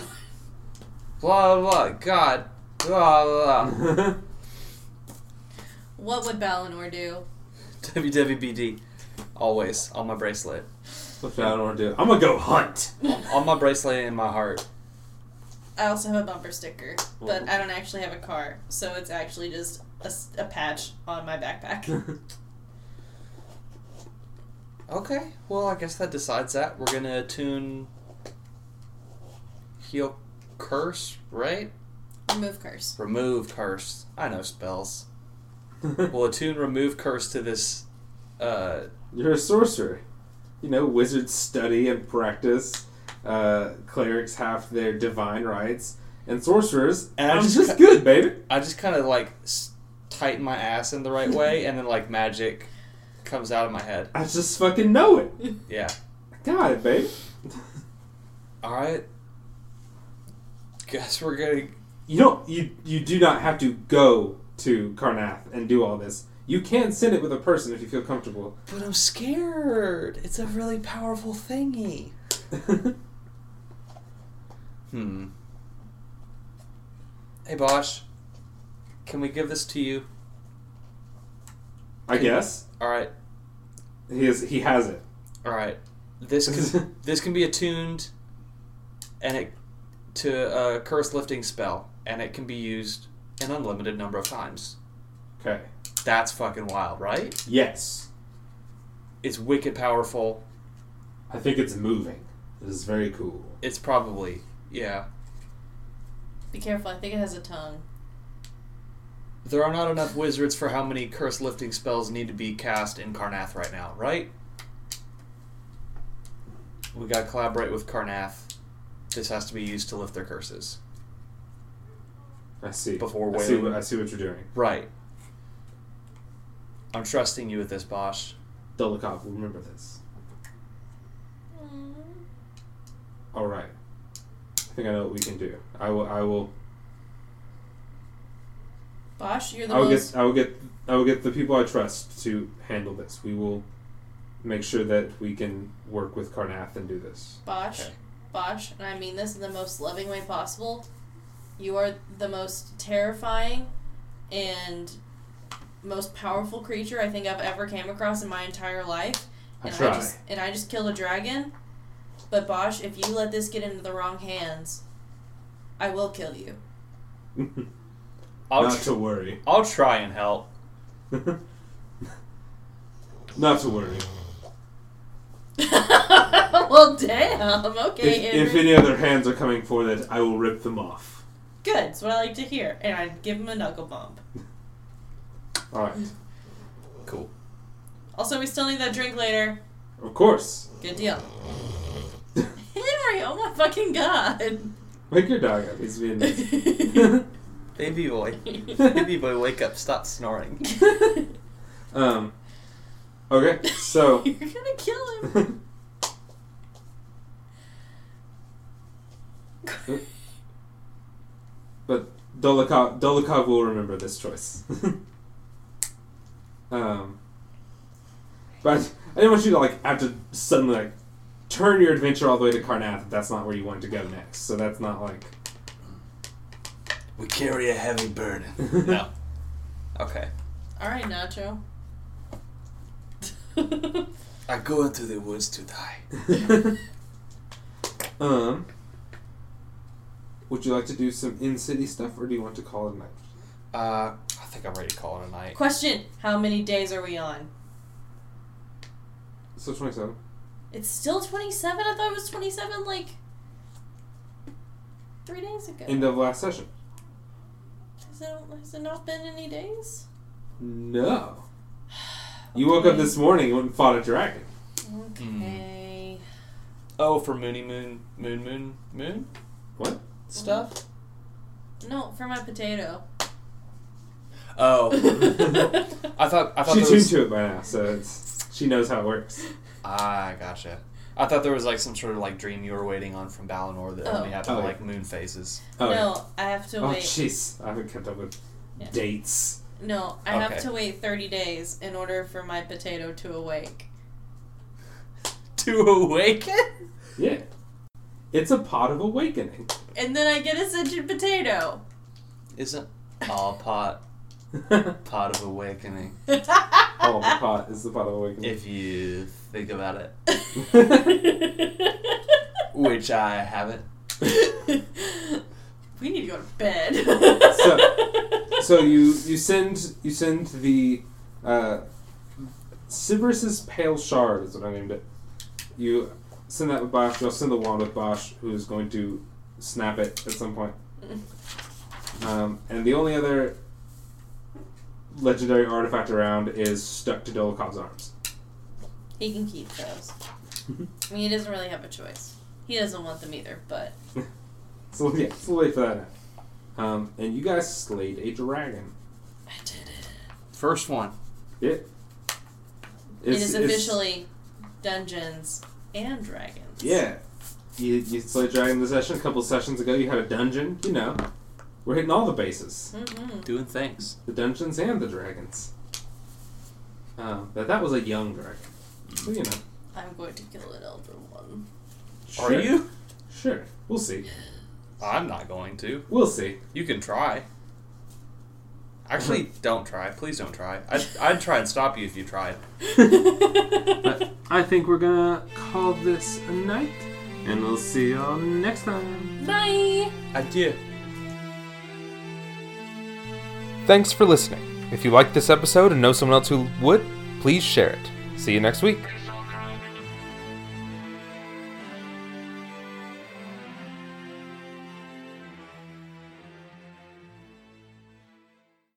blah blah. God, blah blah.
what would Balinor do?
WWBD, always on my bracelet,
That's what I don't want to do. I'm gonna go hunt.
on my bracelet and in my heart.
I also have a bumper sticker, but I don't actually have a car, so it's actually just a, s- a patch on my backpack.
Okay, well, I guess that decides that. We're gonna tune Heal Curse, right?
Remove curse.
Remove curse. I know spells. We'll attune remove curse to this. Uh,
You're a sorcerer. You know, wizards study and practice. Uh, clerics have their divine rights, and sorcerers.
And I
I'm
just
just
cut-
good, baby.
I just kind of like s- tighten my ass in the right way, and then like magic comes out of my head.
I just fucking know it.
Yeah.
I got it, baby.
All right. Guess we're gonna.
You don't. You you do not have to go to Carnath and do all this. You can send it with a person if you feel comfortable.
But I'm scared. It's a really powerful thingy. Hmm. Hey Bosch, can we give this to you?
I guess
All right.
he is. He has it.
All right. This can this can be attuned, and it to a curse lifting spell, and it can be used an unlimited number of times.
Okay.
That's fucking wild, right?
Yes.
It's wicked powerful.
I think it's moving. This is very cool.
It's probably yeah.
Be careful. I think it has a tongue.
There are not enough wizards for how many curse lifting spells need to be cast in Carnath right now, right? We gotta collaborate with Carnath. This has to be used to lift their curses.
I see.
Before
I see,
wailing.
what, I see what you're doing.
Right. I'm trusting you with this, Bosch.
Dolikov, remember this. All right. I think I know what we can do. I will. I will.
Bosh, you're the
I will
most.
get. I will get. I will get the people I trust to handle this. We will make sure that we can work with Carnath and do this.
Bosh,
Okay.
Bosh, and I mean this in the most loving way possible. You are the most terrifying and most powerful creature I think I've ever came across in my entire life.
I
And
try.
just and I just killed a dragon. But Bosh, if you let this get into the wrong hands, I will kill you.
I'll,
Not
tr-
to worry.
I'll try and help.
Not to worry.
well, damn. Okay,
If, if
Andrew.
any other hands are coming for it, I will rip them off.
good. That's what I like to hear. And I give him a knuckle bump.
All right.
Mm-hmm.
Cool.
Also, we still need that drink later.
Of course.
Good deal. Henry, oh my fucking god.
Wake your dog up. He's being.
Baby boy. boy, wake up. Stop snoring.
You're
um. Okay. So.
gonna kill him.
but Dolikov, Dolikov will remember this choice. um, but I didn't want you to like have to suddenly like turn your adventure all the way to Carnath if that's not where you wanted to go next. So that's not like
We carry a heavy burden.
no. Okay.
Alright, Nacho.
I go into the woods to die.
um. Would you like to do some in city stuff, or do you want to call it a night?
Uh, I think I'm ready to call it a night.
Question How many days are we on?
So twenty-seven.
It's still 27? I thought it was 27 like. three days ago.
End of last session.
has, it, has it not been any days?
No. You woke up
Okay.
this morning and went and fought a dragon. Hmm.
Okay.
Oh, for Moony Moon, Moon Moon Moon
What?
stuff.
No, for my potato.
Oh,
Oh.
I thought I thought
She
there
tuned
was.
to it by now, so it's, she knows how it works.
Ah, gotcha. I thought there was like some sort of like dream you were waiting on from Balinor that only
Oh.
happened
Oh,
like moon phases.
Oh, yeah.
No, I have to
oh,
wait.
jeez, I haven't kept up with
Yeah.
dates.
No, I
Okay.
have to wait 30 days in order for my potato to awake.
To awaken?
Yeah, it's a pot of awakening.
And then I get a sentient potato.
Isn't all pot
oh,
pot of awakening?
the pot is the pot of awakening.
If you think about it,
we
which I haven't.
need to go to bed.
so you you send you send the uh, Sybaris's pale shard is what I named it. You send that with Bosch. You'll send the wand with Bosch, who's going to snap it at some point. Um, and the only other legendary artifact around is stuck to Dolokov's arms.
He can keep those.
Mhm.
I mean, he doesn't really have a choice. He doesn't want them either, but
So yeah, so wait for that. now. Um, and you guys slayed a dragon.
I did it.
First one.
It,
It is
it's-
officially Dungeons and Dragons.
yeah. You, you slayed a dragon this session a couple sessions ago. You had a dungeon. You know, we're hitting all the bases.
Mm-hmm.
Doing things.
the dungeons and the dragons. Um, that that was a young dragon. So you know.
I'm going to kill an elder one.
Sure.
Are you?
Sure. We'll see.
I'm not going to.
We'll see.
You can try. Actually, don't try. Please don't try. I'd, I'd try and stop you if you tried.
But I think we're gonna call this a night, and we'll see y'all next time.
Bye.
Adieu.
Thanks for listening. If you liked this episode and know someone else who would, please share it. See you next week.